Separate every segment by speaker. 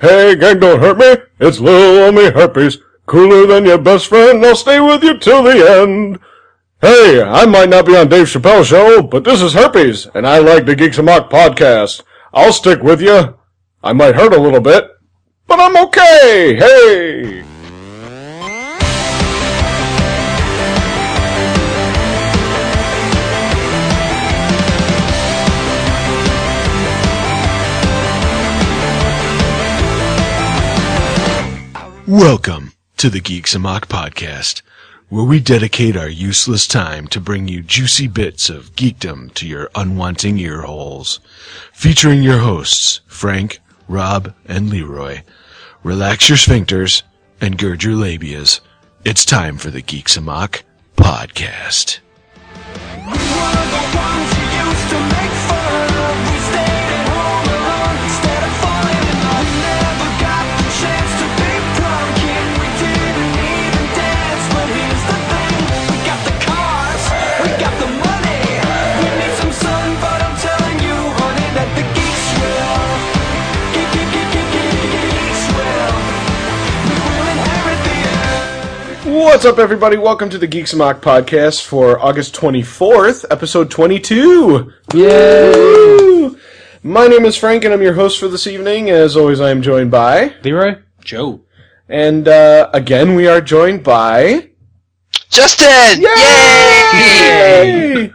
Speaker 1: hey, gang, don't hurt me. It's little old me herpes. Cooler than your best friend. I'll stay with you till the end. Hey, I might not be on Dave Chappelle's show, but this is herpes, and I like the Geeks and Mock podcast. I'll stick with you. I might hurt a little bit, but I'm okay. Hey.
Speaker 2: Welcome to the Geeks and Mock Podcast, where we dedicate our useless time to bring you juicy bits of geekdom to your unwanting ear holes. Featuring your hosts, Frank, Rob, and Leroy. Relax your sphincters and gird your labias. It's time for the Geeks and Mock Podcast.
Speaker 1: What's up, everybody? Welcome to the Geeks and Mock podcast for August 24th, episode 22. Yay! My name is Frank, and I'm your host for this evening. As always, I am joined by,
Speaker 3: Leroy? Joe.
Speaker 1: and uh, again, we are joined by.
Speaker 4: Justin!
Speaker 1: Yay!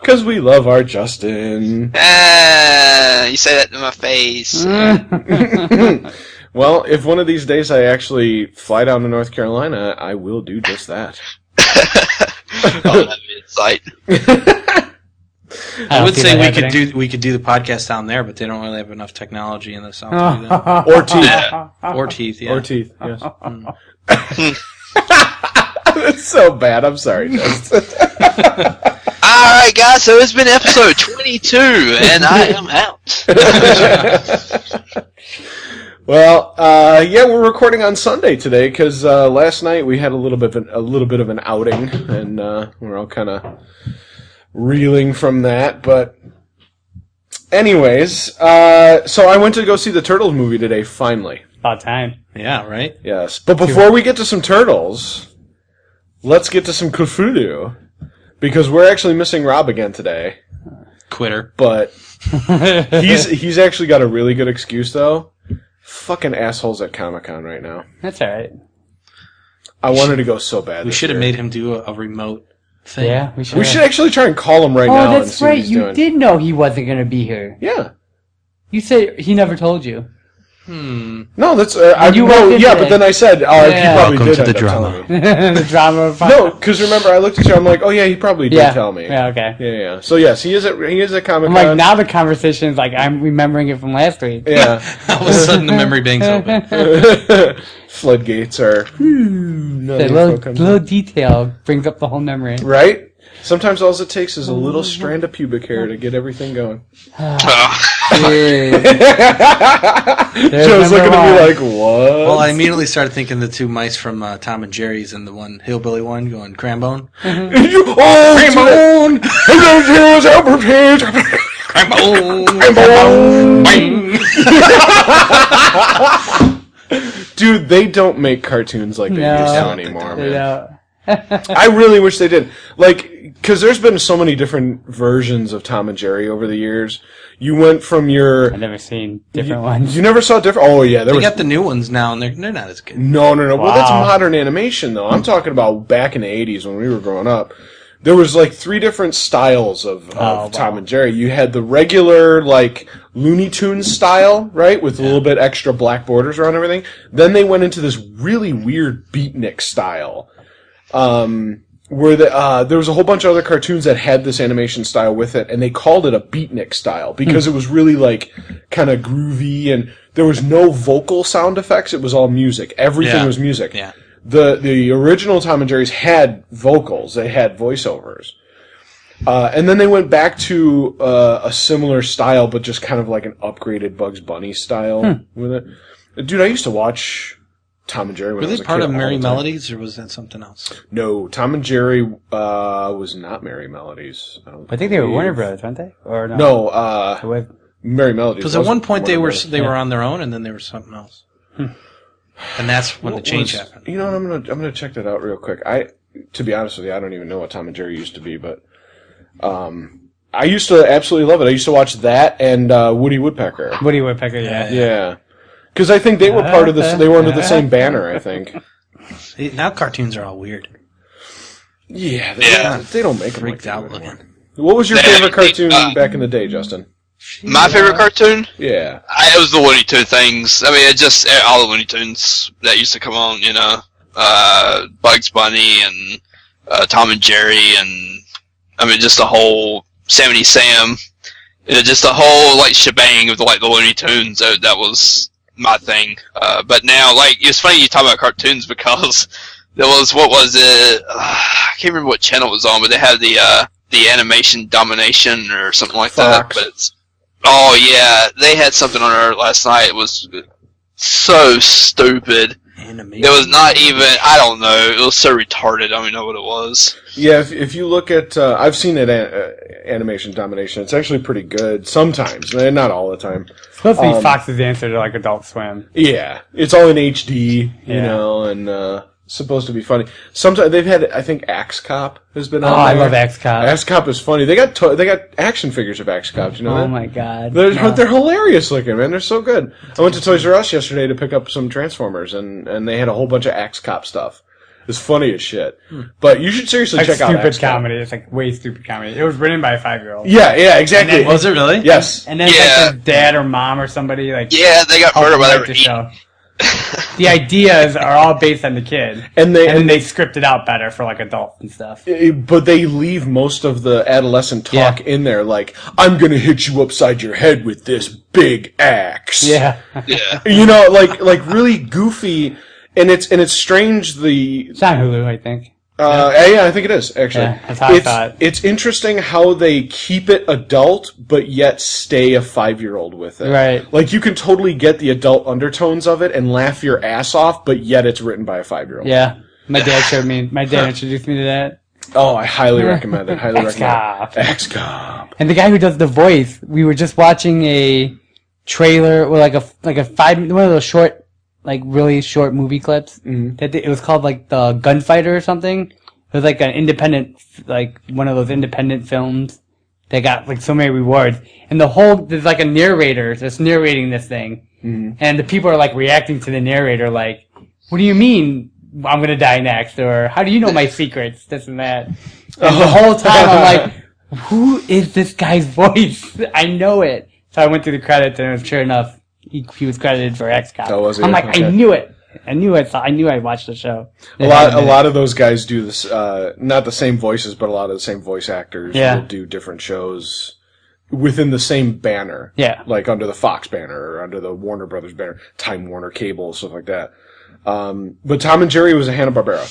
Speaker 1: Because we love our Justin.
Speaker 4: Ah, you say that to my face.
Speaker 1: Well, if one of these days I actually fly down to North Carolina, I will do just that.
Speaker 4: oh, that insight.
Speaker 3: I, would say we could do we could do the podcast down there, but they don't really have enough technology in the south to do that.
Speaker 1: Or teeth.
Speaker 3: Or teeth, yeah.
Speaker 1: Or teeth, yes. That's so bad. I'm sorry, Justin.
Speaker 4: Alright, guys, so it's been episode 22, and I am out.
Speaker 1: Well, uh, yeah, we're recording on Sunday today because uh, last night we had a little bit of an, a little bit of an outing, and uh, we're all kind of reeling from that. But, anyways, uh, so I went to go see the Turtles movie today. Finally,
Speaker 5: About time.
Speaker 3: Yeah, right?
Speaker 1: yes. But before we get to some turtles, let's get to some Cthulhu because we're actually missing Rob again today.
Speaker 3: Quitter.
Speaker 1: But he's he's actually got a really good excuse though. Fucking assholes at Comic Con right now.
Speaker 5: That's all right.
Speaker 1: I wanted to go so bad.
Speaker 3: We
Speaker 1: this
Speaker 3: should have
Speaker 1: year.
Speaker 3: made him do a, a remote thing.
Speaker 5: Yeah, we should.
Speaker 1: We should actually try and call him right now.
Speaker 5: Oh,
Speaker 1: and
Speaker 5: that's
Speaker 1: see what
Speaker 5: right.
Speaker 1: he's
Speaker 5: You
Speaker 1: doing.
Speaker 5: did know he wasn't going to be here.
Speaker 1: Yeah.
Speaker 5: You said he never told you.
Speaker 1: No, that's. Uh, I,
Speaker 5: you
Speaker 1: no,
Speaker 5: walked in
Speaker 1: yeah,
Speaker 5: today.
Speaker 1: but then I said, uh,
Speaker 5: Yeah.
Speaker 1: he probably
Speaker 2: Welcome
Speaker 1: did
Speaker 2: to
Speaker 1: end
Speaker 2: the
Speaker 1: up
Speaker 2: drama.
Speaker 1: telling me.
Speaker 5: the drama. Of
Speaker 1: No, because remember, I looked at you. I'm like, oh yeah, he probably did
Speaker 5: yeah.
Speaker 1: tell me.
Speaker 5: Yeah. Okay.
Speaker 1: Yeah, yeah. So yes, he is at he is at Comic
Speaker 5: I'm
Speaker 1: Con.
Speaker 5: like now the conversation is like I'm remembering it from last week.
Speaker 1: yeah.
Speaker 3: All of a sudden the memory bank's open.
Speaker 1: Floodgates are. No,
Speaker 5: The
Speaker 1: info
Speaker 5: little
Speaker 1: comes
Speaker 5: little
Speaker 1: in.
Speaker 5: detail brings up the whole memory.
Speaker 1: right. Sometimes all it takes is a little strand of pubic hair to get everything going.
Speaker 4: Oh,
Speaker 5: There's
Speaker 1: Joe's
Speaker 5: number
Speaker 1: looking
Speaker 5: one.
Speaker 1: at me like, what?
Speaker 3: Well, I immediately started thinking the two mice from uh, Tom and Jerry's and the one hillbilly one going Crambone.
Speaker 1: You- oh, Simone! Hello, Zeus, Albert Page! Dude, they don't make cartoons like they
Speaker 5: No.
Speaker 1: used to
Speaker 5: No,
Speaker 1: anymore. man.
Speaker 5: You know,
Speaker 1: I really wish they did. Like, because there's been so many different versions of Tom and Jerry over the years. You went from your.
Speaker 5: I've never seen different ones.
Speaker 1: You never saw different. Oh yeah, there
Speaker 3: We
Speaker 1: was.
Speaker 3: got the new ones now, and they're, they're not as good.
Speaker 1: no, no, no. Well, that's
Speaker 5: Wow.
Speaker 1: modern animation though. I'm talking about back in the '80s when we were growing up. There was like three different styles of, of
Speaker 5: Oh, wow.
Speaker 1: Tom and Jerry. You had the regular like Looney Tunes style, right, with a little bit extra black borders around everything. Then they went into this really weird beatnik style. um, where the, uh, there was a whole bunch of other cartoons that had this animation style with it, and they called it a beatnik style because
Speaker 3: Hmm.
Speaker 1: it was really like kind of groovy, and there was no vocal sound effects. It was all music. Everything
Speaker 3: Yeah.
Speaker 1: was music.
Speaker 3: Yeah.
Speaker 1: The the original Tom and Jerry's had vocals. They had voiceovers. Uh, and then they went back to uh, a similar style, but just kind of like an upgraded Bugs Bunny style
Speaker 3: Hmm.
Speaker 1: with it. Dude, I used to watch Tom and Jerry when
Speaker 3: Were
Speaker 1: I was
Speaker 3: they
Speaker 1: a
Speaker 3: part
Speaker 1: kid
Speaker 3: of
Speaker 1: all
Speaker 3: Merry
Speaker 1: the time.
Speaker 3: Melodies, or was that something else?
Speaker 1: No, Tom and Jerry uh, was not Merry Melodies. I, don't
Speaker 5: I think they were
Speaker 1: believe.
Speaker 5: Warner Brothers, weren't they? Or no?
Speaker 1: No, uh,
Speaker 5: Wait,
Speaker 1: Merry Melodies.
Speaker 3: Because at
Speaker 1: wasn't
Speaker 3: one point they
Speaker 1: Warner
Speaker 3: were
Speaker 1: Brothers.
Speaker 3: they were on their own, and then they were something else. and that's when
Speaker 1: Hmm. What
Speaker 3: the change
Speaker 1: was-
Speaker 3: happened.
Speaker 1: You know what? I'm gonna I'm gonna check that out real quick. I, to be honest with you, I don't even know what Tom and Jerry used to be, but um, I used to absolutely love it. I used to watch that and uh, Woody Woodpecker.
Speaker 5: Woody Woodpecker, yeah.
Speaker 1: Yeah, because I think they were part of this. They were under the same banner. I think.
Speaker 3: See, now cartoons are all weird,
Speaker 1: Yeah, they,
Speaker 4: Yeah.
Speaker 1: They don't make them like
Speaker 3: freaked
Speaker 1: that
Speaker 3: out
Speaker 1: anymore.
Speaker 3: looking.
Speaker 1: What was your
Speaker 4: They-
Speaker 1: favorite cartoon
Speaker 4: uh,
Speaker 1: back in the day, Justin?
Speaker 4: My favorite cartoon?
Speaker 1: Yeah,
Speaker 4: I, it was the Looney Tunes things. I mean, it just eh, all the Looney Tunes that used to come on, you know, uh, Bugs Bunny and uh, Tom and Jerry, and I mean, just the whole Sammy Sam, you know, just the whole like shebang of the, like the Looney Tunes. That, that was my thing. Uh, but now, like, it's funny you talk about cartoons because there was what was it? Uh, I can't remember what channel it was on, but they had the uh, the animation domination or something like that.
Speaker 1: Fox.
Speaker 4: But it's Oh yeah, they had something on there last night. It was so stupid.
Speaker 3: Animation.
Speaker 4: It was not even. I don't know. It was so retarded. I don't even know what it was.
Speaker 1: yeah. If, if you look at, uh, I've seen it an, uh, animation domination. It's actually pretty good sometimes, eh, not all the time.
Speaker 5: It's supposed to be
Speaker 1: Um,
Speaker 5: Fox's answer to like Adult Swim.
Speaker 1: Yeah, it's all in HD, you
Speaker 5: Yeah.
Speaker 1: know, and uh, supposed to be funny. Sometimes they've had, I think, Axe Cop has been on.
Speaker 5: Oh, I
Speaker 1: there.
Speaker 5: love X Cop.
Speaker 1: Axe Cop is funny. They got to- they got action figures of Axe Cop. Do you know
Speaker 5: oh
Speaker 1: that?
Speaker 5: my god.
Speaker 1: They're,
Speaker 5: No.
Speaker 1: they're hilarious looking, man. They're so good. I went to Toys R Us yesterday to pick up some Transformers, and, and they had a whole bunch of Axe Cop stuff. It's funny as shit. But you should seriously
Speaker 5: Hmm. like
Speaker 1: check out
Speaker 5: stupid
Speaker 1: Axe Cop.
Speaker 5: comedy. It's like way stupid comedy. It was written by a five year old.
Speaker 1: Yeah, yeah, exactly.
Speaker 3: Was it really?
Speaker 1: Yes.
Speaker 5: And then it's
Speaker 4: Yeah.
Speaker 5: like his dad or mom or somebody like
Speaker 4: Yeah, they got
Speaker 5: helped
Speaker 4: murdered by that.
Speaker 5: write the show. the ideas are all based on the kid.
Speaker 1: And they,
Speaker 5: And then they script it out better for like adults and stuff.
Speaker 1: Eh, but they leave most of the adolescent talk in there like i'm gonna hit you upside your head with this big axe
Speaker 5: Yeah.
Speaker 4: Yeah,
Speaker 1: you know like like really goofy and it's and it's strange the
Speaker 5: It's on Hulu, I think.
Speaker 1: uh yeah, I think it is actually
Speaker 5: Yeah, that's how I
Speaker 1: it's
Speaker 5: thought.
Speaker 1: it's interesting how they keep it adult but yet stay a 5 year old with it
Speaker 5: Right.
Speaker 1: like you can totally get the adult undertones of it and laugh your ass off but yet it's written by a 5 year old
Speaker 5: Yeah. My dad showed me my dad introduced me to that.
Speaker 1: oh i highly recommend it highly recommend
Speaker 5: X-Cop.
Speaker 1: it x cop
Speaker 5: And the guy who does the voice, we were just watching a trailer or like a like a five one of those short, like really short movie clips. That they, it was called like the Gunfighter or something. It was like an independent, like one of those independent films that got like so many rewards. And the whole there's like a narrator that's narrating this thing, and the people are like reacting to the narrator like, "What do you mean?" I'm gonna die next, or how do you know my secrets? This and that. And the whole time I'm like, who is this guy's voice? I know it. So I went through the credits, and sure enough, he, he was credited for X Cop.
Speaker 1: Oh, was he?
Speaker 5: I'm like,
Speaker 1: Okay.
Speaker 5: I knew it. I knew it. I knew I watched the show.
Speaker 1: a lot a lot of those guys do this uh not the same voices but a lot of the same voice actors
Speaker 5: Yeah.
Speaker 1: will do different shows within the same banner
Speaker 5: Yeah.
Speaker 1: like under the fox banner or under the warner brothers banner time warner cable stuff like that um but tom and jerry was a hanna-barbera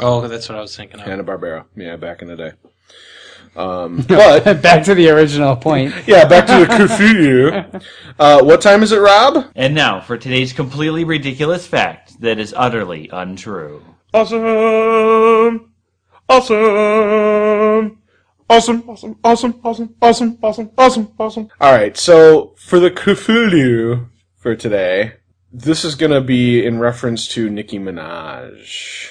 Speaker 3: Oh, that's what I was thinking of.
Speaker 1: hanna-barbera yeah back in the day um but
Speaker 5: Back to the original point.
Speaker 1: yeah back to the kufuyu uh what time is it rob
Speaker 6: And now for today's completely ridiculous fact that is utterly untrue.
Speaker 1: awesome awesome awesome awesome awesome awesome awesome awesome awesome awesome all right so for the cthulhu for today this is going to be in reference to nicki minaj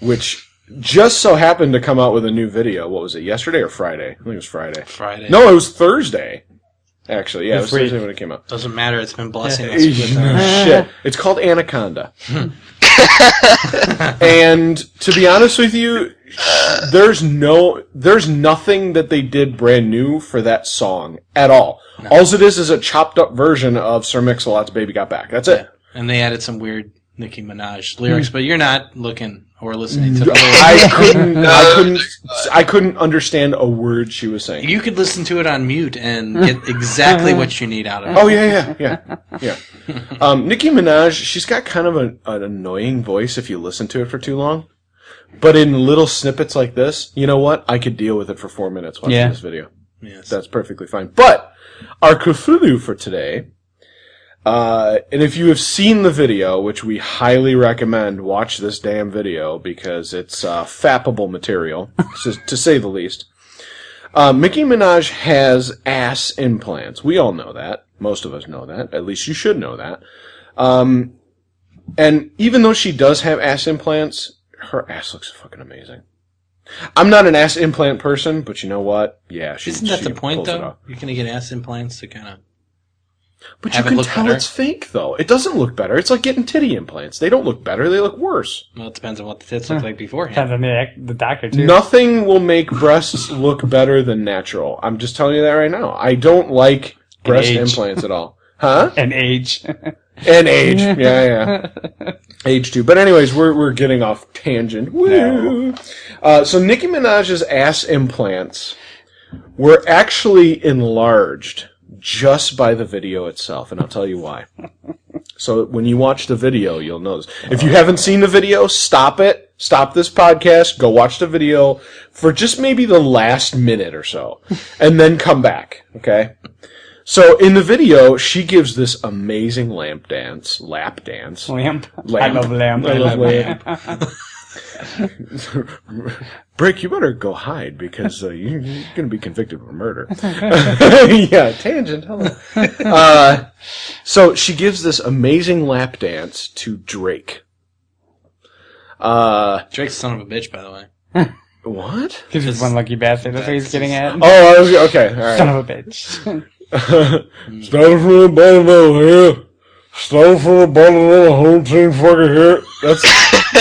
Speaker 1: which just so happened to come out with a new video what was it yesterday or friday i think it was friday
Speaker 3: Friday.
Speaker 1: no it was thursday actually yeah it
Speaker 5: This
Speaker 1: was
Speaker 5: week.
Speaker 1: thursday when it came out
Speaker 3: doesn't matter. It's been blessing us. with
Speaker 1: no
Speaker 3: our-
Speaker 1: shit. It's called Anaconda. and to be honest with you, there's no, there's nothing that they did brand new for that song at all. Alls it is is a chopped up version of Sir Mix-a-Lot's "Baby Got Back." That's it.
Speaker 3: And they added some weird Nicki Minaj lyrics, but you're not looking or listening to the lyrics.
Speaker 1: I couldn't, I couldn't, I couldn't understand a word she was saying.
Speaker 3: You could listen to it on mute and get exactly what you need out of it.
Speaker 1: Oh yeah, yeah, yeah, yeah. Um, Nicki Minaj, she's got kind of an, an annoying voice if you listen to it for too long. But in little snippets like this, you know what? I could deal with it for four minutes watching
Speaker 5: Yeah.
Speaker 1: this video.
Speaker 3: Yes.
Speaker 1: That's perfectly fine. But our Cthulhu for today, uh, and if you have seen the video, which we highly recommend, watch this damn video because it's uh, fappable material, to, to say the least. Uh, Mickey Minaj has ass implants. We all know that. Most of us know that. At least you should know that. Um, and even though she does have ass implants, her ass looks fucking amazing. I'm not an ass implant person, but you know what? Yeah, she,
Speaker 3: Isn't that
Speaker 1: she
Speaker 3: the point,
Speaker 1: pulls it
Speaker 3: though?
Speaker 1: off.
Speaker 3: You're going to get ass implants to kind of.
Speaker 1: But
Speaker 3: Have
Speaker 1: you
Speaker 3: it
Speaker 1: can
Speaker 3: look
Speaker 1: tell
Speaker 3: better?
Speaker 1: it's fake, though. It doesn't look better. It's like getting titty implants. They don't look better. They look worse.
Speaker 3: Well, it depends on what the tits look like beforehand.
Speaker 5: Depends on the, the doctor too.
Speaker 1: Nothing will make breasts look better than natural. I'm just telling you that right now. I don't like breast
Speaker 5: age.
Speaker 1: implants at all. Huh?
Speaker 5: And age.
Speaker 1: And age. Yeah, yeah. Age too. But anyways, we're we're getting off tangent. Woo. Uh, so Nicki Minaj's ass implants were actually enlarged just by the video itself, and I'll tell you why. So when you watch the video, you'll notice. If you haven't seen the video, stop it. Stop this podcast. Go watch the video for just maybe the last minute or so, and then come back. Okay. So in the video, she gives this amazing lamp dance, lap dance.
Speaker 5: Lamp.
Speaker 1: Lamp.
Speaker 5: I love lamp.
Speaker 1: I love lamp. Brick, you better go hide because uh, you, you're going to be convicted of murder. yeah, tangent. Hello. Uh, so she gives this amazing lap dance to Drake. Uh,
Speaker 3: Drake's a son of a bitch, by the way.
Speaker 1: what?
Speaker 5: Because he's one lucky bastard. That's what he's getting at.
Speaker 1: Oh, I was, okay. All right.
Speaker 5: Son of a bitch.
Speaker 1: Starting from the bottom of here. Starting from the bottom of the whole team fucking here. That's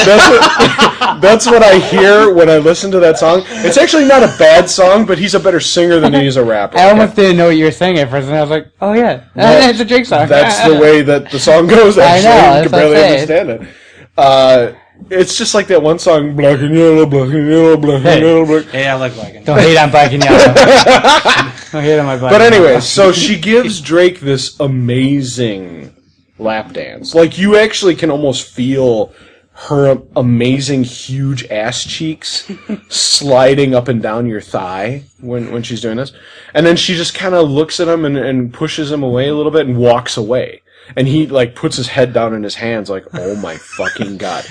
Speaker 1: that's what that's what I hear when I listen to that song. It's actually not a bad song, but he's a better singer than he is a rapper.
Speaker 5: I almost didn't know what you were saying at first, and I was like, "Oh yeah, that's a Drake song."
Speaker 1: That's the way that the song goes.
Speaker 5: I
Speaker 1: Actually,
Speaker 5: know,
Speaker 1: you
Speaker 5: that's
Speaker 1: can
Speaker 5: what I'm
Speaker 1: barely
Speaker 5: saying.
Speaker 1: understand it. Uh, it's just like that one song, black and yellow, black and yellow, black and
Speaker 5: Hey.
Speaker 1: yellow, black.
Speaker 3: Hey, I like Wagon.
Speaker 5: Don't hate on black and yellow. Don't hate on my black.
Speaker 1: But
Speaker 5: and
Speaker 1: anyway, so she gives Drake this amazing lap dance. Like you actually can almost feel her amazing huge ass cheeks sliding up and down your thigh when, when she's doing this. And then she just kind of looks at him and, and pushes him away a little bit and walks away. And he like puts his head down in his hands like, oh my fucking god.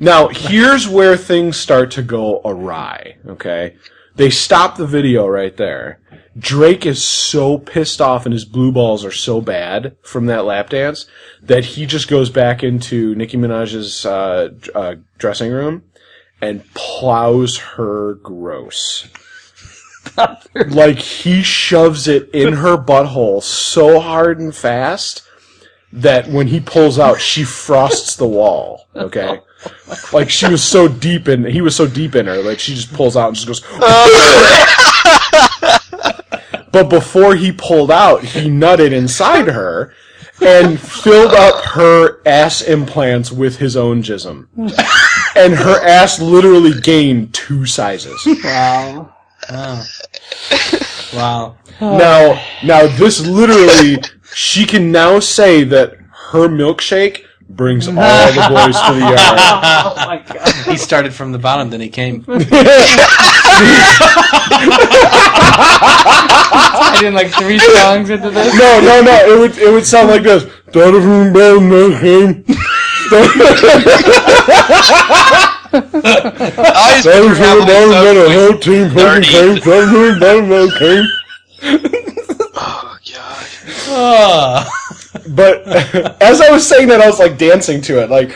Speaker 1: Now, here's where things start to go awry, okay? They stop the video right there. Drake is so pissed off and his blue balls are so bad from that lap dance that he just goes back into Nicki Minaj's uh, d- uh, dressing room and plows her gross. like he shoves it in her butthole so hard and fast that when he pulls out, she frosts the wall. Okay, like she was so deep in he was so deep in her, like she just pulls out and just goes. but before he pulled out, he nutted inside her and filled up her ass implants with his own jism, and her ass literally gained two sizes.
Speaker 5: Wow.
Speaker 3: Wow.
Speaker 1: Now, now this literally, she can now say that her milkshake brings all the boys to the yard.
Speaker 5: Oh my god.
Speaker 3: He started from the bottom, then he came.
Speaker 5: I did like three songs into this.
Speaker 1: No, no, no. It would it would sound like this. Donovan Bell milkshake.
Speaker 4: I just picture
Speaker 1: Donovan
Speaker 4: Halloween
Speaker 1: Bell got a
Speaker 4: so
Speaker 1: whole team fucking
Speaker 4: Dirty.
Speaker 1: cake. Donovan Bell milkshake.
Speaker 4: Oh god.
Speaker 1: But as I was saying that, I was like dancing to it, like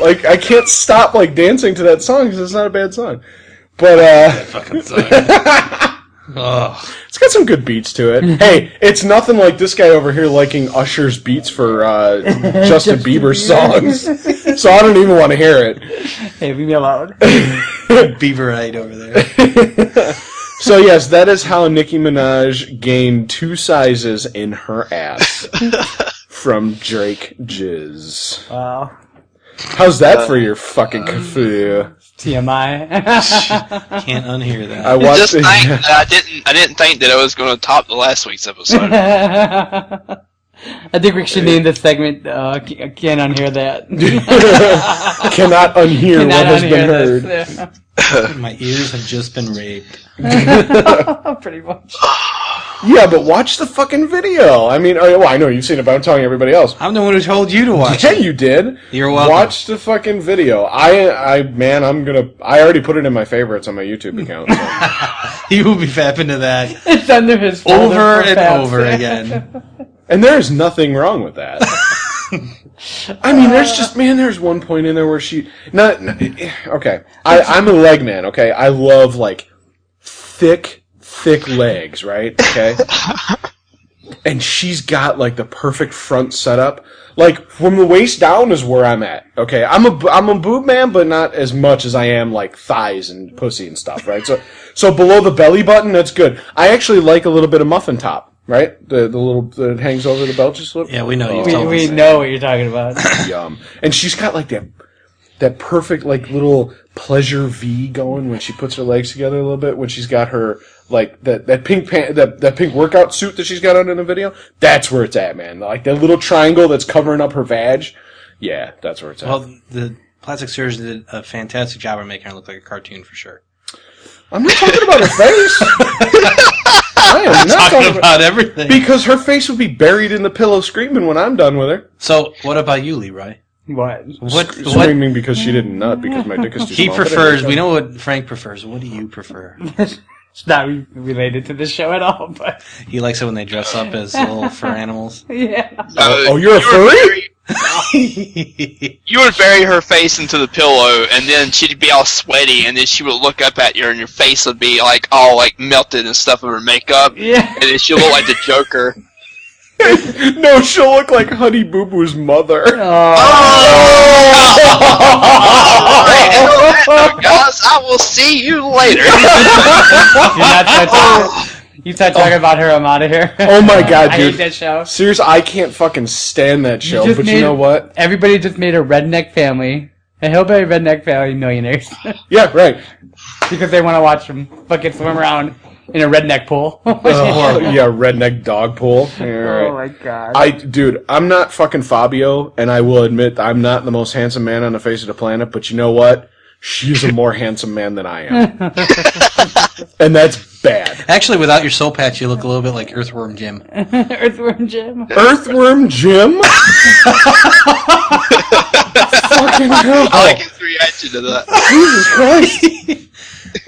Speaker 1: like I can't stop like dancing to that song because it's not a bad song. But uh,
Speaker 4: Fucking suck.
Speaker 1: It's got some good beats to it. hey, it's nothing like this guy over here liking Usher's beats for uh, Justin Bieber songs. so I don't even want to hear it.
Speaker 5: Hey, leave me alone.
Speaker 3: Beaverite over there.
Speaker 1: So yes, that is how Nicki Minaj gained two sizes in her ass from Drake Jizz.
Speaker 5: Wow.
Speaker 1: How's that
Speaker 3: Uh,
Speaker 1: for your fucking kafoo?
Speaker 5: TMI.
Speaker 3: Can't unhear that.
Speaker 1: I watched
Speaker 4: Just
Speaker 1: it.
Speaker 4: think that I didn't. I didn't think that I was going to top the last week's episode.
Speaker 5: I think we should name this segment. Uh, c- I can't unhear that.
Speaker 1: cannot unhear what has been heard.
Speaker 5: this.
Speaker 3: My ears have just been raped.
Speaker 5: Pretty Oh, much.
Speaker 1: Yeah, but watch the fucking video. I mean, I, well, I know you've seen it, but I'm telling everybody else.
Speaker 3: I'm the one who told you to watch.
Speaker 1: Yeah,
Speaker 3: it.
Speaker 1: you did.
Speaker 3: You're welcome.
Speaker 1: Watch the fucking video. I, I, man, I'm gonna. I already put it in my favorites on my YouTube account. so.
Speaker 3: He will be fapping to that
Speaker 5: It's under his folder
Speaker 3: over
Speaker 5: for
Speaker 3: and
Speaker 5: fans.
Speaker 3: over again.
Speaker 1: and there is nothing wrong with that. I mean, there's just man. There's one point in there where she. Not okay. I, I'm a leg man. Okay, I love like thick, thick legs. Right. Okay. and she's got like the perfect front setup. Like from the waist down is where I'm at. Okay, I'm a I'm a boob man, but not as much as I am like thighs and pussy and stuff, right? So so below the belly button, that's good. I actually like a little bit of muffin top, right? The the little that hangs over the belt just a little.
Speaker 3: Yeah, we know you.
Speaker 5: We,
Speaker 3: told
Speaker 5: we
Speaker 3: us that.
Speaker 5: know what you're talking about.
Speaker 1: Yum. And she's got like that that perfect like little pleasure V going when she puts her legs together a little bit when she's got her like that that pink pant that, that pink workout suit that she's got on in the video. That's where it's at, man. Like that little triangle that's covering up her vag. Yeah, that's where it's at.
Speaker 3: Well, the plastic surgeon did a fantastic job of making her look like a cartoon for sure.
Speaker 1: I'm not talking about her face. I am not talking,
Speaker 3: Talking
Speaker 1: about,
Speaker 3: about everything.
Speaker 1: because her face would be buried in the pillow screaming when I'm done with her.
Speaker 3: so, what about you, Leroy?
Speaker 5: what?
Speaker 3: What? what
Speaker 1: Screaming because she didn't nut because my dick is too
Speaker 3: he
Speaker 1: small. But
Speaker 3: prefers.
Speaker 1: anyway,
Speaker 3: We know what Frank prefers. What do you prefer?
Speaker 5: It's not re- related to the show at all, but
Speaker 3: He likes it when they dress up as little fur animals.
Speaker 5: yeah.
Speaker 4: Uh,
Speaker 1: Oh, you're a
Speaker 4: you would
Speaker 1: furry?
Speaker 4: bury- you would bury her face into the pillow, and then she'd be all sweaty, and then she would look up at you, and your face would be like all like melted and stuff of her makeup,
Speaker 5: Yeah.
Speaker 4: and then she'd look like the Joker.
Speaker 1: No, she'll look like Honey Boo Boo's mother.
Speaker 5: Oh,
Speaker 4: Oh, guys, I will see you later.
Speaker 5: you're not touching her. You start talking about her, I'm out of here.
Speaker 1: Oh my god,
Speaker 5: I hate
Speaker 1: dude.
Speaker 5: that show.
Speaker 1: Serious, I can't fucking stand that show.
Speaker 5: just
Speaker 1: but you
Speaker 5: made-
Speaker 1: know what?
Speaker 5: Everybody just made a redneck family, a hillbilly redneck family, millionaires,
Speaker 1: Yeah, right.
Speaker 5: because they want to watch them fucking swim around in a redneck pool.
Speaker 1: Oh, yeah, redneck dog pool. Yeah, right.
Speaker 5: Oh my god.
Speaker 1: I, dude, I'm not fucking Fabio, and I will admit I'm not the most handsome man on the face of the planet. But you know what? She's a more handsome man than I am, and that's bad.
Speaker 3: Actually, without your soul patch, you look a little bit like Earthworm Jim.
Speaker 5: Earthworm Jim.
Speaker 1: Earthworm Jim. fucking hell.
Speaker 4: I like his reaction to that.
Speaker 1: Jesus Christ.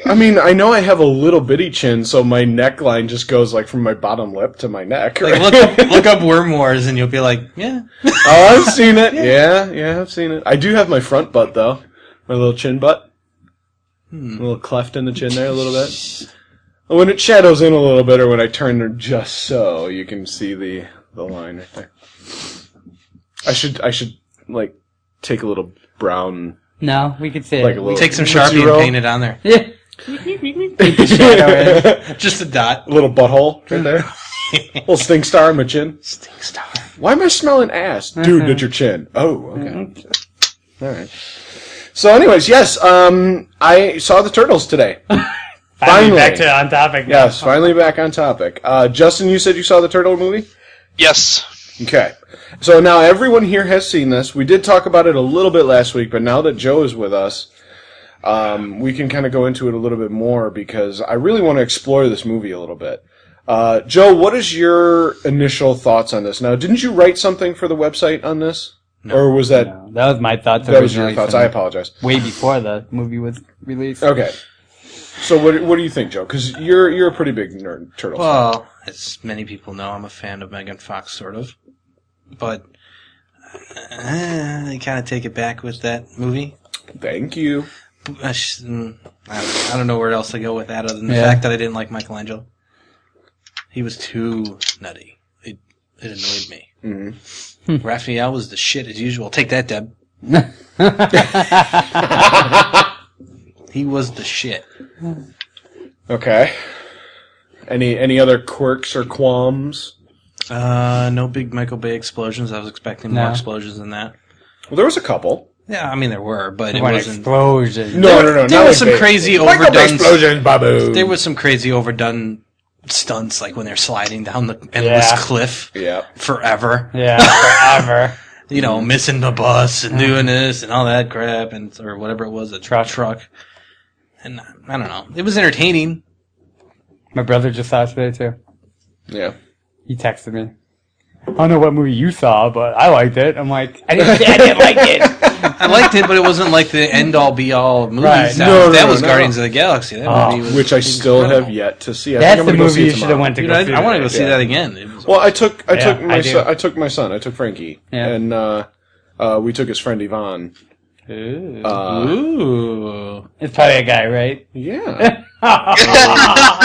Speaker 1: I mean, I know I have a little bitty chin, so my neckline just goes like from my bottom lip to my neck.
Speaker 3: Like,
Speaker 1: right?
Speaker 3: look up, look up Worm Wars, and you'll be like, yeah.
Speaker 1: oh, I've seen it. Yeah, yeah, I've seen it. I do have my front butt though, my little chin butt, a little cleft in the chin there, a little bit. When it shadows in a little bit, or when I turn her just so, you can see the the line right there. I should I should like take a little brown
Speaker 5: No, we could see
Speaker 1: like
Speaker 5: it.
Speaker 1: a little
Speaker 3: Take some Sharpie
Speaker 1: zero,
Speaker 3: and paint it on there.
Speaker 5: yeah.
Speaker 3: Just a dot.
Speaker 1: little butthole right there. little stink star on my chin.
Speaker 3: Stink star.
Speaker 1: Why am I smelling ass? Dude, that's your chin. Oh, okay. Alright. So anyways, yes, um I saw the turtles today. Finally.
Speaker 5: back to on topic. now.
Speaker 1: Yes, finally back on topic. Uh Justin, you said you saw the turtle movie?
Speaker 4: Yes.
Speaker 1: Okay. So now everyone here has seen this. We did talk about it a little bit last week, but now that Joe is with us, um, we can kind of go into it a little bit more because I really want to explore this movie a little bit. Uh, Joe, what is your initial thoughts on this? Now, didn't you write something for the website on this? Or was that,
Speaker 5: That was my thoughts.
Speaker 1: that was your
Speaker 5: originally
Speaker 1: thoughts?
Speaker 5: from
Speaker 1: I apologize.
Speaker 5: Way before the movie was released.
Speaker 1: Okay. So what, what do you think, Joe? Cause you're, you're a pretty big nerd, Turtles. fan.
Speaker 3: Well, as many people know, I'm a fan of Megan Fox, sort of. But uh, I kind of take it back with that movie.
Speaker 1: Thank you.
Speaker 3: Uh, sh- mm, I don't- I don't know where else to go with that other than the
Speaker 5: Yeah.
Speaker 3: fact that I didn't like Michelangelo. He was too nutty. It, it annoyed me.
Speaker 5: Hmm.
Speaker 3: Raphael was the shit as usual. Take that, Deb. he was the shit.
Speaker 1: Okay. Any, any other quirks or qualms?
Speaker 3: Uh, no big Michael Bay explosions. I was expecting more
Speaker 5: No.
Speaker 3: explosions than that.
Speaker 1: Well, there was a couple.
Speaker 3: Yeah, I mean there were, but it
Speaker 5: What an
Speaker 3: wasn't.
Speaker 5: explosion.
Speaker 1: No,
Speaker 3: There-
Speaker 1: no, no.
Speaker 3: there
Speaker 1: not like
Speaker 3: was some
Speaker 1: big-
Speaker 3: crazy
Speaker 1: Like a big
Speaker 3: overdone-
Speaker 1: explosion, babu.
Speaker 3: There was some crazy overdone stunts, like when they're sliding down the endless
Speaker 5: Yeah.
Speaker 3: cliff
Speaker 1: Yeah. Mm-hmm.
Speaker 3: forever.
Speaker 5: Yeah, forever.
Speaker 3: You know, missing the bus and doing this and all that crap, and or whatever it was, a truck, truck. And I don't know. It was entertaining.
Speaker 5: My brother just saw it today too.
Speaker 1: Yeah.
Speaker 5: He texted me. I don't know what movie you saw, but I liked it. I'm like, I didn't, say I didn't like it.
Speaker 3: I liked it, but it wasn't like the end all be all of movies.
Speaker 5: Right.
Speaker 3: That,
Speaker 1: No, no,
Speaker 3: that was
Speaker 1: no,
Speaker 3: Guardians
Speaker 1: no.
Speaker 3: of the Galaxy. That
Speaker 5: Oh.
Speaker 3: movie was
Speaker 1: Which I still
Speaker 3: incredible.
Speaker 1: have yet to see. I
Speaker 5: That's
Speaker 1: think
Speaker 5: the
Speaker 1: I'm gonna go see
Speaker 5: movie
Speaker 1: it
Speaker 5: you should have
Speaker 1: tomorrow.
Speaker 5: went to
Speaker 3: Dude,
Speaker 5: go
Speaker 3: I,
Speaker 5: see.
Speaker 3: I want to go see
Speaker 1: Yeah.
Speaker 3: that again. It was-
Speaker 1: Well, I took I
Speaker 5: Yeah,
Speaker 1: took my
Speaker 5: I
Speaker 1: I,
Speaker 5: do.
Speaker 1: son, I took my son. I took Frankie,
Speaker 5: Yeah.
Speaker 1: and uh, uh, we took his friend Yvonne. Uh,
Speaker 3: Ooh.
Speaker 5: It's probably a guy, right?
Speaker 1: Yeah,
Speaker 3: Oh,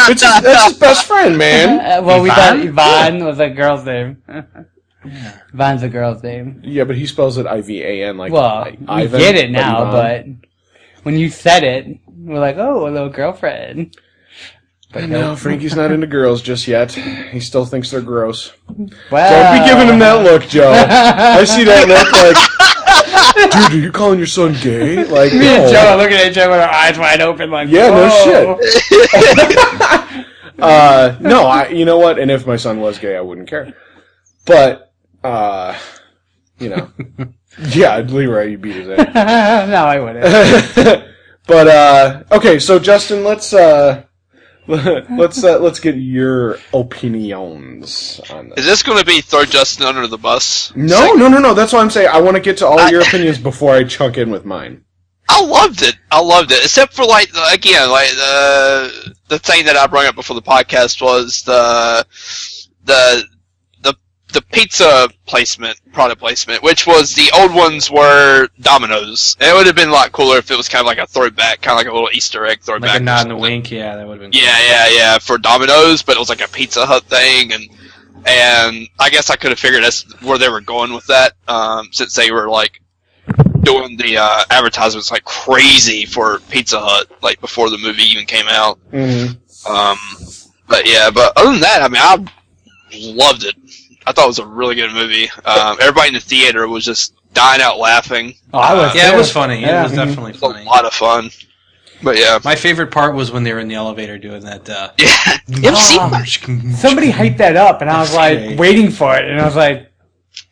Speaker 1: it's his, that's his best friend, man.
Speaker 5: Uh, well, we thought Yvonne was a girl's name. Yvonne's a girl's name.
Speaker 1: Yeah, but he spells it I V A N like
Speaker 5: Well,
Speaker 1: like
Speaker 5: I
Speaker 1: Ivan,
Speaker 5: get it now,
Speaker 1: Yvonne.
Speaker 5: but when you said it, we're like, oh, a little girlfriend. But
Speaker 1: no, Frankie's not into girls just yet. He still thinks they're gross.
Speaker 5: Well,
Speaker 1: Don't be giving him that look, Joe. I see that look like, dude, are you calling your son gay? Like,
Speaker 5: Me and
Speaker 1: no.
Speaker 5: Joe are looking at each other with our eyes wide open, like,
Speaker 1: Yeah, no
Speaker 5: whoa.
Speaker 1: shit. uh, no, I. You know what? And if my son was gay, I wouldn't care. But uh, you know, yeah, Leroy, you beat his ass.
Speaker 5: no, I wouldn't.
Speaker 1: but uh, okay, so Justin, let's uh, let's uh, let's get your opinions on this.
Speaker 4: Is this going to be throw Justin under the bus?
Speaker 1: No, no, no, no. That's what I'm saying. I want to get to all your opinions before I chunk in with mine.
Speaker 4: I loved it. I loved it, except for like the, again, like the the thing that I brought up before the podcast was the the the the pizza placement, product placement, which was the old ones were Domino's. And it would have been a lot cooler if it was kind of like a throwback, kind of like a little Easter egg throwback.
Speaker 3: Like a
Speaker 4: or
Speaker 3: nod and a
Speaker 4: something.
Speaker 3: wink. Yeah, that would have been cool.
Speaker 4: Yeah, yeah, yeah, for Domino's, but it was like a Pizza Hut thing, and and I guess I could have figured that's where they were going with that, um, since they were like doing the uh, advertisements like crazy for Pizza Hut, like before the movie even came out.
Speaker 5: Mm-hmm.
Speaker 1: Mhm.
Speaker 4: Um, but yeah, but other than that, I mean, I loved it. I thought it was a really good movie. Um, everybody in the theater was just dying out laughing.
Speaker 5: Oh, I was.
Speaker 4: Uh,
Speaker 3: Yeah, it
Speaker 5: there.
Speaker 3: was funny.
Speaker 5: Yeah.
Speaker 3: It
Speaker 1: Mm-hmm.
Speaker 3: was definitely
Speaker 4: It was a
Speaker 3: funny.
Speaker 4: lot of fun. But yeah,
Speaker 3: My favorite part was when they were in the elevator doing that. Uh,
Speaker 4: yeah, MC
Speaker 5: Somebody hyped that up, and I was
Speaker 3: Okay.
Speaker 5: like waiting for it, and I was like,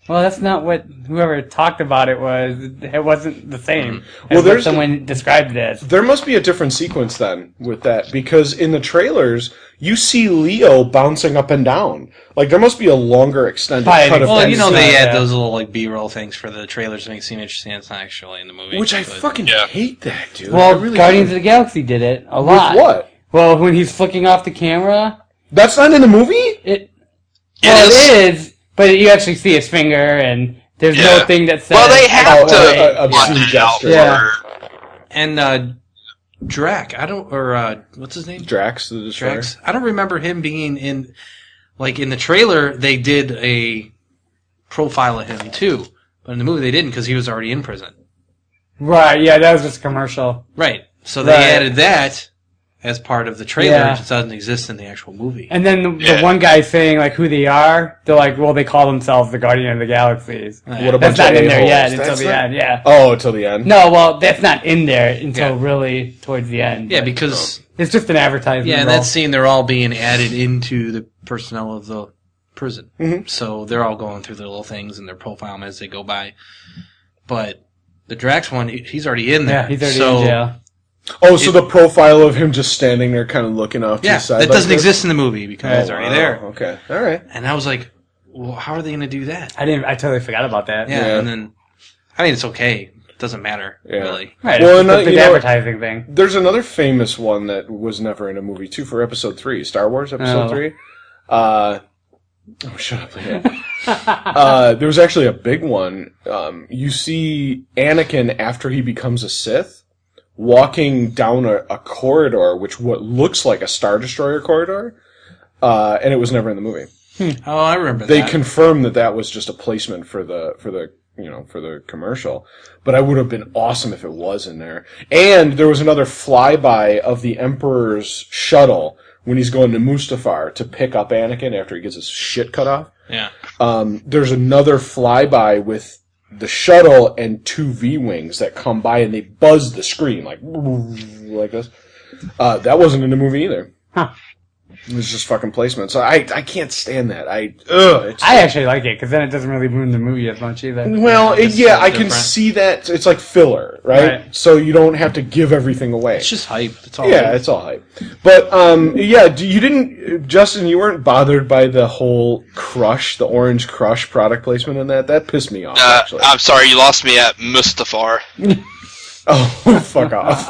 Speaker 5: "Well, that's not what whoever talked about it was. It wasn't the same."
Speaker 1: Well,
Speaker 5: Well,
Speaker 1: there's-
Speaker 5: there's someone described it as.
Speaker 1: There must be a different sequence then with that because in the trailers you see Leo bouncing up and down. Like there must be a longer extended
Speaker 5: Probably
Speaker 1: cut of
Speaker 3: Well,
Speaker 1: that
Speaker 3: you know
Speaker 1: scene,
Speaker 3: they
Speaker 5: Yeah.
Speaker 3: add those little like B-roll things for the trailers to make it seem interesting. It's not actually in the movie.
Speaker 1: which I
Speaker 3: but-
Speaker 1: fucking
Speaker 4: Yeah.
Speaker 1: hate that dude.
Speaker 5: Well,
Speaker 1: I really
Speaker 5: Guardians
Speaker 1: do.
Speaker 5: of the Galaxy did it a
Speaker 1: With
Speaker 5: lot.
Speaker 1: what?
Speaker 5: Well, when he's flicking off the camera,
Speaker 1: That's not in the movie.
Speaker 5: it
Speaker 4: It
Speaker 5: well,
Speaker 4: is-
Speaker 5: Oh, it is, but you actually see his finger, and there's
Speaker 4: Yeah.
Speaker 5: no thing that says.
Speaker 4: Well, they have
Speaker 1: Oh, uh,
Speaker 4: to
Speaker 1: uh, obscene
Speaker 4: blot it out
Speaker 1: gesture.
Speaker 5: Yeah.
Speaker 4: for-
Speaker 3: And uh, Drac, I don't or uh, what's his name?
Speaker 1: Drax the Destroyer.
Speaker 3: Drax. I don't remember him being in. Like in the trailer, they did a profile of him too, but in the movie they didn't because he was already in prison.
Speaker 5: Right? Yeah, that was just a commercial.
Speaker 3: Right. So they
Speaker 5: Right.
Speaker 3: added that as part of the trailer,
Speaker 5: Yeah.
Speaker 3: which doesn't exist in the actual movie.
Speaker 5: And then the,
Speaker 4: Yeah.
Speaker 5: the one guy saying like who they are, they're like, well, they call themselves the Guardian of the Galaxies.
Speaker 1: What a bunch
Speaker 5: That's not
Speaker 1: of
Speaker 5: in there
Speaker 1: a-holes.
Speaker 5: yet until
Speaker 1: That's
Speaker 5: the
Speaker 1: not-
Speaker 5: end. Yeah.
Speaker 1: Oh, till the end.
Speaker 5: No, well, that's not in there until
Speaker 3: Yeah.
Speaker 5: really towards the end.
Speaker 3: yeah,
Speaker 5: but
Speaker 3: because
Speaker 5: it's just an advertisement.
Speaker 3: yeah, in
Speaker 5: role.
Speaker 3: that scene they're all being added into the personnel of the prison.
Speaker 5: Mm-hmm.
Speaker 3: So they're all going through their little things and their profile as they go by. But the Drax one, he- he's already in there.
Speaker 5: yeah, he's already
Speaker 3: so,
Speaker 5: in jail.
Speaker 1: Oh, so
Speaker 3: It-
Speaker 1: the profile of him just standing there, kind of looking off to
Speaker 3: Yeah,
Speaker 1: the side.
Speaker 3: that
Speaker 1: like
Speaker 3: doesn't
Speaker 1: this?
Speaker 3: exist in the movie because
Speaker 1: Oh,
Speaker 3: he's already
Speaker 1: wow.
Speaker 3: there.
Speaker 1: Okay, all right.
Speaker 3: And I was like, well, how are they going to do that?
Speaker 5: I didn't. I totally forgot about that.
Speaker 3: Yeah,
Speaker 1: Yeah.
Speaker 3: and then I mean it's okay. It doesn't matter
Speaker 1: Yeah.
Speaker 3: really.
Speaker 5: Right.
Speaker 1: Well,
Speaker 5: Well,
Speaker 1: and,
Speaker 5: it's
Speaker 1: uh,
Speaker 5: just a
Speaker 1: you
Speaker 5: big
Speaker 1: know-
Speaker 5: advertising thing.
Speaker 1: There's another famous one that was never in a movie too for episode three, Star Wars episode
Speaker 5: Oh.
Speaker 1: three. Uh, oh, shut up! Leanne. uh, there was actually a big one. Um, you see Anakin after he becomes a Sith walking down a, a corridor, which what looks like a Star Destroyer corridor, uh, and it was never in the movie.
Speaker 3: Oh, I remember
Speaker 1: They
Speaker 3: that.
Speaker 1: confirmed that that was just a placement for the for the you know for the commercial, but I would have been awesome if it was in there. And there was another flyby of the Emperor's shuttle when he's going to Mustafar to pick up Anakin after he gets his shit cut off.
Speaker 3: yeah.
Speaker 1: Um, there's another flyby with the shuttle and two V wings that come by and they buzz the screen like like this. Uh, that wasn't in the movie either. It was just fucking placement. So I I can't stand that. I ugh. It's,
Speaker 5: I actually like it because then it doesn't really ruin the movie as much either.
Speaker 1: well, it,
Speaker 3: It's
Speaker 1: yeah,
Speaker 3: so
Speaker 1: I can
Speaker 3: different.
Speaker 1: see that it's like filler, right?
Speaker 5: Right.
Speaker 1: So you don't have to give everything away.
Speaker 3: It's just hype. That's all.
Speaker 1: yeah,
Speaker 3: it is.
Speaker 1: it's all hype. But um, yeah, do- you didn't, Justin. You weren't bothered by the whole crush, the orange crush product placement in that. That pissed me off.
Speaker 4: Uh,
Speaker 1: actually.
Speaker 4: I'm sorry, you lost me at Mustafar.
Speaker 1: Oh, fuck off.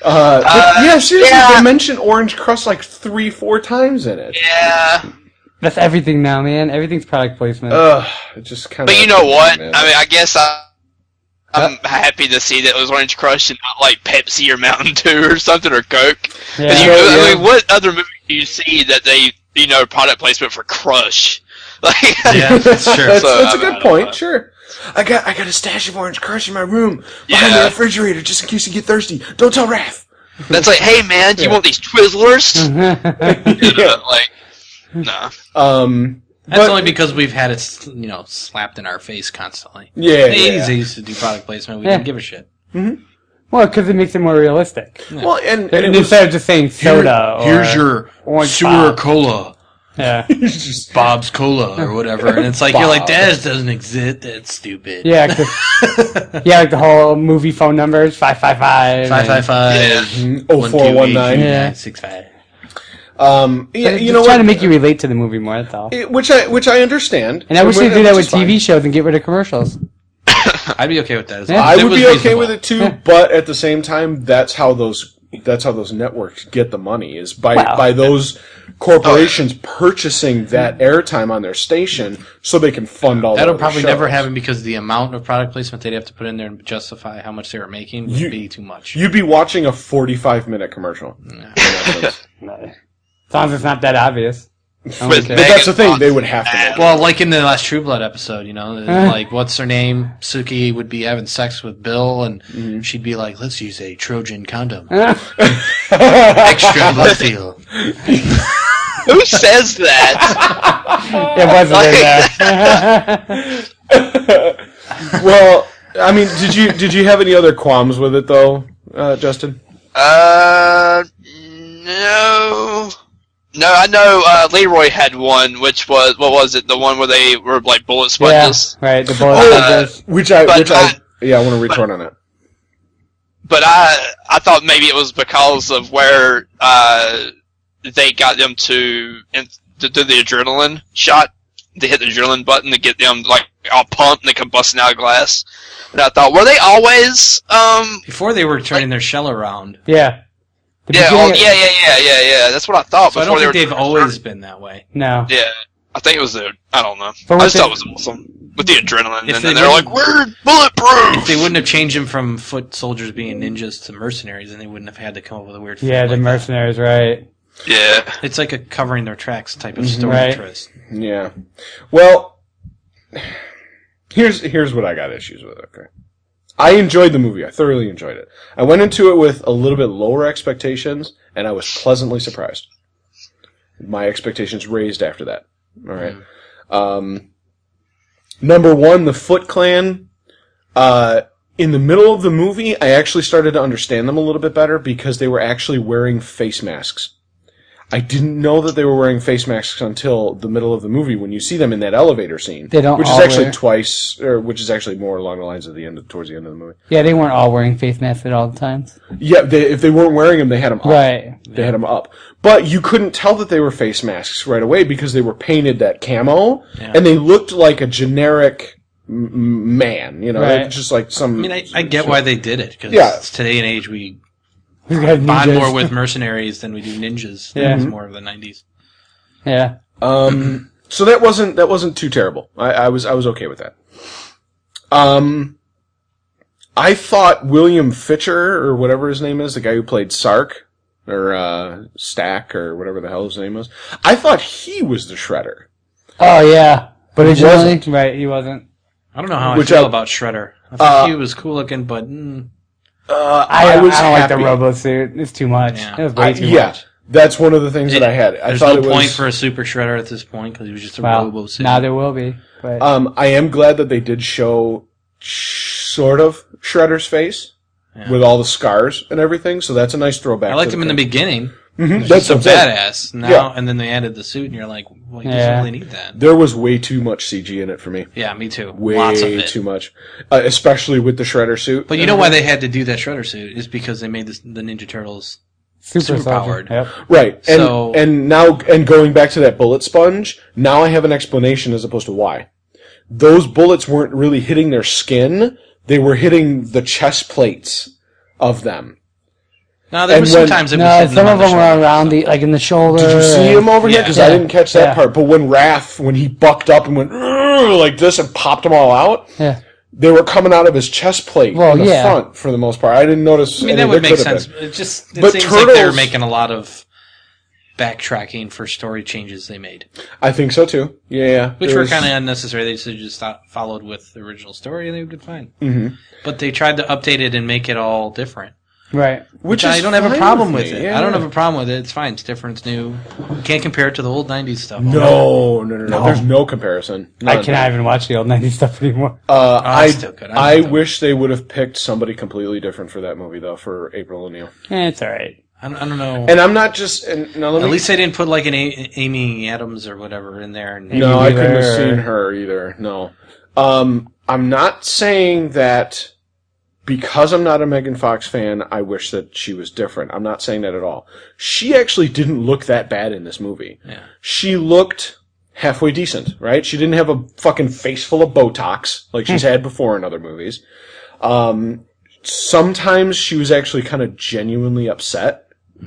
Speaker 1: Uh, but yeah, seriously,
Speaker 4: yeah.
Speaker 1: they mention Orange Crush like three, four times in it.
Speaker 4: Yeah,
Speaker 5: That's everything now, man. Everything's product placement.
Speaker 1: Ugh, it just kind of.
Speaker 4: but you know what? I mean, I guess I. I'm happy to see that it was Orange Crush and not like Pepsi or Mountain Dew or something or Coke. 'Cause
Speaker 5: Yeah.
Speaker 4: you-
Speaker 1: Yeah, yeah.
Speaker 4: I mean, what other movie do you see that they, you know, product placement for Crush? Like,
Speaker 3: Yeah, that's true.
Speaker 1: that's,
Speaker 4: So,
Speaker 1: that's a
Speaker 4: I- I
Speaker 1: good
Speaker 4: don't
Speaker 1: point.
Speaker 4: know.
Speaker 1: Sure. I got I got a stash of Orange Crush in my room behind
Speaker 4: Yeah.
Speaker 1: the refrigerator just in case you get thirsty. Don't tell Raph.
Speaker 4: That's like, hey man, do you want these Twizzlers? You know,
Speaker 1: Yeah.
Speaker 4: Like, nah.
Speaker 1: Um.
Speaker 3: That's
Speaker 1: but-
Speaker 3: only because we've had it, s- you know, slapped in our face constantly.
Speaker 1: Yeah.
Speaker 3: In the
Speaker 1: yeah.
Speaker 3: 80s, they used to do product placement. We
Speaker 5: Yeah.
Speaker 3: didn't give a shit.
Speaker 5: well, because it makes it more realistic.
Speaker 1: Well, and,
Speaker 5: And
Speaker 1: and it was
Speaker 5: instead of just saying soda Uh, or
Speaker 3: Here's your
Speaker 5: orange
Speaker 3: sewer
Speaker 5: pop.
Speaker 3: cola,
Speaker 5: yeah,
Speaker 1: just
Speaker 3: Bob's Cola, or whatever. And it's like, you're like, that doesn't exist. That's stupid.
Speaker 5: yeah, 'cause- yeah, like the whole movie phone numbers five five five.
Speaker 3: 555.
Speaker 4: Yeah.
Speaker 1: oh four one nine.
Speaker 5: Yeah.
Speaker 1: Um. Yeah. You know
Speaker 5: trying
Speaker 1: what?
Speaker 5: to make you relate to the movie more. That's all.
Speaker 1: It- which I which I understand.
Speaker 5: And I wish they'd do
Speaker 1: which
Speaker 5: that
Speaker 1: is
Speaker 5: with
Speaker 1: fine.
Speaker 5: TV shows and get rid of commercials.
Speaker 3: I'd be okay with that. As
Speaker 5: Yeah.
Speaker 1: I
Speaker 3: long as it
Speaker 1: would
Speaker 3: was
Speaker 1: be okay
Speaker 3: reasonable.
Speaker 1: with it too, but at the same time, that's how those that's how those networks get the money is by
Speaker 5: Well-
Speaker 1: by those corporations purchasing that airtime on their station so they can fund all. the
Speaker 3: That'll
Speaker 1: other
Speaker 3: probably
Speaker 1: shows.
Speaker 3: never happen because the amount of product placement they'd have to put in there and justify how much they were making would
Speaker 1: You-
Speaker 3: be too much.
Speaker 1: You'd be watching a forty-five minute commercial.
Speaker 5: No. As long as it's not that obvious. I
Speaker 4: With
Speaker 5: don't care.
Speaker 1: But that's the thing;
Speaker 4: Megan
Speaker 1: they would have to. Make it.
Speaker 3: well, like in the last True Blood episode, you know,
Speaker 5: Eh.
Speaker 3: like what's her name? Suki would be having sex with Bill, and
Speaker 5: Mm-hmm.
Speaker 3: she'd be like, "Let's use a Trojan condom,
Speaker 5: Eh.
Speaker 3: extra buzzfeel."
Speaker 4: Who says that?
Speaker 5: It wasn't in there.
Speaker 1: well, I mean, did you did you have any other qualms with it though, uh, Justin?
Speaker 4: uh, no. No, I know uh, Leroy had one, which was, what was it? The one where they were like bullet
Speaker 5: yeah,
Speaker 4: sponges?
Speaker 5: right. The bullet
Speaker 1: Oh.
Speaker 4: Uh,
Speaker 5: sponges.
Speaker 1: Which I
Speaker 4: But
Speaker 1: which I,
Speaker 4: I-
Speaker 1: yeah, I want to retort on that.
Speaker 4: But I, I thought maybe it was because of where uh, they got them to, in, to do the adrenaline shot. They hit the adrenaline button to get them like all pumped and they come busting out of glass. And I thought, were they always um,
Speaker 3: Before they were turning their shell around,
Speaker 5: Yeah. The
Speaker 4: Yeah, oh,
Speaker 5: beginning-
Speaker 4: yeah, yeah, yeah, yeah, yeah. That's what I thought.
Speaker 3: so I
Speaker 4: before
Speaker 3: don't think
Speaker 4: they
Speaker 3: they've
Speaker 4: were
Speaker 3: always been that way.
Speaker 5: No.
Speaker 4: Yeah, I think it was the. I don't know.
Speaker 5: But
Speaker 4: I
Speaker 5: was
Speaker 4: just thought it
Speaker 5: it-
Speaker 4: was awesome with the adrenaline, and
Speaker 3: If they
Speaker 4: then they're like,
Speaker 3: wouldn't-
Speaker 4: "We're bulletproof."
Speaker 3: If they wouldn't have changed them from foot soldiers being ninjas to mercenaries, and they wouldn't have had to come up with a weird.
Speaker 5: Mm-hmm. Yeah,
Speaker 3: thing
Speaker 5: the
Speaker 3: like
Speaker 5: mercenaries, right?
Speaker 4: yeah,
Speaker 3: that. It's like a covering their tracks type of story
Speaker 5: Mm-hmm. Right.
Speaker 3: twist.
Speaker 1: Yeah. Well, here's here's what I got issues with. Okay, I enjoyed the movie. I thoroughly enjoyed it. I went into it with a little bit lower expectations, and I was pleasantly surprised. My expectations raised after that. All right.
Speaker 5: Hmm.
Speaker 1: Um, number one, the Foot Clan. Uh, in the middle of the movie, I actually started to understand them a little bit better because they were actually wearing face masks. I didn't know that they were wearing face masks until the middle of the movie when you see them in that elevator scene.
Speaker 5: They don't
Speaker 1: which
Speaker 5: all
Speaker 1: is actually
Speaker 5: wear-
Speaker 1: twice, or which is actually more along the lines of the end, of, towards the end of the movie.
Speaker 5: Yeah, they weren't all wearing face masks at all the times.
Speaker 1: Yeah, they, if they weren't wearing them, they had them up.
Speaker 5: Right.
Speaker 1: They had them up, but you couldn't tell that they were face masks right away because they were painted that camo, and they looked like a generic m- m- man. You know,
Speaker 5: Right.
Speaker 1: like, just like some.
Speaker 3: I mean, I, I get why they did it because
Speaker 1: Yeah.
Speaker 3: today and age we
Speaker 5: Who got
Speaker 3: bond
Speaker 5: ninjas?
Speaker 3: more with mercenaries than we do ninjas.
Speaker 5: Yeah. Mm-hmm.
Speaker 3: That was more of the '90s.
Speaker 5: Yeah.
Speaker 1: Um, so that wasn't that wasn't too terrible. I, I was I was okay with that. Um, I thought William Fitcher or whatever his name is, the guy who played Sark or uh, Stack or whatever the hell his name was, I thought he was the Shredder.
Speaker 5: Oh yeah. But originally,
Speaker 1: wasn't.
Speaker 5: right? He wasn't.
Speaker 3: I don't know how
Speaker 1: Which
Speaker 3: I feel
Speaker 1: I-
Speaker 3: about Shredder. I think
Speaker 1: Uh,
Speaker 3: he was cool looking, but mm,
Speaker 1: Uh,
Speaker 5: I,
Speaker 1: was
Speaker 5: I
Speaker 1: happy.
Speaker 5: don't like the Robo suit. It's too much.
Speaker 3: Yeah.
Speaker 5: It was way
Speaker 1: I-
Speaker 5: too
Speaker 1: yeah,
Speaker 5: much.
Speaker 1: that's one of the things that I had. I
Speaker 3: there's
Speaker 1: thought
Speaker 3: no
Speaker 1: it was,
Speaker 3: point for a super Shredder at this point because he was just a
Speaker 5: Well,
Speaker 3: robo suit.
Speaker 5: now there will be. But
Speaker 1: Um, I am glad that they did show sh- sort of Shredder's face with all the scars and everything. So that's a nice throwback.
Speaker 3: I liked
Speaker 1: to
Speaker 3: him in the beginning.
Speaker 1: That's
Speaker 3: So
Speaker 1: what I'm saying.
Speaker 3: badass now,
Speaker 1: Yeah.
Speaker 3: and then they added the suit, and you're like, well, you
Speaker 5: Yeah.
Speaker 3: doesn't really need that.
Speaker 1: There was way too much CG in it for me.
Speaker 3: Yeah, me too.
Speaker 1: Way
Speaker 3: Lots of it.
Speaker 1: too much, uh, especially with the shredder suit.
Speaker 3: But you know why they had to do that shredder suit is because they made this, the Ninja Turtles.
Speaker 5: Super
Speaker 3: Superpowered.
Speaker 5: soldier. Yep.
Speaker 1: right? And
Speaker 3: So-
Speaker 1: and now and going back to that bullet sponge, now I have an explanation as opposed to why those bullets weren't really hitting their skin; they were hitting the chest plates of them.
Speaker 3: No, there
Speaker 1: And
Speaker 3: was
Speaker 1: when-
Speaker 3: sometimes it was
Speaker 5: No,
Speaker 3: hitting
Speaker 5: some of
Speaker 3: on the
Speaker 5: them were
Speaker 3: shoulder.
Speaker 5: around the like in the shoulder.
Speaker 1: Did you see
Speaker 5: and-
Speaker 1: him over here?
Speaker 3: Yeah.
Speaker 1: Because I didn't catch that
Speaker 5: Yeah.
Speaker 1: part. But when Raph, when he bucked up and went "Urgh," like this and popped them all out,
Speaker 5: Yeah.
Speaker 1: they were coming out of his chest plate
Speaker 5: Well,
Speaker 1: in the
Speaker 5: yeah.
Speaker 1: front for the most part. I didn't notice.
Speaker 3: I mean, that would make sense. It just it
Speaker 1: But
Speaker 3: seems like they were
Speaker 1: Turtles-
Speaker 3: making a lot of backtracking for story changes they made,
Speaker 1: I think so too. Yeah, yeah.
Speaker 3: which
Speaker 1: There
Speaker 3: were
Speaker 1: was-
Speaker 3: kind of unnecessary. They should have just stop, followed with the original story, and they would have been fine. Mm-hmm. But they tried to update it and make it all different.
Speaker 5: Right.
Speaker 1: which
Speaker 3: I
Speaker 1: is
Speaker 3: don't have a
Speaker 1: fine
Speaker 3: problem with
Speaker 1: me,
Speaker 3: it.
Speaker 1: yeah.
Speaker 3: I don't have a problem with it. It's fine. It's different. It's new. You can't compare it to the old '90s stuff.
Speaker 1: No, no, no, no, There's no comparison.
Speaker 5: I
Speaker 1: None.
Speaker 5: cannot even watch the old 90s stuff anymore.
Speaker 1: Uh,
Speaker 3: Oh,
Speaker 1: I
Speaker 3: that's still good. I
Speaker 1: I
Speaker 3: love that.
Speaker 1: wish they would have picked somebody completely different for that movie though, for April O'Neil.
Speaker 5: Eh, it's all right.
Speaker 3: I don't, I don't know.
Speaker 1: And I'm not just. And, now let
Speaker 3: At
Speaker 1: me,
Speaker 3: least they didn't put like an a- Amy Adams or whatever in there. And
Speaker 1: No, I couldn't have
Speaker 5: Weaver or-
Speaker 1: seen her either. No. Um, I'm not saying that because I'm not a Megan Fox fan, I wish that she was different. I'm not saying that at all. She actually didn't look that bad in this movie.
Speaker 3: Yeah.
Speaker 1: She looked halfway decent, right? She didn't have a fucking face full of Botox like she's
Speaker 3: Hmm.
Speaker 1: had before in other movies. Um, sometimes she was actually kind of genuinely upset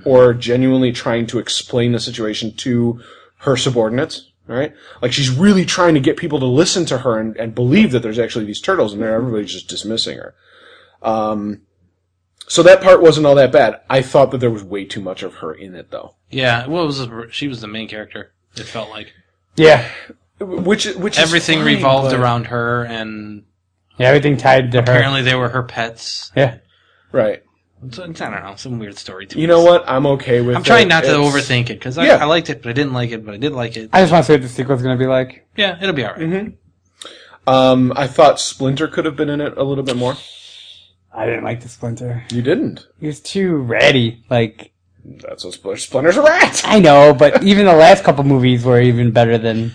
Speaker 1: or genuinely trying to explain the situation to her subordinates, right? Like she's really trying to get people to listen to her and, and believe that there's actually these turtles in there. Everybody's just dismissing her. Um, so that part wasn't all that bad. I thought that there was way too much of her in it though.
Speaker 3: Yeah, what was the, she was the main character. It felt like
Speaker 5: Yeah.
Speaker 1: Which, which is
Speaker 3: everything
Speaker 1: fine,
Speaker 3: revolved
Speaker 1: but-
Speaker 3: around her, and
Speaker 5: Yeah, everything tied to her.
Speaker 3: apparently they were her pets.
Speaker 5: Yeah.
Speaker 1: Right.
Speaker 3: So, I don't know, some weird story. To
Speaker 1: You
Speaker 3: it.
Speaker 1: know what? I'm okay with
Speaker 3: I'm trying
Speaker 1: it.
Speaker 3: not to
Speaker 1: It's-
Speaker 3: overthink it because I,
Speaker 1: Yeah.
Speaker 3: I liked it, but I didn't like it, but I did like it.
Speaker 5: I just want to see what the sequel's going to be like.
Speaker 3: Yeah, it'll be all right.
Speaker 1: Mm-hmm. Um, I thought Splinter could have been in it a little bit more.
Speaker 5: I didn't like the Splinter.
Speaker 1: You didn't.
Speaker 5: He was too ratty. Like,
Speaker 1: That's what Splinter, Splinter's a rat!
Speaker 5: I know, but even the last couple movies were even better than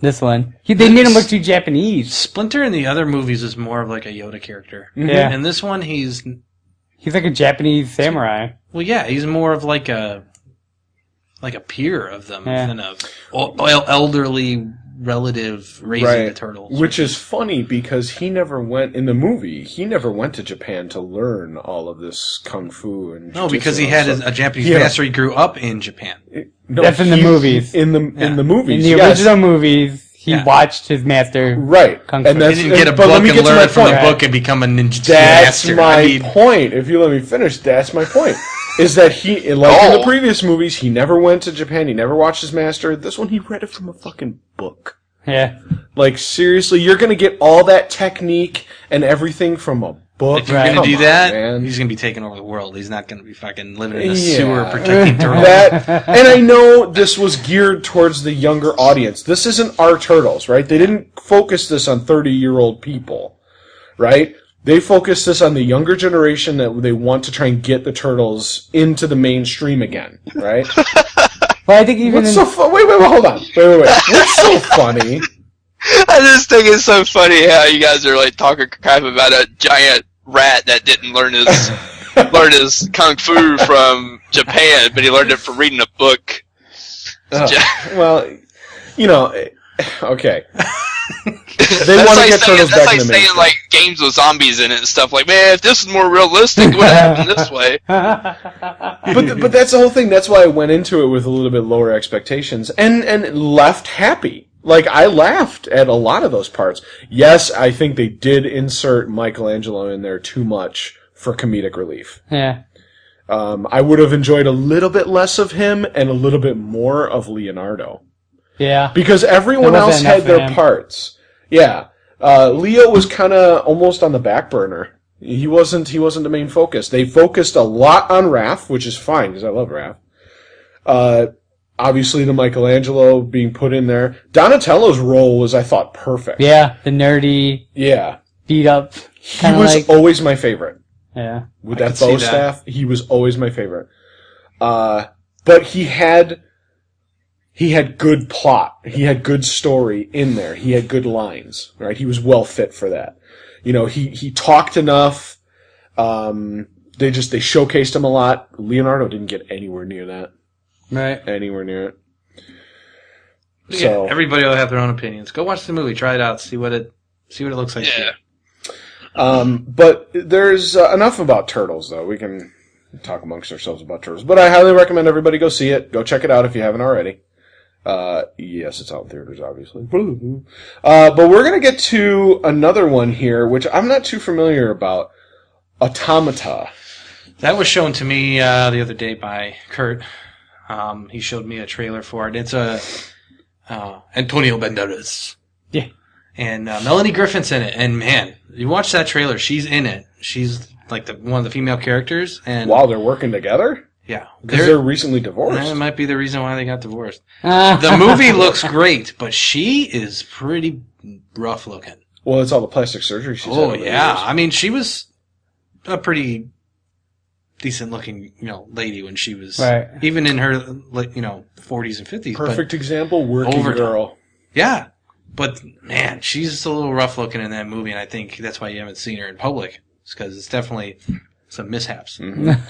Speaker 5: this one. He, they made him look too Japanese.
Speaker 3: Splinter in the other movies is more of like a Yoda character,
Speaker 5: Yeah.
Speaker 3: and this one he's
Speaker 5: He's like a Japanese samurai.
Speaker 3: well, yeah, he's more of like a like a peer of them
Speaker 5: Yeah.
Speaker 3: than a o- el- elderly relative raising the turtles.
Speaker 1: Which is funny because he never went in the movie. He never went to Japan to learn all of this kung fu and
Speaker 3: No,
Speaker 1: jujitsu
Speaker 3: because he
Speaker 1: and
Speaker 3: had
Speaker 1: stuff.
Speaker 3: his, uh, a Japanese
Speaker 1: Yeah.
Speaker 3: master. He grew up in Japan.
Speaker 1: No,
Speaker 5: That's in the
Speaker 1: he-
Speaker 5: movies.
Speaker 1: In the
Speaker 3: Yeah.
Speaker 1: in the movies,
Speaker 5: In the
Speaker 1: yes.
Speaker 5: original movies, he
Speaker 3: Yeah.
Speaker 5: watched his master.
Speaker 1: right?
Speaker 5: Kung
Speaker 1: and
Speaker 5: fu.
Speaker 3: He
Speaker 1: that's
Speaker 3: didn't get a
Speaker 1: but let
Speaker 3: book
Speaker 1: me
Speaker 3: and
Speaker 1: get to
Speaker 3: learn
Speaker 1: my
Speaker 3: it from
Speaker 1: point.
Speaker 5: Right.
Speaker 3: the book and become a ninja
Speaker 1: That's
Speaker 3: master.
Speaker 1: my
Speaker 3: I mean,
Speaker 1: point. If you let me finish, that's my point. Is that he like in
Speaker 4: Oh.
Speaker 1: the previous movies? He never went to Japan. He never watched his master. This one, he read it from a fucking book.
Speaker 5: Yeah.
Speaker 1: Like seriously, you're gonna get all that technique and everything from a book.
Speaker 3: if you're
Speaker 5: Right.
Speaker 3: gonna
Speaker 1: Come
Speaker 3: do
Speaker 1: on,
Speaker 3: that,
Speaker 1: man.
Speaker 3: he's gonna be taking over the world. He's not gonna be fucking living in a
Speaker 1: Yeah.
Speaker 3: sewer protecting turtles.
Speaker 1: that and i know this was geared towards the younger audience this isn't our turtles right they didn't focus this on 30 year old people right they focus this on the younger generation that they want to try and get the turtles into the mainstream again right
Speaker 5: But I think even
Speaker 1: what's
Speaker 5: in,
Speaker 1: so fu- wait wait wait hold on wait wait wait what's so funny
Speaker 4: I just think it's so funny how you guys are like talking crap about a giant rat that didn't learn his learn his kung fu from Japan, but he learned it from reading a book.
Speaker 1: Ugh. well you know eh, okay they
Speaker 4: that's
Speaker 1: want to
Speaker 4: like
Speaker 1: get
Speaker 4: saying,
Speaker 1: turtles
Speaker 4: that's
Speaker 1: back
Speaker 4: like
Speaker 1: in the
Speaker 4: saying
Speaker 1: mainstream.
Speaker 4: like games with zombies in it and stuff. Like, man, if this is more realistic, it would happen this way.
Speaker 1: but th- but that's the whole thing. That's why I went into it with a little bit lower expectations and and left happy. Like I laughed at a lot of those parts. Yes, I think they did insert Michelangelo in there too much for comedic relief.
Speaker 5: yeah.
Speaker 1: Um, I would have enjoyed a little bit less of him and a little bit more of Leonardo
Speaker 5: Yeah.
Speaker 1: because everyone
Speaker 5: There wasn't
Speaker 1: else
Speaker 5: enough
Speaker 1: had
Speaker 5: for
Speaker 1: their
Speaker 5: him.
Speaker 1: parts. Yeah, uh, Leo was kind of almost on the back burner. He wasn't. He wasn't the main focus. They focused a lot on Raph, which is fine because I love Raph. Uh, obviously, the Michelangelo being put in there. Donatello's role was, I thought, perfect.
Speaker 5: Yeah. The nerdy,
Speaker 1: yeah.
Speaker 5: beat up,
Speaker 1: He
Speaker 5: kind of
Speaker 1: was
Speaker 5: like.
Speaker 1: always my favorite
Speaker 5: yeah.
Speaker 1: with
Speaker 3: I
Speaker 1: that
Speaker 3: could see
Speaker 1: bow
Speaker 3: that.
Speaker 1: staff. He was always my favorite. Uh, but he had he had good plot. He had good story in there. He had good lines. Right? He was well fit for that. You know, he he talked enough. Um, they just they showcased him a lot. Leonardo didn't get anywhere near that.
Speaker 5: Right.
Speaker 1: Anywhere near it.
Speaker 3: So
Speaker 1: So-
Speaker 3: everybody will have their own opinions. Go watch the movie, try it out, see what it see what it looks like. to you.
Speaker 4: Yeah.
Speaker 1: Um, but there's uh, enough about turtles, though. We can talk amongst ourselves about turtles. But I highly recommend everybody go see it. Go check it out if you haven't already. Uh, yes, it's out in theaters, obviously. Uh, but we're gonna get to another one here, which I'm not too familiar about. Automata.
Speaker 3: That was shown to me uh, the other day by Kurt. Um, he showed me a trailer for it. It's a uh, Antonio Banderas.
Speaker 5: Yeah.
Speaker 3: And uh, Melanie Griffin's in it. And man, you watch that trailer. She's in it. She's like the one of the female characters. And
Speaker 1: Wow, they're working together
Speaker 3: yeah,
Speaker 1: because
Speaker 3: they're,
Speaker 1: they're recently divorced.
Speaker 3: that might be the reason why they got divorced.
Speaker 5: Ah.
Speaker 3: The movie looks great, but she is pretty rough looking.
Speaker 1: Well, it's all the plastic surgery she's had
Speaker 3: Oh
Speaker 1: over the
Speaker 3: yeah,
Speaker 1: years.
Speaker 3: I mean she was a pretty decent looking you know lady when she was
Speaker 5: Right.
Speaker 3: even in her like you know 40s and 50s. but-
Speaker 1: Perfect example, working
Speaker 3: Overdone.
Speaker 1: girl.
Speaker 3: yeah, but man, she's just a little rough looking in that movie, and I think that's why you haven't seen her in public. It's because it's definitely some mishaps.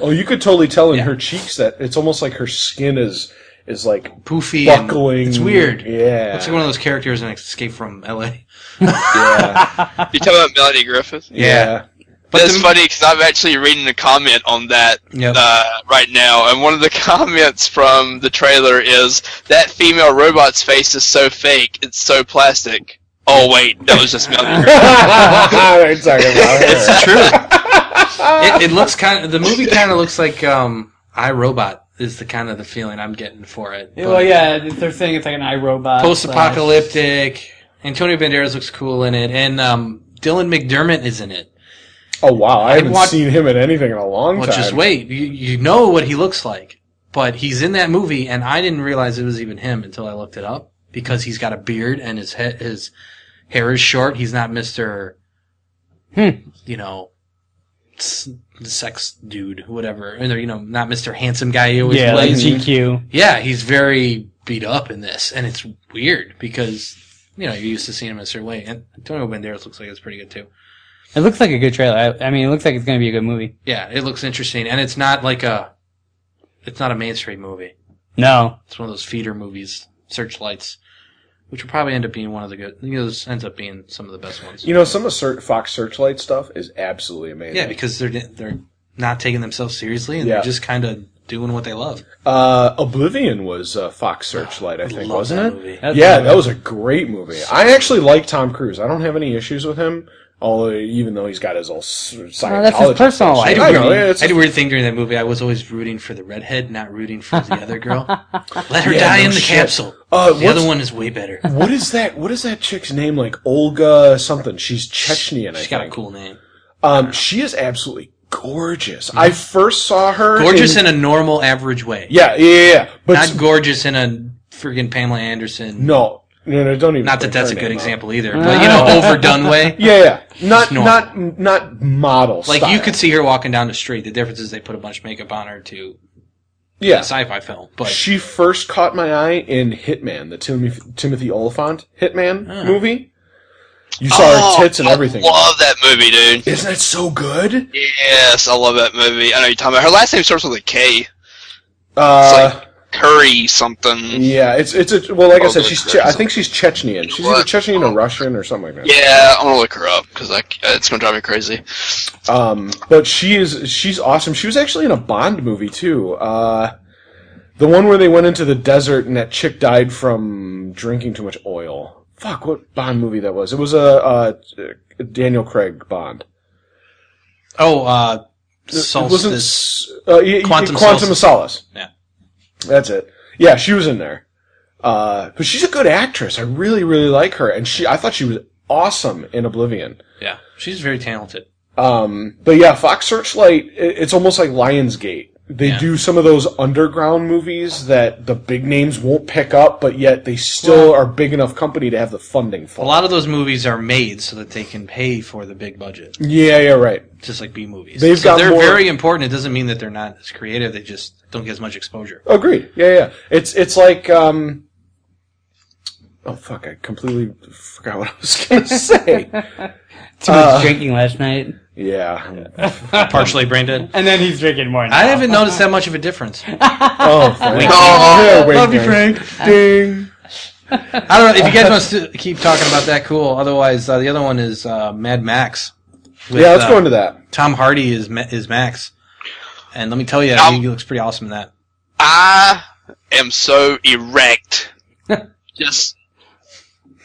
Speaker 1: Oh, you could totally tell in
Speaker 3: Yeah.
Speaker 1: her cheeks that it's almost like her skin is is like
Speaker 3: Poofy, and-
Speaker 1: buckling.
Speaker 3: it's weird.
Speaker 1: Yeah.
Speaker 3: Looks like one of those characters in Escape from L.A.
Speaker 1: yeah.
Speaker 4: You talking about Melody Griffith?
Speaker 1: yeah.
Speaker 3: But
Speaker 4: That's
Speaker 3: the-
Speaker 4: funny because I'm actually reading a comment on that
Speaker 3: Yep.
Speaker 4: uh, right now, and one of the comments from the trailer is that female robot's face is so fake, it's so plastic. Oh wait, that was just Melody Griffith.
Speaker 1: We're talking about her.
Speaker 3: It's true. it, it looks kind of the movie kind of looks like um, I Robot is the kind of the feeling I'm getting for it.
Speaker 5: well, yeah, they're saying it's like an iRobot.
Speaker 3: post-apocalyptic. Antonio Banderas looks cool in it, and um, Dylan McDermott is in it.
Speaker 1: Oh wow, I haven't
Speaker 3: watch-
Speaker 1: seen him in anything in a long
Speaker 3: Well,
Speaker 1: time.
Speaker 3: just wait. You, you know what he looks like, but he's in that movie, and I didn't realize it was even him until I looked it up because he's got a beard and his he- his hair is short. He's not Mister,
Speaker 5: Hmm.
Speaker 3: you know, s- sex dude, whatever, and you know, not Mister handsome guy he always
Speaker 5: Yeah, like
Speaker 3: plays.
Speaker 5: GQ.
Speaker 3: yeah, he's very beat up in this, and it's weird because. You know, you're used to seeing him in a certain way. And Antonio Banderas looks like it's pretty good too.
Speaker 5: It looks like a good trailer. I, I mean, it looks like it's going to be a good movie.
Speaker 3: Yeah, it looks interesting, and it's not like a, it's not a mainstream movie.
Speaker 5: No.
Speaker 3: It's one of those feeder movies, Searchlights, which will probably end up being one of the good. You know, this ends up being some of the best ones.
Speaker 1: You know, some of Sir- Fox Searchlight stuff is absolutely amazing.
Speaker 3: yeah, because they're they're not taking themselves seriously and
Speaker 1: Yeah.
Speaker 3: they're just kind of doing what they love.
Speaker 1: uh, Oblivion was uh, Fox Searchlight, I think,
Speaker 3: love
Speaker 1: wasn't
Speaker 3: that
Speaker 1: it?
Speaker 3: movie.
Speaker 5: That's
Speaker 1: yeah, that was a great movie. I actually like Tom Cruise. I don't have any issues with him, although even though he's got his old s- Scientology.
Speaker 5: that's his personal
Speaker 1: stuff.
Speaker 5: life.
Speaker 3: I do,
Speaker 1: I know,
Speaker 3: weird,
Speaker 1: yeah, it's-
Speaker 3: I do weird thing during that movie. I was always rooting for the redhead, not rooting for the other girl. Let her
Speaker 1: Yeah,
Speaker 3: die
Speaker 1: no
Speaker 3: in the
Speaker 1: shit.
Speaker 3: capsule.
Speaker 1: Uh,
Speaker 3: the
Speaker 1: what's-
Speaker 3: other one is way better.
Speaker 1: What is that? What is that chick's name? Like Olga something. She's Chechnyan. I
Speaker 3: She's got a
Speaker 1: think.
Speaker 3: cool name.
Speaker 1: Um, she is absolutely gorgeous. I first saw her
Speaker 3: Gorgeous
Speaker 1: in-
Speaker 3: in a normal, average way.
Speaker 1: yeah, yeah, yeah, yeah. But
Speaker 3: Not gorgeous in a friggin' Pamela Anderson.
Speaker 1: no, no, no, don't even.
Speaker 3: Not
Speaker 1: bring
Speaker 3: that that's
Speaker 1: her
Speaker 3: a good
Speaker 1: name Uh, up.
Speaker 3: example either, but you know, overdone way.
Speaker 1: Yeah, yeah, not
Speaker 3: normal.
Speaker 1: not not model.
Speaker 3: Like
Speaker 1: style.
Speaker 3: you could see her walking down the street. The difference is they put a bunch of makeup on her to
Speaker 1: yeah.
Speaker 3: a sci-fi film. But
Speaker 1: She first caught my eye in Hitman, the Timothy Timothy Oliphant Hitman movie. You saw
Speaker 3: Oh,
Speaker 1: her tits and
Speaker 4: Oh, I
Speaker 1: everything.
Speaker 4: love that movie, dude.
Speaker 1: Isn't that so good?
Speaker 4: Yes, I love that movie. I know you're talking about. Her last name starts with a K. It's
Speaker 1: Uh,
Speaker 4: like Curry something.
Speaker 1: yeah, it's it's a well,
Speaker 3: Oh,
Speaker 1: like I said,
Speaker 4: Olga
Speaker 1: she's che-
Speaker 4: Kurtz.
Speaker 1: I think she's Chechnyan. She's either
Speaker 4: What?
Speaker 1: Chechnyan or Russian or something like that.
Speaker 4: Yeah, I'm gonna look her up because uh, it's gonna drive me crazy.
Speaker 1: Um, but she is she's awesome. She was actually in a Bond movie too. Uh, the one where they went into the desert and that chick died from drinking too much oil. Fuck, what Bond movie that was? It was a, uh Daniel Craig Bond.
Speaker 3: oh, uh,
Speaker 1: It wasn't
Speaker 3: Solstice.
Speaker 1: s- uh, y- y-
Speaker 3: Quantum
Speaker 1: Quantum,
Speaker 3: Solace.
Speaker 1: of Solace.
Speaker 3: Yeah.
Speaker 1: that's it. Yeah, she was in there. Uh, but she's a good actress. I really, really like her, and she I thought she was awesome in Oblivion.
Speaker 3: Yeah, she's very talented.
Speaker 1: Um, but yeah, Fox Searchlight, i- it's almost like Lionsgate. They do some of those underground movies that the big names won't pick up, but yet they still are big enough company to have the funding
Speaker 3: A
Speaker 1: for.
Speaker 3: lot of those movies are made so that they can pay for the big budget,
Speaker 1: Yeah, yeah, right.
Speaker 3: just like B movies.
Speaker 1: They've
Speaker 3: so
Speaker 1: got
Speaker 3: they're
Speaker 1: more-
Speaker 3: very important. It doesn't mean that they're not as creative. They just don't get as much exposure.
Speaker 1: Agreed. Yeah, yeah. It's it's like um Oh fuck, I completely forgot what I was going to say.
Speaker 5: Too much
Speaker 1: Uh.
Speaker 5: drinking last night,
Speaker 1: yeah.
Speaker 3: Partially brain dead.
Speaker 5: and then he's drinking more. Now.
Speaker 3: I haven't noticed that much of a difference.
Speaker 1: Oh, thank you.
Speaker 4: Oh,
Speaker 1: Yeah, wait,
Speaker 3: Love you,
Speaker 1: wait.
Speaker 3: Frank.
Speaker 1: Ding.
Speaker 3: I don't know if you guys want to keep talking about that. Cool. Otherwise, uh, the other one is uh, Mad Max. with,
Speaker 1: Yeah, let's
Speaker 3: uh,
Speaker 1: go into that.
Speaker 3: Tom Hardy is Ma- is Max, and let me tell you,
Speaker 4: Um,
Speaker 3: he looks pretty awesome in that.
Speaker 4: I am so erect. just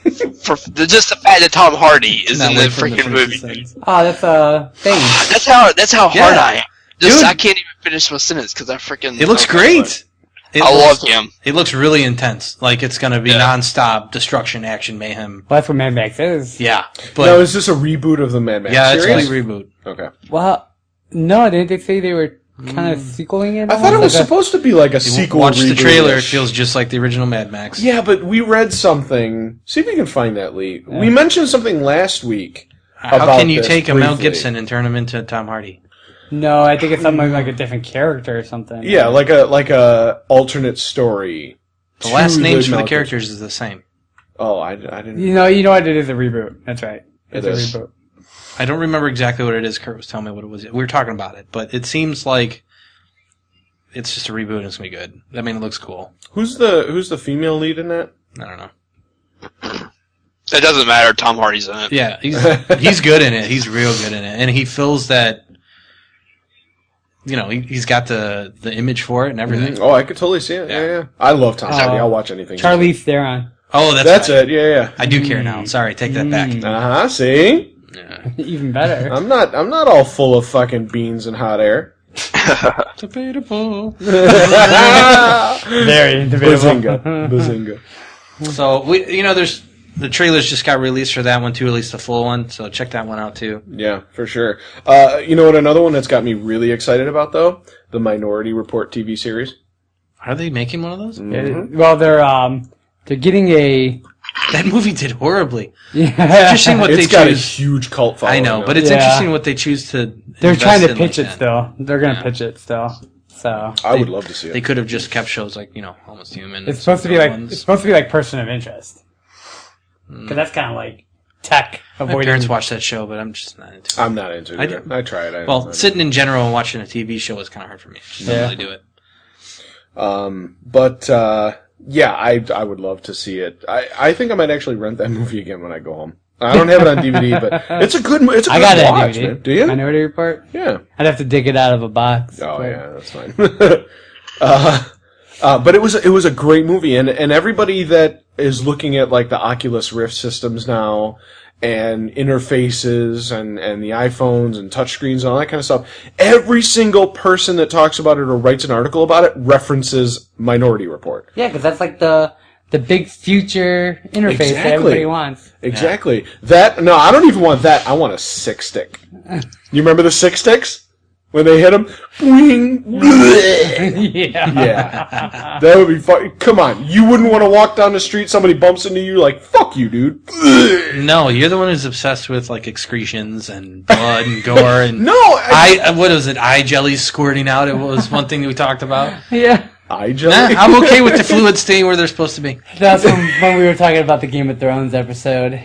Speaker 4: for the, just the fact that Tom Hardy is
Speaker 3: Not
Speaker 4: in the
Speaker 3: wait for him to
Speaker 4: freaking
Speaker 3: finish his
Speaker 4: movie.
Speaker 3: sentence.
Speaker 5: Oh, that's a thing.
Speaker 4: That's how that's how hard
Speaker 3: Yeah.
Speaker 4: I am. Just
Speaker 3: Dude.
Speaker 4: I can't even finish my sentence because I freaking.
Speaker 3: It looks
Speaker 4: okay,
Speaker 3: great. It
Speaker 4: but I
Speaker 3: looks,
Speaker 4: love him.
Speaker 3: It looks really intense. Like it's gonna be
Speaker 4: Yeah.
Speaker 3: nonstop destruction, action, mayhem.
Speaker 5: Well, that's what Mad Max is.
Speaker 3: Yeah,
Speaker 1: now,
Speaker 3: but
Speaker 1: Oh, is this a reboot of the Mad Max
Speaker 3: yeah, it's
Speaker 1: series?
Speaker 3: really reboot.
Speaker 1: okay.
Speaker 5: Well, no, didn't they say they were
Speaker 3: Hmm.
Speaker 5: kind of sequeling it?
Speaker 1: I thought it was
Speaker 5: Like a-
Speaker 1: supposed to be like a sequel.
Speaker 3: Watch the
Speaker 1: reboot-ish.
Speaker 3: trailer; it feels just like the original Mad Max.
Speaker 1: Yeah, but we read something. See if we can find that, Lee. We mentioned something last week.
Speaker 3: How
Speaker 1: about
Speaker 3: can you
Speaker 1: this
Speaker 3: take a Mel
Speaker 1: briefly.
Speaker 3: Gibson and turn him into Tom Hardy?
Speaker 5: No, I think it's something like a different character or something.
Speaker 1: Yeah, like a like a alternate story.
Speaker 3: The last
Speaker 1: to
Speaker 3: names for
Speaker 1: Mel
Speaker 3: the
Speaker 1: Gibson.
Speaker 3: characters is the same.
Speaker 1: Oh, I, I didn't.
Speaker 5: You know, you know what? It is a reboot. That's right. It's
Speaker 1: It
Speaker 5: a
Speaker 1: is.
Speaker 5: reboot.
Speaker 3: I don't remember exactly what it is. Kurt was telling me what it was. We were talking about it, but it seems like it's just a reboot and it's gonna be good. I mean, it looks cool.
Speaker 1: Who's the Who's the female lead in that?
Speaker 3: I don't know.
Speaker 4: It doesn't matter. Tom Hardy's in it.
Speaker 3: Yeah, he's he's good in it. He's real good in it, and he fills that. You know, he, he's got the the image for it and everything.
Speaker 1: Oh, I could totally see it. Yeah, yeah.
Speaker 3: Yeah.
Speaker 1: I love Tom Hardy.
Speaker 5: Uh,
Speaker 1: I'll watch anything.
Speaker 5: Charlize Theron,
Speaker 3: Oh, that's
Speaker 1: Mm-hmm. That's it.
Speaker 3: right.
Speaker 1: Yeah,
Speaker 3: I do care now. Sorry, take that back.
Speaker 1: yeah. Uh huh. See,
Speaker 5: even better.
Speaker 1: I'm not. I'm not all full of fucking beans and hot air.
Speaker 3: Debatable.
Speaker 5: Very
Speaker 1: Bazinga! Bazinga!
Speaker 3: So we, you know, there's the trailers just got released for that one too, at least the full one. So check that one out too.
Speaker 1: Yeah, for sure. Uh, you know what? Another one that's got me really excited about though the Minority Report TV series.
Speaker 3: Are they making one of those?
Speaker 1: Mm-hmm.
Speaker 5: Well, they're um, they're getting a.
Speaker 3: That movie did horribly.
Speaker 5: Yeah,
Speaker 3: Interesting what
Speaker 1: it's
Speaker 3: they
Speaker 1: got a
Speaker 3: choose.
Speaker 1: huge cult following.
Speaker 3: I know,
Speaker 1: now.
Speaker 3: but it's
Speaker 5: Yeah.
Speaker 3: interesting what they choose to.
Speaker 5: they're
Speaker 3: invest
Speaker 5: trying to
Speaker 3: in
Speaker 5: pitch
Speaker 3: like
Speaker 5: it
Speaker 3: that.
Speaker 5: still. They're gonna pitch it still. So
Speaker 1: I would love to see it.
Speaker 3: They could have just kept shows like you know, almost human.
Speaker 5: it's supposed to be
Speaker 3: other
Speaker 5: like
Speaker 3: ones.
Speaker 5: it's supposed to be like person of interest.
Speaker 1: Hmm.
Speaker 5: Because that's kind of like tech
Speaker 3: My
Speaker 5: avoiding.
Speaker 3: parents watch that show, but I'm just not into it.
Speaker 1: I'm not into it.
Speaker 3: I
Speaker 1: either.
Speaker 3: do-
Speaker 1: I, tried. I,
Speaker 3: Well,
Speaker 1: I-
Speaker 3: sitting in general and watching a TV show is kind of hard for me. I just
Speaker 5: Yeah.
Speaker 3: don't really do it.
Speaker 1: um, but uh, yeah, I I would love to see it. I, I think I might actually rent that movie again when I go home. I don't have it on DVD, but it's a good. mo- It's a good
Speaker 5: I got it. on
Speaker 1: watch,
Speaker 5: DVD.
Speaker 1: man. Do you?
Speaker 5: Minority Report.
Speaker 1: Yeah.
Speaker 5: I'd have to dig it out of a box.
Speaker 1: Oh
Speaker 5: but-
Speaker 1: yeah, that's fine. uh, uh, but it was it was a great movie, and and everybody that is looking at like the Oculus Rift systems now and interfaces and and the iPhones and touchscreens and all that kind of stuff. Every single person that talks about it or writes an article about it references Minority Report.
Speaker 5: Yeah, because that's like the the big future interface that
Speaker 1: Exactly.
Speaker 5: everybody wants.
Speaker 1: Exactly. That no, I don't even want that. I want a six stick. You remember the six sticks when they hit them?
Speaker 5: yeah.
Speaker 1: Yeah. that would be fun. Come on. You wouldn't want to walk down the street, somebody bumps into you, like, fuck you, dude.
Speaker 3: No, you're the one who's obsessed with like excretions and blood and gore and
Speaker 1: No, I.
Speaker 3: I uh, what was it? Eye jelly squirting out. It was one thing that we talked about.
Speaker 5: Yeah.
Speaker 1: I
Speaker 3: Nah,
Speaker 1: just.
Speaker 3: I'm okay with the fluid staying where they're supposed to be.
Speaker 5: That's when, when we were talking about the Game of Thrones episode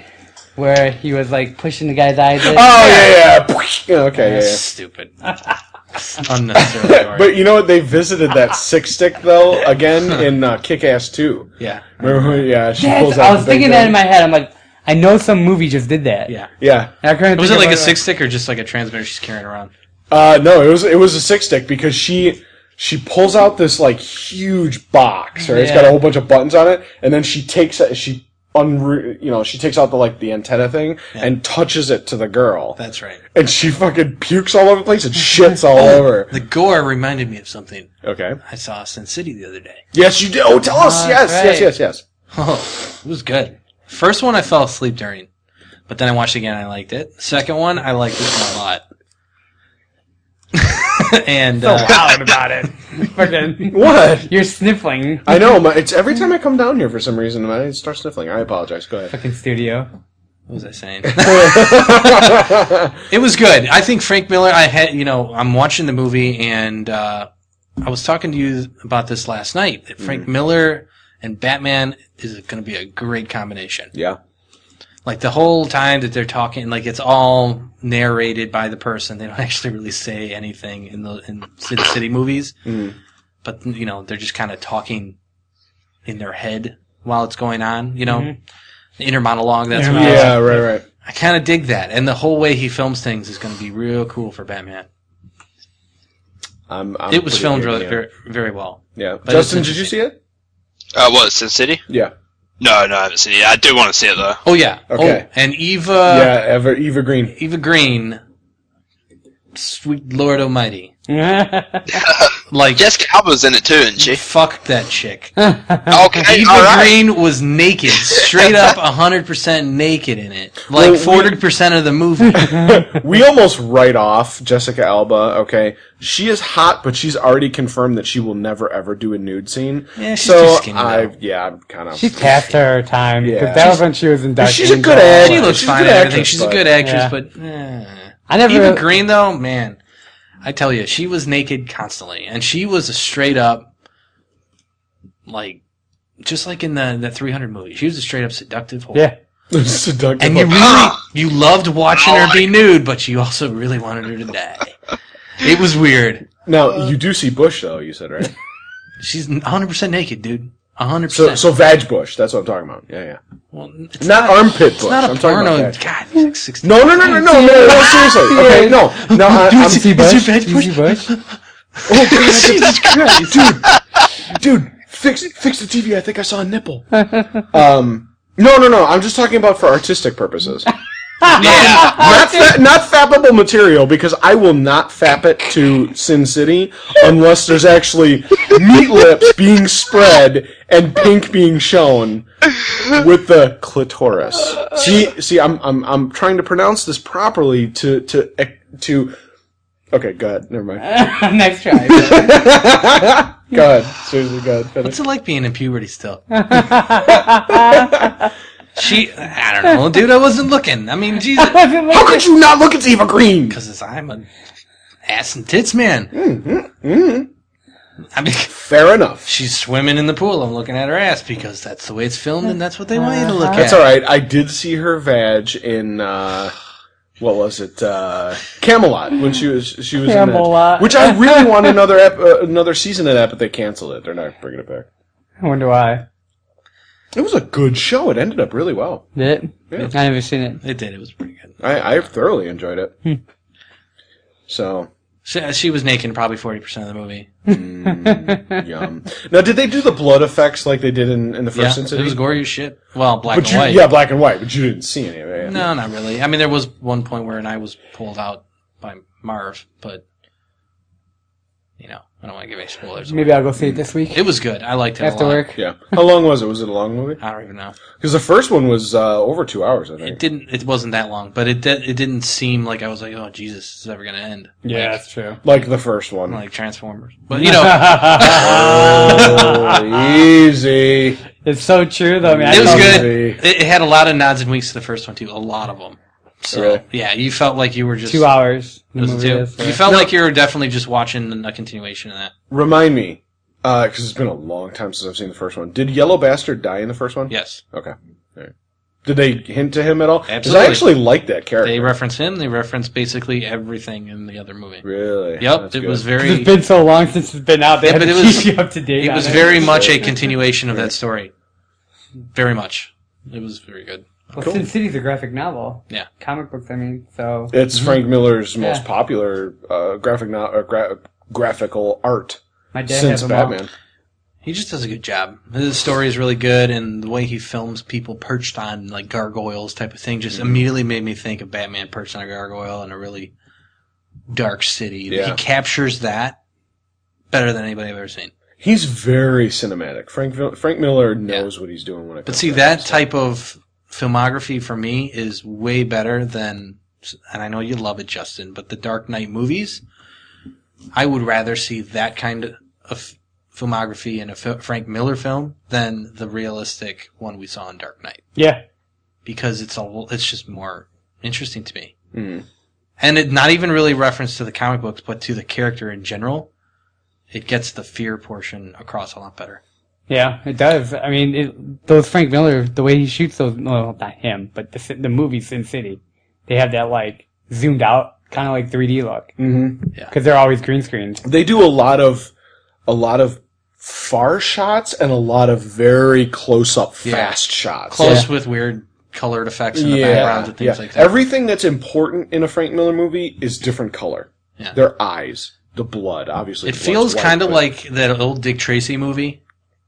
Speaker 5: where he was like pushing the guy's eyes in.
Speaker 1: Oh, yeah, yeah. Yeah, okay, yeah, yeah.
Speaker 3: Stupid. Unnecessarily. hard.
Speaker 1: But you know what? They visited that six stick, though, again in uh, Kick Ass 2.
Speaker 3: yeah,
Speaker 1: Remember when, yeah, she
Speaker 5: Yes,
Speaker 1: pulls out
Speaker 5: I
Speaker 1: the
Speaker 5: was
Speaker 1: big
Speaker 5: thinking that in
Speaker 1: gun.
Speaker 5: my head. I'm like, I know some movie just did that.
Speaker 3: yeah.
Speaker 1: Yeah.
Speaker 5: And I couldn't
Speaker 3: Was it
Speaker 5: think
Speaker 3: like
Speaker 5: of
Speaker 3: a six stick or just like a transmitter she's carrying around?
Speaker 1: Uh, no, it was it was a six stick because she she pulls out this like huge box, right? It's got a
Speaker 5: Yeah.
Speaker 1: whole bunch of buttons on it, and then she takes it. She unre- you know, she takes out the like the antenna thing and touches it to the girl,
Speaker 3: That's right.
Speaker 1: and she fucking pukes all over the place and shits all over.
Speaker 3: The gore reminded me of something
Speaker 1: Okay.
Speaker 3: I saw Sin City the other day.
Speaker 1: Yes, you do. Oh, tell us. yes, yes,
Speaker 5: right.
Speaker 1: yes, yes.
Speaker 3: Oh, it was good. First one I fell asleep during, but then I watched it again. and I liked it. Second one I liked this one a lot. and uh,
Speaker 5: loud about it. Fucking,
Speaker 1: What?
Speaker 5: you're sniffling.
Speaker 1: I know. My, it's every time I come down here for some reason, I start sniffling. I apologize. Go ahead.
Speaker 5: Fucking studio.
Speaker 3: what was I saying? it was good. I think Frank Miller. I had you know I'm watching the movie and uh, I was talking to you about this last night. That Frank Miller and Batman is going to be a great combination.
Speaker 1: Yeah.
Speaker 3: like the whole time that they're talking, like it's all narrated by the person. They don't actually really say anything in the in Sin City movies, but you know they're just kind of talking in their head while it's going on. You know, the inner monologue. That's what I was-
Speaker 1: Yeah. Right. Right.
Speaker 3: I kind of dig that, and the whole way he films things is going to be real cool for Batman.
Speaker 1: I'm, I'm
Speaker 3: it was
Speaker 1: pretty
Speaker 3: filmed
Speaker 1: big,
Speaker 3: really
Speaker 1: yeah.
Speaker 3: very, very well.
Speaker 1: Yeah.
Speaker 3: it's
Speaker 1: Justin, did you see
Speaker 3: interesting.
Speaker 1: it?
Speaker 4: Uh, what, Sin City?
Speaker 1: Yeah.
Speaker 4: No, no, I haven't seen it. I do want to see it, though.
Speaker 3: Oh yeah.
Speaker 1: Okay.
Speaker 3: Oh, and Eva
Speaker 1: yeah. Ever Eva Green.
Speaker 3: Eva Green, sweet Lord Almighty, like
Speaker 4: Jessica Alba's in it, too, isn't she?
Speaker 3: fuck that chick.
Speaker 4: Okay,
Speaker 3: Eva
Speaker 4: all right.
Speaker 3: Green was naked, straight up 100% naked in it.
Speaker 1: Well,
Speaker 3: Like
Speaker 1: we-
Speaker 3: 40% of the movie.
Speaker 1: We almost write off Jessica Alba. Okay, she is hot, but she's already confirmed that she will never ever do a nude scene.
Speaker 3: Yeah, she's
Speaker 1: so
Speaker 3: too skinny,
Speaker 1: I,
Speaker 3: though.
Speaker 1: yeah, I'm kind of.
Speaker 5: She's past her time.
Speaker 1: Yeah.
Speaker 5: 'cause That was when she was in Dark
Speaker 1: She's a
Speaker 5: Angel.
Speaker 1: good actress.
Speaker 3: she looks
Speaker 1: She's a
Speaker 3: fine
Speaker 1: good
Speaker 3: and everything.
Speaker 1: actress,
Speaker 3: She's a
Speaker 1: but-
Speaker 3: good actress,
Speaker 5: Yeah.
Speaker 3: but eh.
Speaker 5: I never.
Speaker 3: Eva Green, though, man, I tell you, she was naked constantly. And she was a straight up, like, just like in the, the 300 movie, she was a straight up seductive whore.
Speaker 5: Yeah.
Speaker 1: Seductive.
Speaker 3: And you really, you loved watching her be nude, but you also really wanted her to die. It was weird.
Speaker 1: now you do see Bush though. You said right.
Speaker 3: She's 100% naked, dude. 100%.
Speaker 1: So so Vag Bush. That's what I'm talking about. Yeah, yeah.
Speaker 3: well, it's
Speaker 1: Not armpit Bush.
Speaker 3: It's not a
Speaker 1: I'm talking
Speaker 3: porno.
Speaker 1: about Vag.
Speaker 3: God, he's like 16.
Speaker 1: No, no, no, no, no, no, no, no, seriously. Okay, no. No, I,
Speaker 5: Do you
Speaker 1: I'm,
Speaker 5: see
Speaker 1: dude,
Speaker 5: Bush?
Speaker 3: it Veg
Speaker 5: Do you
Speaker 3: Bush?
Speaker 5: see Bush?
Speaker 3: Jesus Christ.
Speaker 1: Oh, dude, fix fix the TV. I think I saw a nipple. Um, no, no, no. I'm just talking about for artistic purposes.
Speaker 4: Yeah.
Speaker 1: Not fa- not fappable material because I will not fap it to Sin City unless there's actually meat lips being spread and pink being shown with the clitoris. See, see, I'm I'm I'm trying to pronounce this properly to to to. Okay, go ahead. Never mind.
Speaker 5: Next try.
Speaker 1: Go ahead. Seriously, go ahead. Finish.
Speaker 3: What's it like being in puberty still? she, I don't know, dude. I wasn't looking. I mean, Jesus,
Speaker 1: How could you not look at Eva Green?
Speaker 3: because I'm an ass and tits man.
Speaker 1: Mm-hmm,
Speaker 3: I mean,
Speaker 1: Fair enough.
Speaker 3: she's swimming in the pool. I'm looking at her ass because that's the way it's filmed, and that's what they want you to look at.
Speaker 1: That's all right. I did see her vag in uh, what was it? Uh, Camelot when she was she was in
Speaker 5: Camelot.
Speaker 1: that, which I really want another ep- uh, another season of that, but they canceled it. They're not bringing it back.
Speaker 5: I wonder why.
Speaker 1: It was a good show. It ended up really well.
Speaker 5: Did it? I never seen it.
Speaker 3: It did. It was pretty good.
Speaker 1: I, I thoroughly enjoyed
Speaker 3: Hmm.
Speaker 1: it. so
Speaker 3: She, she was naked probably forty percent of the movie.
Speaker 1: yum. Now, did they do the blood effects like they did in, in the
Speaker 3: Yeah,
Speaker 1: first incident?
Speaker 3: it was gory as shit. Well, black
Speaker 1: But
Speaker 3: and
Speaker 1: you,
Speaker 3: white.
Speaker 1: yeah, black and white. But you didn't see any of it.
Speaker 3: No, not really. I mean, there was one point where an eye was pulled out by Marv, but you know, I don't want to give any spoilers.
Speaker 5: Maybe I'll go see it this week
Speaker 3: It was good. I liked it
Speaker 5: after
Speaker 3: a lot.
Speaker 5: work.
Speaker 1: Yeah. How long was it? Was it a long movie?
Speaker 3: I don't even know.
Speaker 1: Because the first one was uh, over two hours. I
Speaker 3: It
Speaker 1: think.
Speaker 3: didn't. It wasn't that long, but it did, it didn't seem like I was like, oh Jesus, this is ever gonna end.
Speaker 5: Yeah, that's true.
Speaker 1: Like the first one.
Speaker 3: Like Transformers, but you know,
Speaker 1: Oh, easy.
Speaker 5: It's so true though. I mean, I
Speaker 3: it was
Speaker 5: felt-
Speaker 3: good.
Speaker 1: Movie.
Speaker 3: It, it had a lot of nods and winks to the first one too. A lot of them. So
Speaker 1: Really?
Speaker 3: yeah, you felt like you were just
Speaker 5: Two hours. The
Speaker 3: Was it
Speaker 5: movie
Speaker 3: two?
Speaker 5: is,
Speaker 3: You
Speaker 5: yeah.
Speaker 3: felt like you were definitely just watching a continuation of that.
Speaker 1: Remind me, because it's been a long time since I've seen the first one. Did Yellow Bastard die in the first one?
Speaker 3: Yes,
Speaker 1: Okay. All right. Did they hint to him at all? Because I
Speaker 3: Absolutely.
Speaker 1: actually like that character.
Speaker 3: they reference him. They reference basically everything in the other movie.
Speaker 1: really?
Speaker 3: Yep,
Speaker 1: That's
Speaker 3: it
Speaker 1: good.
Speaker 3: was
Speaker 5: It's
Speaker 3: very.
Speaker 5: been so long since it's been out. They
Speaker 3: Yeah,
Speaker 5: had
Speaker 3: but
Speaker 5: to
Speaker 3: it was-
Speaker 5: keep you up to date.
Speaker 3: It was
Speaker 5: on
Speaker 3: very much a continuation of that story. Very much. It was very good.
Speaker 5: Well, Sin City's a graphic novel.
Speaker 3: Yeah.
Speaker 5: Comic books, I mean. So
Speaker 3: Mm-hmm.
Speaker 1: It's Frank Miller's most
Speaker 5: Yeah.
Speaker 1: popular uh, graphic no- uh, gra- graphical art
Speaker 5: my dad
Speaker 1: since
Speaker 5: had them all.
Speaker 1: Batman.
Speaker 3: He just does a good job. His story is really good, and the way he films people perched on like gargoyles type of thing
Speaker 1: Mm-hmm.
Speaker 3: just immediately made me think of Batman perched on a gargoyle in a really dark city.
Speaker 1: Yeah.
Speaker 3: He captures that better than anybody I've ever seen.
Speaker 1: He's very cinematic. Frank Vil- Frank Miller knows what he's doing when it comes.
Speaker 3: But see,
Speaker 1: to
Speaker 3: that type of filmography for me is way better than, and I know you love it, Justin, but the Dark Knight movies. I would rather see that kind of filmography in a F- Frank Miller film than the realistic one we saw in Dark Knight
Speaker 5: Yeah.
Speaker 3: because it's a it's just more interesting to me.
Speaker 1: Mm.
Speaker 3: And it not even really reference to the comic books, but to the character in general. It gets the fear portion across a lot better.
Speaker 5: Yeah, it does. I mean, it, those Frank Miller, the way he shoots those, well, not him, but the, ci- the movie Sin City, they have that like zoomed out, kind of like 3D look.
Speaker 1: Mm-hmm.
Speaker 5: Because they're always green screened.
Speaker 1: They do a lot of a lot of far shots and a lot of very close up
Speaker 3: Yeah.
Speaker 1: fast shots.
Speaker 3: Close with weird colored effects in the background and things like that.
Speaker 1: Everything that's important in a Frank Miller movie is different color.
Speaker 3: Yeah.
Speaker 1: Their eyes, the blood, obviously.
Speaker 3: it
Speaker 1: the blood's
Speaker 3: feels
Speaker 1: white,
Speaker 3: kind of
Speaker 1: but-
Speaker 3: like that old Dick Tracy movie,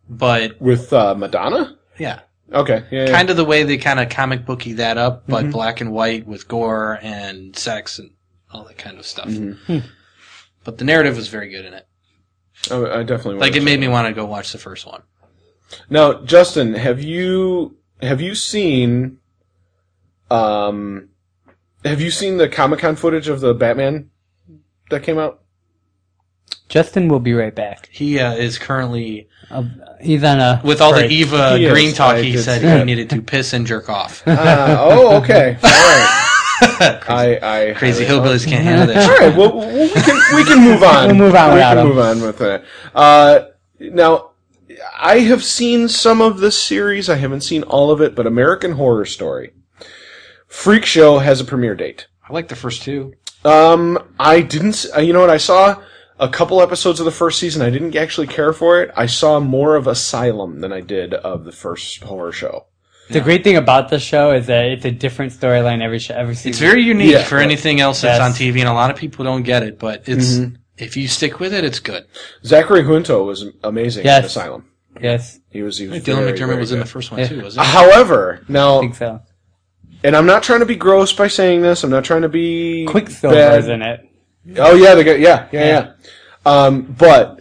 Speaker 3: but
Speaker 1: with uh, Madonna.
Speaker 3: yeah,
Speaker 1: Okay, yeah, yeah.
Speaker 3: kind of the way they kind of comic booky that up, but black and white with gore and sex and all that kind of stuff.
Speaker 1: Mm-hmm.
Speaker 3: But the narrative was very good in it.
Speaker 1: Oh, I definitely wanna
Speaker 3: Like it
Speaker 1: check
Speaker 3: made me want to go watch the first one.
Speaker 1: Now, Justin, have you have you seen um have you seen the Comic Con footage of the Batman that came out?
Speaker 5: Justin will be right back.
Speaker 3: He uh, is currently
Speaker 5: Uh, he's on a.
Speaker 3: with all
Speaker 5: break.
Speaker 3: the Eva
Speaker 1: He is,
Speaker 3: Green talk.
Speaker 1: I
Speaker 3: He
Speaker 1: did
Speaker 3: said
Speaker 1: see that.
Speaker 3: he needed to piss and jerk off.
Speaker 1: Uh, oh, okay. All right. I, I
Speaker 3: Crazy
Speaker 1: highly-
Speaker 3: hillbillies can't handle that.
Speaker 1: All
Speaker 3: shit.
Speaker 1: right, well, well, we can we can move on.
Speaker 5: We'll move on
Speaker 1: We
Speaker 5: without
Speaker 1: can
Speaker 5: him.
Speaker 1: move on with that. Uh, now, I have seen some of this series. I haven't seen all of it, but American Horror Story, Freak Show has a premiere date.
Speaker 3: I like the first two.
Speaker 1: Um, I didn't. s- uh, You know what? I saw a couple episodes of the first season. I didn't actually care for it. I saw more of Asylum than I did of the first horror show.
Speaker 5: The great thing about the show is that it's a different storyline every show, every season.
Speaker 3: It's very unique
Speaker 1: Yeah.
Speaker 3: for anything else that's
Speaker 5: Yes.
Speaker 3: on TV, and a lot of people don't get it. But it's
Speaker 1: Mm-hmm.
Speaker 3: if you stick with it, it's good.
Speaker 1: Zachary Junto was amazing in
Speaker 5: Yes.
Speaker 1: Asylum.
Speaker 5: yes,
Speaker 1: He was. He was
Speaker 3: Dylan
Speaker 1: very,
Speaker 3: McDermott
Speaker 1: very
Speaker 3: was in
Speaker 1: good.
Speaker 3: the first one
Speaker 5: Yeah.
Speaker 3: too, wasn't he?
Speaker 1: However, now
Speaker 5: I think so.
Speaker 1: and I'm not trying to be gross by saying this. I'm not trying to be bad.
Speaker 5: Quicksilver's in it.
Speaker 1: Oh yeah, they got yeah, yeah, yeah.
Speaker 5: Yeah.
Speaker 1: Um, but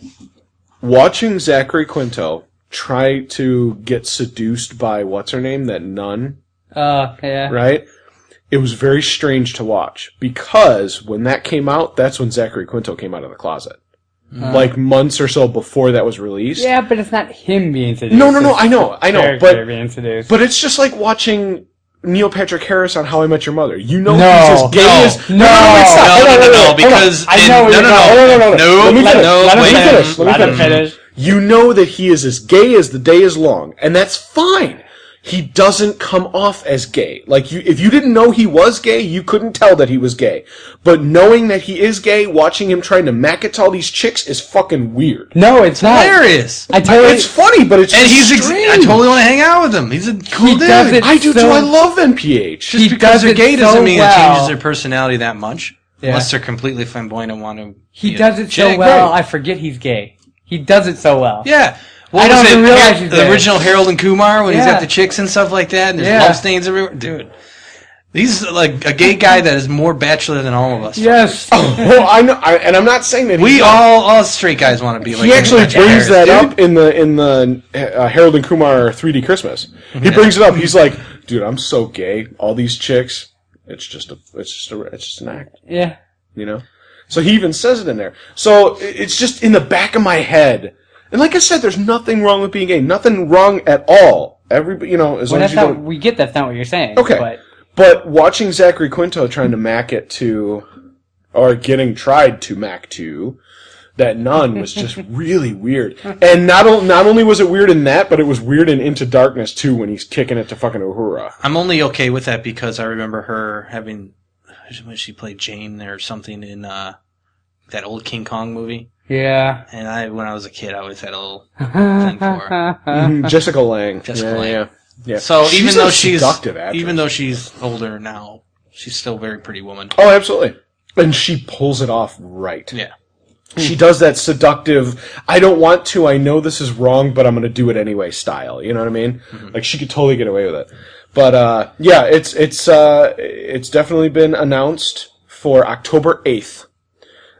Speaker 1: watching Zachary Quinto try to get seduced by what's her name, that nun,
Speaker 5: Uh, yeah.
Speaker 1: right? It was very strange to watch because when that came out, that's when Zachary Quinto came out of the closet.
Speaker 5: Mm-hmm.
Speaker 1: Like months or so before that was released.
Speaker 5: Yeah, but it's not him being seduced.
Speaker 1: No, no, no.
Speaker 5: it's
Speaker 1: I know, I
Speaker 5: the
Speaker 1: know.
Speaker 5: character
Speaker 1: But
Speaker 5: being seduced.
Speaker 1: but it's just like watching Neil Patrick Harris on How I Met Your Mother. You know
Speaker 5: No,
Speaker 1: he's as gay
Speaker 5: no,
Speaker 1: as
Speaker 5: no,
Speaker 1: it's not.
Speaker 5: no,
Speaker 1: Hold on, hold on,
Speaker 5: no, no,
Speaker 1: hold on.
Speaker 4: because
Speaker 5: I
Speaker 4: in-
Speaker 5: know where
Speaker 4: no, no,
Speaker 5: you're going.
Speaker 1: no, no, no, no. Let me
Speaker 5: Let,
Speaker 1: finish. Let him
Speaker 5: no, wait.
Speaker 1: finish. Let me
Speaker 5: Let him
Speaker 1: finish.
Speaker 5: finish.
Speaker 1: You know that he is as gay as the day is long, and that's fine. He doesn't come off as gay. Like you, if you didn't know he was gay, you couldn't tell that he was gay. But knowing that he is gay, watching him trying to macket all these chicks is fucking weird.
Speaker 5: No, it's not.
Speaker 3: Hilarious.
Speaker 5: I totally.
Speaker 1: It's funny, but it's
Speaker 3: and he's
Speaker 1: just
Speaker 3: ex- I
Speaker 1: strange.
Speaker 3: totally want to hang out with him. He's a cool dude.
Speaker 5: does it
Speaker 1: I do
Speaker 5: so-
Speaker 1: too. I love NPH.
Speaker 3: Just
Speaker 5: He
Speaker 3: because
Speaker 5: does
Speaker 3: they're
Speaker 5: it
Speaker 3: gay doesn't
Speaker 5: so
Speaker 3: mean it
Speaker 5: well.
Speaker 3: changes their personality that much, unless they're completely flamboyant and want to.
Speaker 5: he
Speaker 3: be a
Speaker 5: does it so
Speaker 3: chick.
Speaker 5: well. I forget he's gay. He does it so well.
Speaker 3: Yeah. What was
Speaker 5: I don't
Speaker 3: it?
Speaker 5: even realize he's
Speaker 3: the
Speaker 5: gay.
Speaker 3: original Harold and Kumar when he's
Speaker 5: Yeah.
Speaker 3: at the chicks and stuff like that, and there's
Speaker 5: Yeah.
Speaker 3: love stains everywhere. Dude, he's like a gay guy that is more bachelor than all of us.
Speaker 5: Yes.
Speaker 1: well, I know, I, and I'm not saying that
Speaker 3: We
Speaker 1: he's-
Speaker 3: all, all straight guys want to be like.
Speaker 1: He actually
Speaker 3: Neil Patrick
Speaker 1: brings
Speaker 3: Harris,
Speaker 1: that
Speaker 3: dude.
Speaker 1: up in the in the uh, Harold and Kumar 3D Christmas. He brings it up. He's like, "Dude, I'm so gay. All these chicks. It's just a. It's just a. It's just an act.
Speaker 5: Yeah.
Speaker 1: You know." So he even says it in there. So i- it's just in the back of my head. And like I said, there's nothing wrong with being gay. Nothing wrong at all. Every you know, as
Speaker 5: Well,
Speaker 1: long as
Speaker 5: that's
Speaker 1: you
Speaker 5: not.
Speaker 1: don't
Speaker 5: We get that's not what you're saying.
Speaker 1: Okay.
Speaker 5: But
Speaker 1: but watching Zachary Quinto trying to mac it to, or getting tried to mac to, that nun was just really weird. And not o- not only was it weird in that, but it was weird in Into Darkness too when he's kicking it to fucking Uhura.
Speaker 3: I'm only okay with that because I remember her having when she played Jane or something in uh, that old King Kong movie.
Speaker 5: yeah.
Speaker 3: And I, when I was a kid, I always had a little thing for her.
Speaker 1: Mhm, Jessica Lang.
Speaker 3: Jessica
Speaker 1: yeah,
Speaker 3: Lange.
Speaker 1: Yeah. yeah.
Speaker 3: So even
Speaker 1: a
Speaker 3: though she's
Speaker 1: seductive actress.
Speaker 3: even though she's older now, she's still a very pretty woman.
Speaker 1: oh, absolutely. And she pulls it off right.
Speaker 3: Yeah.
Speaker 1: She does that seductive, I don't want to, I know this is wrong, but I'm gonna do it anyway style. You know what I mean?
Speaker 5: Mm-hmm.
Speaker 1: Like she could totally get away with it. But, uh, yeah, it's, it's, uh, it's definitely been announced for October 8th.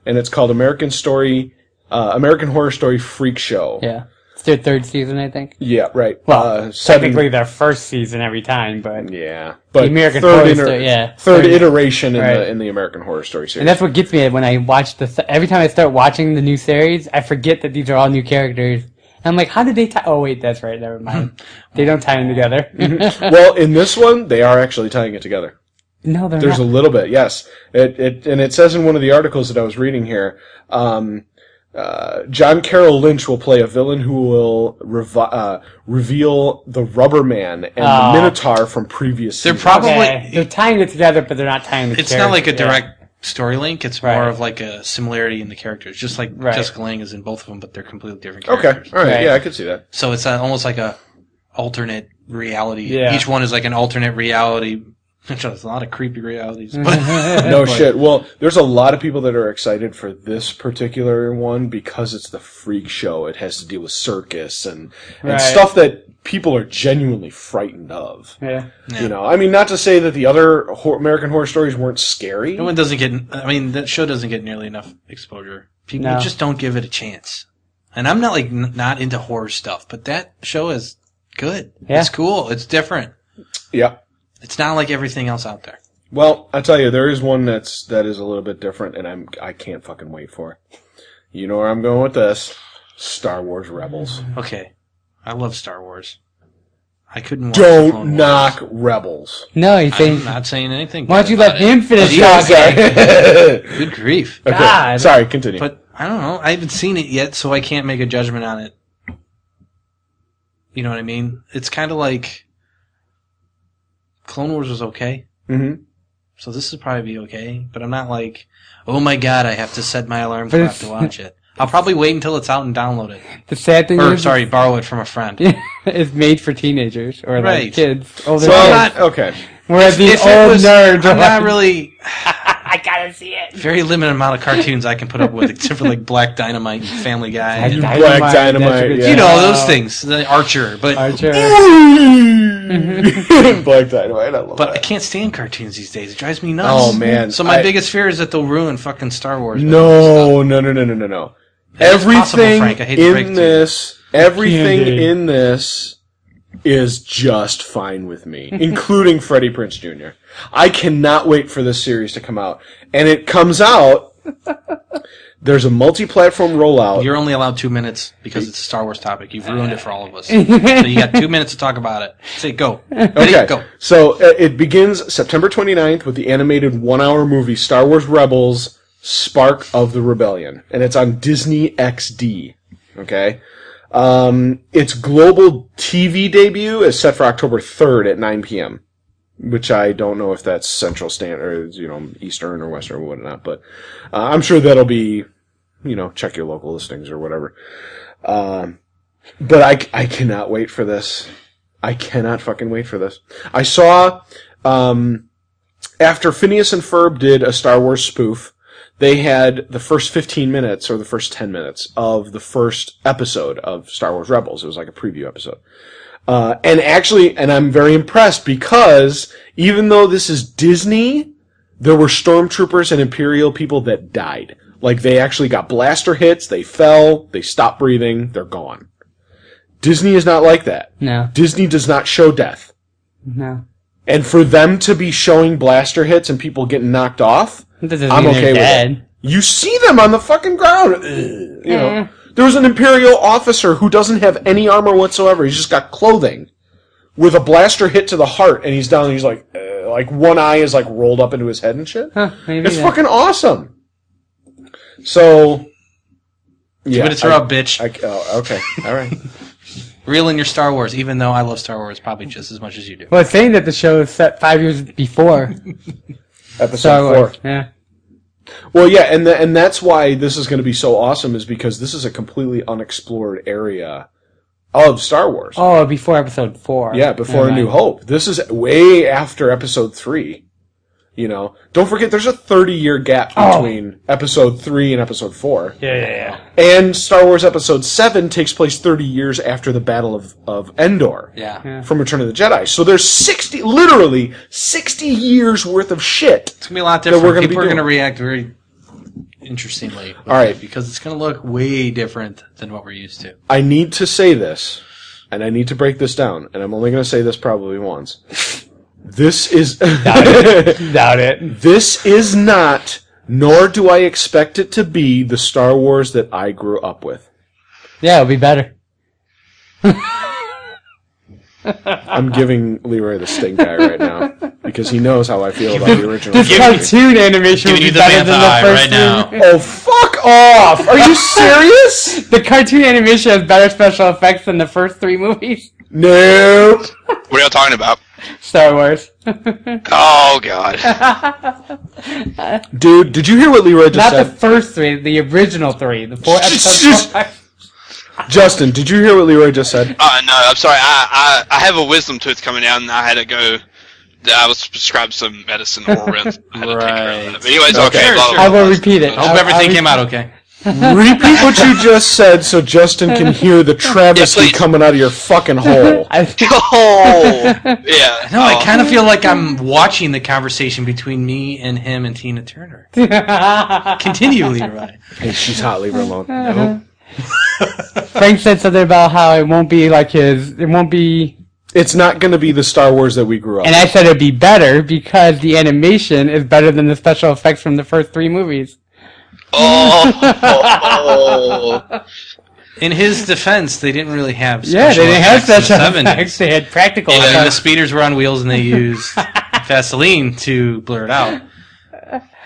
Speaker 1: And it's called American Story, uh, American Horror Story Freak Show.
Speaker 5: Yeah. their third season, I think.
Speaker 1: Yeah, right.
Speaker 5: Well,
Speaker 1: uh,
Speaker 5: technically
Speaker 1: seven.
Speaker 5: their first season every time, but
Speaker 1: Yeah, but
Speaker 5: American
Speaker 1: third
Speaker 5: Horror Story, yeah.
Speaker 1: third
Speaker 5: Third-
Speaker 1: iteration in
Speaker 5: right.
Speaker 1: the in the American Horror Story series.
Speaker 5: and that's what gets me when I watch the every time I start watching the new series, I forget that these are all new characters. And I'm like, how did they tie? Oh wait, that's right. Never mind. they don't tie them together.
Speaker 3: Mm-hmm.
Speaker 1: well, in this one, they are actually tying it together.
Speaker 5: no, they're
Speaker 1: There's a
Speaker 5: not.
Speaker 1: little bit, yes. It, it and it says in one of the articles that I was reading here, um, uh, John Carroll Lynch will play a villain who will revi- uh, reveal the Rubber Man and
Speaker 5: Oh.
Speaker 1: the Minotaur from previous.
Speaker 3: They're
Speaker 1: seasons.
Speaker 3: probably
Speaker 5: Okay, they're tying it together, but they're not tying the.
Speaker 3: it's not like a
Speaker 5: characters, yeah.
Speaker 3: direct story link. It's more
Speaker 5: Right.
Speaker 3: of like a similarity in the characters, just like
Speaker 5: Right.
Speaker 3: Jessica Lange is in both of them, but they're completely different
Speaker 1: okay.
Speaker 3: characters.
Speaker 1: All right,
Speaker 5: Right.
Speaker 1: Yeah, I could see that.
Speaker 3: So it's uh almost like a alternate reality.
Speaker 5: Yeah.
Speaker 3: Each one is like an alternate reality. There's a lot of creepy realities,
Speaker 5: Mm-hmm.
Speaker 3: but
Speaker 1: No shit. Well, there's a lot of people that are excited for this particular one because it's the freak show. It has to deal with circus and and
Speaker 5: Right.
Speaker 1: stuff that people are genuinely frightened of.
Speaker 5: Yeah.
Speaker 1: You know, I mean, not to say that the other hor- American Horror Stories weren't scary.
Speaker 3: no one doesn't get. I mean, that show doesn't get nearly enough exposure. People
Speaker 5: No.
Speaker 3: just don't give it a chance. And I'm not like n- not into horror stuff, but that show is good.
Speaker 5: Yeah.
Speaker 3: It's cool. It's different.
Speaker 1: Yeah.
Speaker 3: It's not like everything else out there.
Speaker 1: Well, I tell you, there is one that's that is a little bit different, and I'm I can't fucking wait for. it. You know where I'm going with this? Star Wars Rebels.
Speaker 3: Okay, I love Star Wars. I couldn't. Watch
Speaker 1: Don't
Speaker 3: Clone Wars.
Speaker 1: knock Rebels.
Speaker 5: No, you
Speaker 3: I'm
Speaker 5: think?
Speaker 3: not saying anything.
Speaker 5: Why don't you let him finish?
Speaker 1: Yeah,
Speaker 5: talking?
Speaker 1: sorry. okay.
Speaker 3: Good grief.
Speaker 5: God.
Speaker 1: Sorry, continue.
Speaker 3: But I don't know. I haven't seen it yet, so I can't make a judgment on it. You know what I mean? It's kind of like Clone Wars was okay,
Speaker 1: hmm
Speaker 3: so this would probably be okay. But I'm not like, oh my god, I have to set my alarm clock to watch it. I'll probably wait until it's out and download it,
Speaker 5: The sad thing
Speaker 3: or
Speaker 5: is,
Speaker 3: sorry, borrow it from a friend.
Speaker 5: it's made for teenagers or
Speaker 3: Right.
Speaker 5: like kids. Older
Speaker 3: I'm
Speaker 5: kids.
Speaker 1: Well,
Speaker 3: not-
Speaker 1: okay.
Speaker 5: Whereas these
Speaker 3: If it
Speaker 5: old
Speaker 3: was-
Speaker 5: nerds are
Speaker 3: I'm not
Speaker 5: like,
Speaker 3: really
Speaker 5: I gotta see it.
Speaker 3: very limited amount of cartoons I can put up with, except for like Black Dynamite and Family Guy.
Speaker 5: Black
Speaker 3: and-
Speaker 1: Black Dynamite,
Speaker 5: that's a good
Speaker 1: yeah.
Speaker 5: show.
Speaker 3: you know those things, the Archer. But
Speaker 5: Archer.
Speaker 1: Black Dynamite. I love
Speaker 3: But I
Speaker 1: that.
Speaker 3: can't stand cartoons these days. It drives me nuts.
Speaker 1: Oh man.
Speaker 3: So my
Speaker 1: I-
Speaker 3: biggest fear is that they'll ruin fucking Star Wars.
Speaker 1: No, no, no, no, no, no, no.
Speaker 3: That's possible,
Speaker 1: Everything
Speaker 3: Frank. I hate to break it to
Speaker 1: in
Speaker 3: you.
Speaker 1: this, everything
Speaker 5: Candy.
Speaker 1: in this is just fine with me, including Freddie Prince Jr. I cannot wait for this series to come out, and it comes out. There's a multi-platform rollout.
Speaker 3: You're only allowed two minutes because it's a Star Wars topic. You've ruined it for all of us. so you got two minutes to talk about it. Say go. Ready?
Speaker 1: Okay.
Speaker 3: Go.
Speaker 1: So uh, it begins September 29th with the animated one hour movie Star Wars Rebels Spark of the Rebellion. And it's on Disney XD. Okay. Um, its global TV debut is set for October 3rd at 9 p.m., which I don't know if that's Central Standard, you know, Eastern or Western or whatnot, but uh, I'm sure that'll be, you know, check your local listings or whatever. Um, but I, I cannot wait for this. I cannot fucking wait for this. I saw um, after Phineas and Ferb did a Star Wars spoof, they had the first 15 minutes or the first 10 minutes of the first episode of Star Wars Rebels. It was like a preview episode. Uh, and actually, and I'm very impressed because even though this is Disney, there were stormtroopers and Imperial people that died. Like they actually got blaster hits, they fell, they stopped breathing, they're gone. Disney is not like that.
Speaker 5: No,
Speaker 1: Disney does not show death.
Speaker 5: no.
Speaker 1: And for them to be showing blaster hits and people getting knocked off,
Speaker 5: That doesn't
Speaker 1: I'm
Speaker 5: mean
Speaker 1: okay
Speaker 5: they're
Speaker 1: with
Speaker 5: dead.
Speaker 1: it. You see them on the fucking ground. Ugh, You
Speaker 5: Eh.
Speaker 1: know, there was an imperial officer who doesn't have any armor whatsoever. He's just got clothing with a blaster hit to the heart, and he's down. And he's like, uh, like one eye is like rolled up into his head and shit.
Speaker 5: Huh, maybe
Speaker 1: It's
Speaker 5: that-
Speaker 1: fucking awesome. So, yeah,
Speaker 3: But it's her
Speaker 1: I-
Speaker 3: up, bitch.
Speaker 1: I, oh, okay, all right.
Speaker 3: Reel in your Star Wars, even though I love Star Wars probably just as much as you do.
Speaker 5: Well, it's saying that the show is set five years before
Speaker 1: Episode
Speaker 5: Star
Speaker 1: four.
Speaker 5: Wars. Yeah.
Speaker 1: Well, yeah, and the, and that's why this is going to be so awesome is because this is a completely unexplored area of Star Wars.
Speaker 5: Oh, before episode four.
Speaker 1: yeah, before
Speaker 5: Never
Speaker 1: A New
Speaker 5: mind.
Speaker 1: Hope. This is way after Episode three. You know, don't forget there's a 30 year gap
Speaker 5: Oh.
Speaker 1: between Episode three and Episode four,
Speaker 5: Yeah, yeah, yeah.
Speaker 1: and Star Wars Episode seven takes place 30 years after the Battle of of Endor.
Speaker 3: Yeah.
Speaker 1: From Return of the Jedi. So there's 60, literally 60 years worth of shit.
Speaker 3: It's going to be a lot
Speaker 1: we're
Speaker 3: different.
Speaker 1: gonna be
Speaker 3: People are going to
Speaker 1: doing.
Speaker 3: react very interestingly. with
Speaker 1: All right.
Speaker 3: it because it's going to look way different than what we're used to.
Speaker 1: I need to say this, and I need to break this down, and I'm only going to say this probably once. This is
Speaker 5: Doubt it.
Speaker 1: this is not, nor do I expect it to be the Star Wars that I grew up with.
Speaker 5: Yeah, it'll be better.
Speaker 1: I'm giving Leroy the stink eye right now because he knows how I feel about the original.
Speaker 5: This cartoon animation would
Speaker 3: Giving
Speaker 5: be
Speaker 3: you the
Speaker 5: better than the
Speaker 3: vampire
Speaker 5: first
Speaker 3: right now.
Speaker 5: movie.
Speaker 1: Oh, fuck off! Are you serious?
Speaker 5: The cartoon animation has better special effects than the first three movies.
Speaker 1: No.
Speaker 4: What are y'all talking about?
Speaker 5: Star Wars.
Speaker 4: Oh god.
Speaker 1: Dude, did you hear what Leroy just
Speaker 5: Not
Speaker 1: said?
Speaker 5: the first three, the original three, the four episodes.
Speaker 1: Justin, did you hear what Leroy just said?
Speaker 4: Uh, no, I'm sorry. I, I I have a wisdom tooth coming out, and I had to go. I was prescribed some medicine oral rinse. I had to take care of that.
Speaker 3: Right.
Speaker 4: But anyways,
Speaker 1: Okay.
Speaker 4: okay.
Speaker 1: Sure,
Speaker 4: blah, blah,
Speaker 5: I
Speaker 4: blah,
Speaker 5: will
Speaker 4: blah.
Speaker 5: repeat it.
Speaker 3: I hope everything came out okay.
Speaker 1: Repeat what you just said so Justin can hear the travesty
Speaker 4: Yeah, please.
Speaker 1: coming out of your fucking hole.
Speaker 5: I think
Speaker 4: Oh, yeah.
Speaker 3: No, I
Speaker 4: Oh.
Speaker 3: kind of feel like I'm watching the conversation between me and him and Tina Turner. Continue, Leroy.
Speaker 1: Hey, she's hot. Leave her alone.
Speaker 5: Frank said something about how it won't be like his. It won't be.
Speaker 1: It's not going to be the Star Wars that we grew up.
Speaker 5: And I said it'd be better because the animation is better than the special effects from the first three movies.
Speaker 4: Oh, oh, oh.
Speaker 3: In his defense, they didn't really have
Speaker 5: Yeah,
Speaker 3: special
Speaker 5: they didn't have
Speaker 3: effects
Speaker 5: special
Speaker 3: in the 70s.
Speaker 5: effects. They had practical
Speaker 3: And the
Speaker 5: effects.
Speaker 3: speeders were on wheels, and they used Vaseline to blur it out.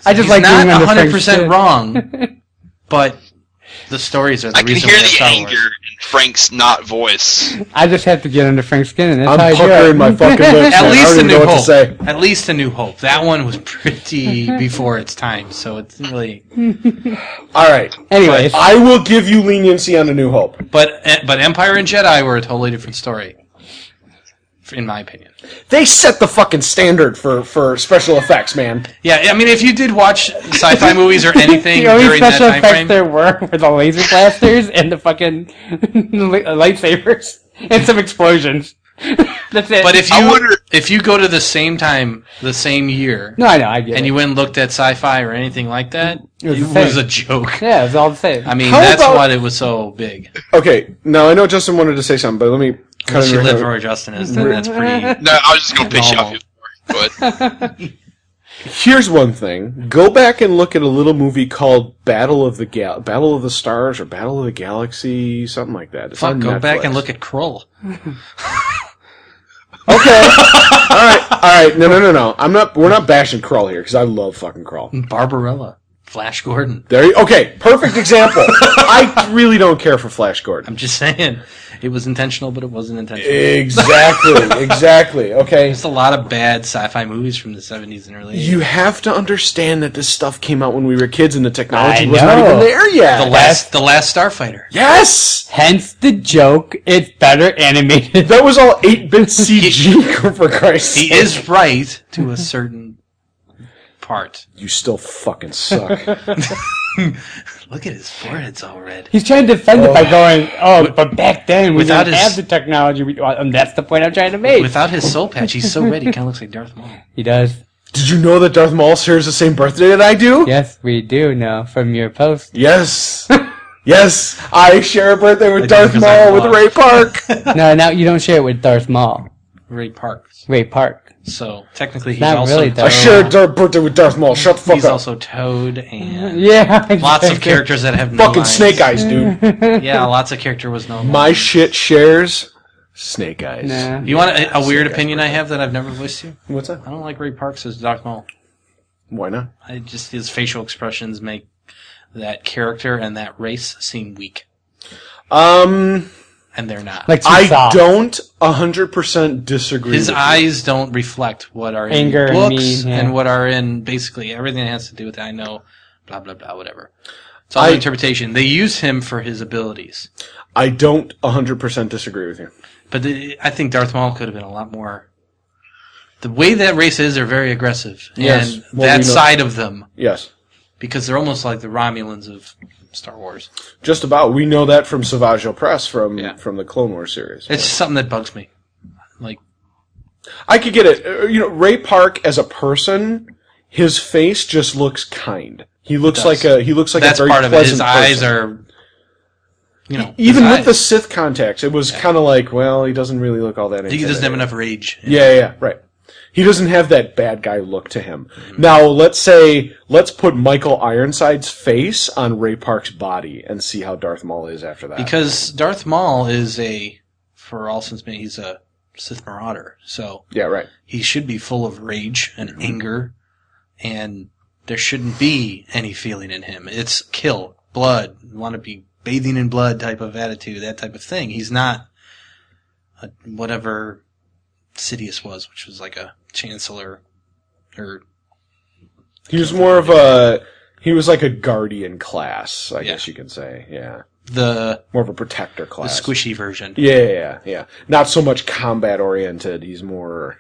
Speaker 5: I just
Speaker 3: He's
Speaker 5: like
Speaker 3: not
Speaker 5: doing under Frank's
Speaker 3: 100%
Speaker 5: shit.
Speaker 3: wrong, but the stories are the
Speaker 4: I can
Speaker 3: reason
Speaker 4: hear
Speaker 3: we have
Speaker 4: the
Speaker 3: Star
Speaker 4: anger
Speaker 3: Wars.
Speaker 4: in Frank's not voice.
Speaker 5: I just have to get under Frank's skin, and that's
Speaker 1: I'm
Speaker 5: how I do
Speaker 1: puckering
Speaker 5: it.
Speaker 1: my fucking lips.
Speaker 3: At
Speaker 1: I
Speaker 3: least
Speaker 1: don't
Speaker 3: a
Speaker 1: even
Speaker 3: new
Speaker 1: know what to
Speaker 3: hope.
Speaker 1: say.
Speaker 3: At least a new hope. That one was pretty before its time, so it's really.
Speaker 1: All right.
Speaker 5: Anyways,
Speaker 1: I will give you leniency on A New Hope.
Speaker 3: But eh, but Empire and Jedi were a totally different story, in my opinion.
Speaker 1: They set the fucking standard for, for special effects, man.
Speaker 3: Yeah, I mean, if you did watch sci-fi movies or anything
Speaker 5: the only
Speaker 3: during that
Speaker 5: special
Speaker 3: time
Speaker 5: effects
Speaker 3: frame,
Speaker 5: there were were the laser blasters and the fucking li- lightsabers and some explosions. that's it.
Speaker 3: but if
Speaker 4: I
Speaker 3: you
Speaker 4: wonder-
Speaker 3: if you go to the same time, the same year,
Speaker 5: no, I know, I get
Speaker 3: and
Speaker 5: it.
Speaker 3: you went and looked at sci-fi or anything like that, it
Speaker 5: was
Speaker 3: was,
Speaker 5: the same.
Speaker 3: a joke.
Speaker 5: yeah, it's all the same.
Speaker 3: I mean,
Speaker 1: How
Speaker 3: that's
Speaker 1: about-
Speaker 3: why it was so big.
Speaker 1: Okay. Now I know Justin wanted to say something, but let me cut
Speaker 3: Unless
Speaker 1: it
Speaker 3: you live
Speaker 1: right
Speaker 3: where Justin is, then that's pretty.
Speaker 4: No, I was just gonna piss you off.
Speaker 3: Normal.
Speaker 4: But
Speaker 1: Here's one thing: go back and look at a little movie called Battle of the Gal- Battle of the Stars or Battle of the Galaxy, something like that. It's
Speaker 3: Fuck,
Speaker 1: on
Speaker 3: go back and
Speaker 1: Netflix.
Speaker 3: look at Krull.
Speaker 1: Okay. all right. All right. No, no, no, no. I'm not. We're not bashing Crawl here because I love fucking Crawl.
Speaker 3: Barbarella. Flash Gordon.
Speaker 1: There. You, okay. Perfect example. I really don't care for Flash Gordon.
Speaker 3: I'm just saying. It was intentional, but it wasn't intentional.
Speaker 1: Exactly. Exactly. Okay.
Speaker 3: There's a lot of bad sci-fi movies from the 70s and early 80s.
Speaker 1: You have to understand that this stuff came out when we were kids and the technology
Speaker 5: I
Speaker 1: was not
Speaker 5: know.
Speaker 1: even there yet.
Speaker 3: the last, the last Starfighter.
Speaker 1: yes.
Speaker 5: Hence the joke. It's better animated.
Speaker 1: That was all eight bit CG for Christ's
Speaker 3: He
Speaker 1: sake.
Speaker 3: is right to a certain part.
Speaker 1: You still fucking suck.
Speaker 3: Look at his forehead's all red.
Speaker 5: He's trying to defend it by going, "Oh, but back then we
Speaker 3: Without
Speaker 5: didn't
Speaker 3: his-
Speaker 5: have the technology." We, well, and that's the point I'm trying to make.
Speaker 3: Without his soul patch, he's so red. He kind of looks like Darth Maul.
Speaker 5: he does.
Speaker 1: Did you know that Darth Maul shares the same birthday that I do?
Speaker 5: Yes, we do know from your post.
Speaker 1: Yes. yes. I share a birthday with
Speaker 3: I do
Speaker 1: Darth
Speaker 3: because I'm
Speaker 1: Maul with
Speaker 3: lost.
Speaker 1: Ray Park.
Speaker 5: no, now you don't share it with Darth Maul.
Speaker 3: Ray Parks.
Speaker 5: Ray Park.
Speaker 3: So technically, he's
Speaker 5: Not
Speaker 3: also
Speaker 5: really
Speaker 1: I
Speaker 5: Darth
Speaker 1: shared Darth birthday with Darth Maul. Shut the fuck
Speaker 3: he's
Speaker 1: up.
Speaker 3: also Toad and
Speaker 5: Yeah.
Speaker 3: lots of
Speaker 5: exactly.
Speaker 3: characters that have no
Speaker 1: fucking
Speaker 3: lines.
Speaker 1: Snake Eyes, dude.
Speaker 3: Yeah, lots of character was no.
Speaker 1: My
Speaker 3: lines.
Speaker 1: shit shares Snake Eyes.
Speaker 5: Nah.
Speaker 3: You want a, a weird opinion I have that I've never voiced you?
Speaker 1: What's that?
Speaker 3: I don't like Ray Parks as Darth Maul.
Speaker 1: Why not?
Speaker 3: I just his facial expressions make that character and that race seem weak,
Speaker 1: Um,
Speaker 3: and they're not.
Speaker 5: Like too
Speaker 1: I
Speaker 5: soft.
Speaker 1: don't hundred percent disagree.
Speaker 3: his
Speaker 1: with
Speaker 3: eyes don't reflect what are in
Speaker 5: Anger and
Speaker 3: books
Speaker 5: mean, yeah.
Speaker 3: and what are in basically everything that has to do with I know, blah blah blah, whatever. It's all
Speaker 1: I-
Speaker 3: interpretation. They use him for his abilities,
Speaker 1: you. I don't hundred percent disagree with you.
Speaker 3: but the, I think Darth Maul could have been a lot more. The way that race is, they're very aggressive,
Speaker 1: Yes,
Speaker 3: and
Speaker 1: well,
Speaker 3: that
Speaker 1: we know-
Speaker 3: side of them
Speaker 1: Yes,
Speaker 3: because they're almost like the Romulans of Star Wars.
Speaker 1: just about. We know that from Savage Press from
Speaker 3: Yeah.
Speaker 1: from the Clone Wars series.
Speaker 3: It's just something that bugs me. Like
Speaker 1: I could get it. Uh, You know, Ray Park as a person, his face just looks kind. He looks
Speaker 3: does.
Speaker 1: like a he looks like
Speaker 3: That's
Speaker 1: a very
Speaker 3: part of it. His
Speaker 1: pleasant
Speaker 3: eyes
Speaker 1: person.
Speaker 3: are, you know,
Speaker 1: even
Speaker 3: his
Speaker 1: with the
Speaker 3: eyes.
Speaker 1: Sith contacts, it was kind of like, well, he doesn't really look all that.
Speaker 3: he doesn't
Speaker 1: intimidating.
Speaker 3: have enough rage.
Speaker 1: Yeah, yeah, yeah, right. He doesn't have that bad guy look to him.
Speaker 3: Mm-hmm.
Speaker 1: Now, let's say, let's put Michael Ironside's face on Ray Park's body and see how Darth Maul is after that.
Speaker 3: Because Darth Maul is a, for all since man, he's a Sith Marauder, so
Speaker 1: yeah, right.
Speaker 3: he should be full of rage and anger, and there shouldn't be any feeling in him. It's kill, blood, want to be bathing in blood type of attitude, that type of thing. He's not a, whatever Sidious was, which was like a chancellor or
Speaker 1: He was more of a, he was like a guardian class, I
Speaker 3: Yeah.
Speaker 1: guess you could say. Yeah.
Speaker 3: the,
Speaker 1: More of a protector
Speaker 3: the
Speaker 1: class.
Speaker 3: squishy version.
Speaker 1: yeah, yeah, yeah, yeah. Not so much combat oriented. He's more,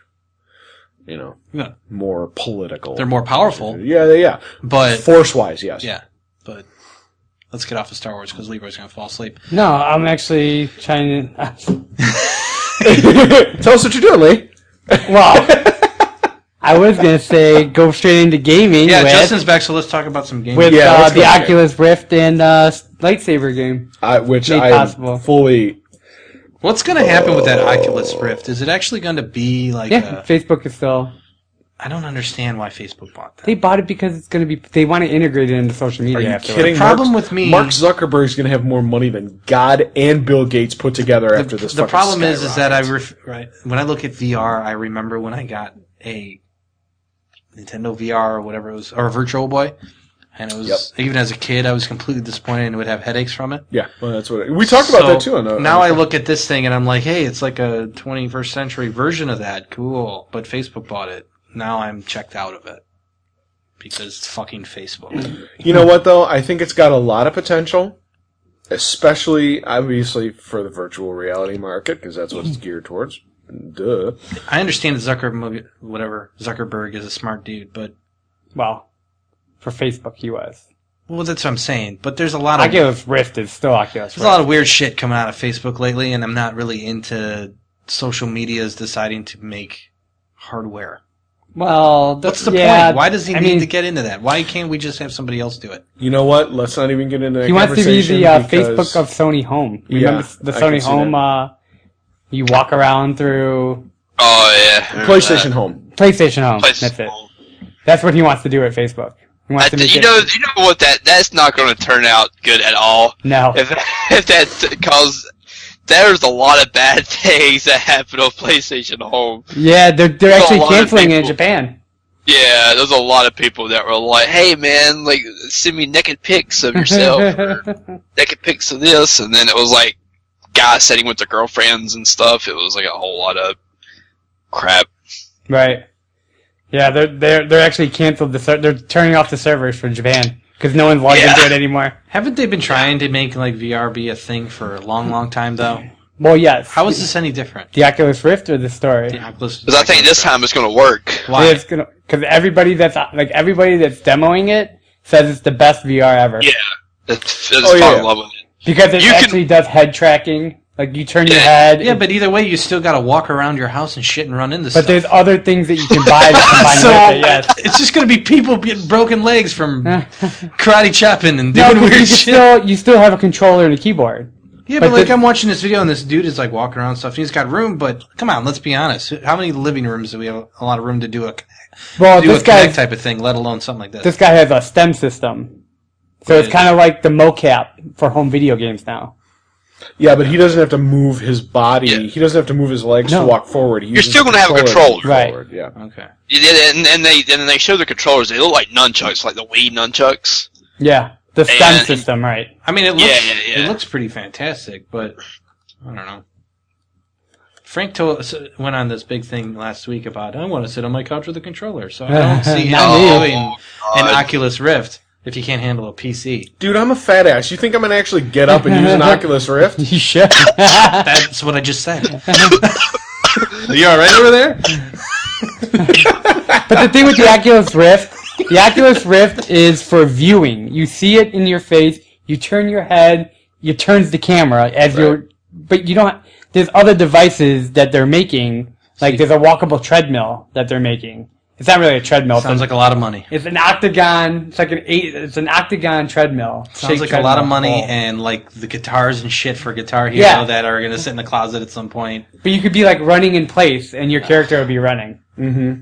Speaker 1: you know,
Speaker 3: Yeah.
Speaker 1: more political.
Speaker 3: They're more powerful,
Speaker 1: Yeah, yeah, yeah.
Speaker 3: but
Speaker 1: Force wise, yes.
Speaker 3: yeah, but let's get off of Star Wars because Leroy's gonna fall asleep.
Speaker 5: No, I'm actually trying to.
Speaker 1: Tell us what you're doing, Lee.
Speaker 5: Well, I was gonna say go straight into gaming.
Speaker 3: Yeah,
Speaker 5: with,
Speaker 3: Justin's back, so let's talk about some games.
Speaker 5: with
Speaker 1: Yeah,
Speaker 5: uh,
Speaker 1: let's go
Speaker 5: the
Speaker 1: straight.
Speaker 5: Oculus Rift and uh, lightsaber game.
Speaker 1: I, which
Speaker 5: Made
Speaker 1: I
Speaker 5: possible.
Speaker 1: fully.
Speaker 3: What's going to happen with that Oculus Rift? Is it actually going to be like
Speaker 5: Yeah,
Speaker 3: a,
Speaker 5: Facebook is still.
Speaker 3: I don't understand why Facebook bought that.
Speaker 5: They bought it because it's gonna be. They want to integrate it into social media.
Speaker 1: Are you
Speaker 5: afterwards.
Speaker 1: kidding?
Speaker 3: problem
Speaker 1: Mark,
Speaker 3: with me-
Speaker 1: Mark Zuckerberg's going to have more money than God and Bill Gates put together after
Speaker 3: the
Speaker 1: this.
Speaker 3: the
Speaker 1: fucking
Speaker 3: problem is is that I
Speaker 1: skyrocket.
Speaker 3: ref, right, when I look at VR, I remember when I got a Nintendo VR or whatever it was or a Virtual Boy and it was even as a kid I was completely disappointed and would have headaches from it.
Speaker 1: yeah, well, that's what we talked about
Speaker 3: So,
Speaker 1: that too. On a,
Speaker 3: now
Speaker 1: on
Speaker 3: I
Speaker 1: a-
Speaker 3: look at this thing and I'm like, hey, it's like a 21st century version of that. Cool. But Facebook bought it. Now I'm checked out of it. Because it's fucking Facebook.
Speaker 1: you know what though? I think it's got a lot of potential, especially obviously for the virtual reality market because that's what it's geared towards. Duh.
Speaker 3: I understand Zuckerberg, whatever, Zuckerberg is a smart dude, but,
Speaker 5: Well, for Facebook, he was.
Speaker 3: well, that's what I'm saying. But there's a lot of,
Speaker 5: Oculus Rift is still Oculus
Speaker 3: there's a lot
Speaker 5: Rift.
Speaker 3: of weird shit coming out of Facebook lately and I'm not really into social media's deciding to make hardware.
Speaker 5: Well,
Speaker 3: What's the
Speaker 5: yeah,
Speaker 3: point? Why does he
Speaker 5: I
Speaker 3: need
Speaker 5: mean,
Speaker 3: to get into that? Why can't we just have somebody else do it?
Speaker 1: You know what? Let's not even get into. That
Speaker 5: He wants to be the uh,
Speaker 1: conversation because-
Speaker 5: Facebook of Sony Home.
Speaker 1: Yeah,
Speaker 5: Remember the
Speaker 1: I can
Speaker 5: Sony
Speaker 1: see
Speaker 5: Home?
Speaker 1: that.
Speaker 5: Uh, you walk around through
Speaker 4: Oh yeah, I remember
Speaker 1: PlayStation
Speaker 4: that.
Speaker 1: Home.
Speaker 5: PlayStation Home. That's it.
Speaker 4: PlayStation.
Speaker 5: That's what he wants to do at Facebook. He wants
Speaker 4: I
Speaker 5: to
Speaker 4: th-
Speaker 5: make
Speaker 4: you
Speaker 5: it-
Speaker 4: know, you know what? That that's not going to turn out good at all.
Speaker 5: no.
Speaker 4: If if that cause there's a lot of bad things that happen on PlayStation Home.
Speaker 5: Yeah, they're they're
Speaker 4: There's a
Speaker 5: actually
Speaker 4: lot of
Speaker 5: canceling it in
Speaker 4: people-
Speaker 5: Japan.
Speaker 4: Yeah, there's a lot of people that were like, "Hey man, like send me naked pics of yourself, or naked pics of this," and then it was like guys sitting with their girlfriends and stuff. It was like a whole lot of crap.
Speaker 5: right. Yeah, they're they're they're actually canceled. The ser- they're turning off the servers for Japan because no one's logged
Speaker 4: Yeah.
Speaker 5: into it anymore.
Speaker 3: Haven't they been trying to make like VR be a thing for a long, long time though?
Speaker 5: Well, yes.
Speaker 3: How is this any different?
Speaker 5: the Oculus Rift or the story?
Speaker 3: The Oculus-
Speaker 4: Because I think this time it's going to work.
Speaker 3: Why?
Speaker 5: It's gonna because everybody that's like everybody that's demoing it says it's the best VR ever.
Speaker 4: Yeah, it's, it's
Speaker 1: Oh, yeah.
Speaker 4: fun in love with it.
Speaker 5: Because it
Speaker 4: You can-
Speaker 5: actually does head tracking. Like you turn your
Speaker 4: Yeah.
Speaker 5: head.
Speaker 3: Yeah, but either way, you still got to walk around your house and shit and run into
Speaker 5: but
Speaker 3: stuff.
Speaker 5: there's other things that you can buy that combine with it. Yes.
Speaker 3: it's just going to be people getting broken legs from karate chopping and doing
Speaker 5: No, but you
Speaker 3: weird
Speaker 5: can
Speaker 3: shit.
Speaker 5: still you still have a controller and a keyboard.
Speaker 3: yeah, but,
Speaker 5: but
Speaker 3: like
Speaker 5: the-
Speaker 3: I'm watching this video and this dude is like walking around and stuff. And he's got room, but come on, let's be honest. How many living rooms do we have? A lot of room to do a
Speaker 5: Well,
Speaker 3: do a
Speaker 5: this guy
Speaker 3: connect type of thing, let alone something like this.
Speaker 5: this guy has a STEM system, so it's
Speaker 3: Yeah.
Speaker 5: kind of like the mocap for home video games now.
Speaker 1: Yeah, but he doesn't have to move his body.
Speaker 4: Yeah.
Speaker 1: He doesn't have to move his legs
Speaker 5: No.
Speaker 1: to walk forward. He
Speaker 4: You're still going to have a controller.
Speaker 5: Right.
Speaker 1: Yeah.
Speaker 3: okay.
Speaker 4: Yeah, And, and they and they show the controllers. They look like nunchucks, like the Wii nunchucks.
Speaker 5: Yeah, the STEM
Speaker 4: And-
Speaker 5: system, right?
Speaker 3: I mean, it looks
Speaker 4: Yeah, yeah, yeah.
Speaker 3: it looks pretty fantastic, but I don't know. Frank told, s- went on this big thing last week about I want to sit on my couch with a controller, so I don't see him
Speaker 5: Not
Speaker 4: Oh,
Speaker 5: me.
Speaker 3: doing
Speaker 4: uh,
Speaker 3: an
Speaker 4: God.
Speaker 3: Oculus Rift if you can't handle a PC.
Speaker 1: Dude, I'm a fat ass. You think I'm gonna actually get up and use an Oculus Rift?
Speaker 5: You should.
Speaker 3: That's what I just said.
Speaker 1: Are you all right over there?
Speaker 5: but the thing with the Oculus Rift, the Oculus Rift is for viewing. You see it in your face. You turn your head. You turns the camera as you're, but you don't. There's other devices that they're making. Like there's a walkable treadmill that they're making. It's not really a treadmill. It's,
Speaker 3: Sounds
Speaker 5: like
Speaker 3: like a lot of money.
Speaker 5: it's an octagon. It's like an eight. It's an octagon treadmill.
Speaker 3: Sounds
Speaker 5: Shake
Speaker 3: like a lot
Speaker 5: treadmill.
Speaker 3: of money and like the guitars and shit for Guitar Hero
Speaker 5: Yeah.
Speaker 3: that are gonna sit in the closet at some point.
Speaker 5: but you could be like running in place, and your character would be running.
Speaker 1: Mm-hmm.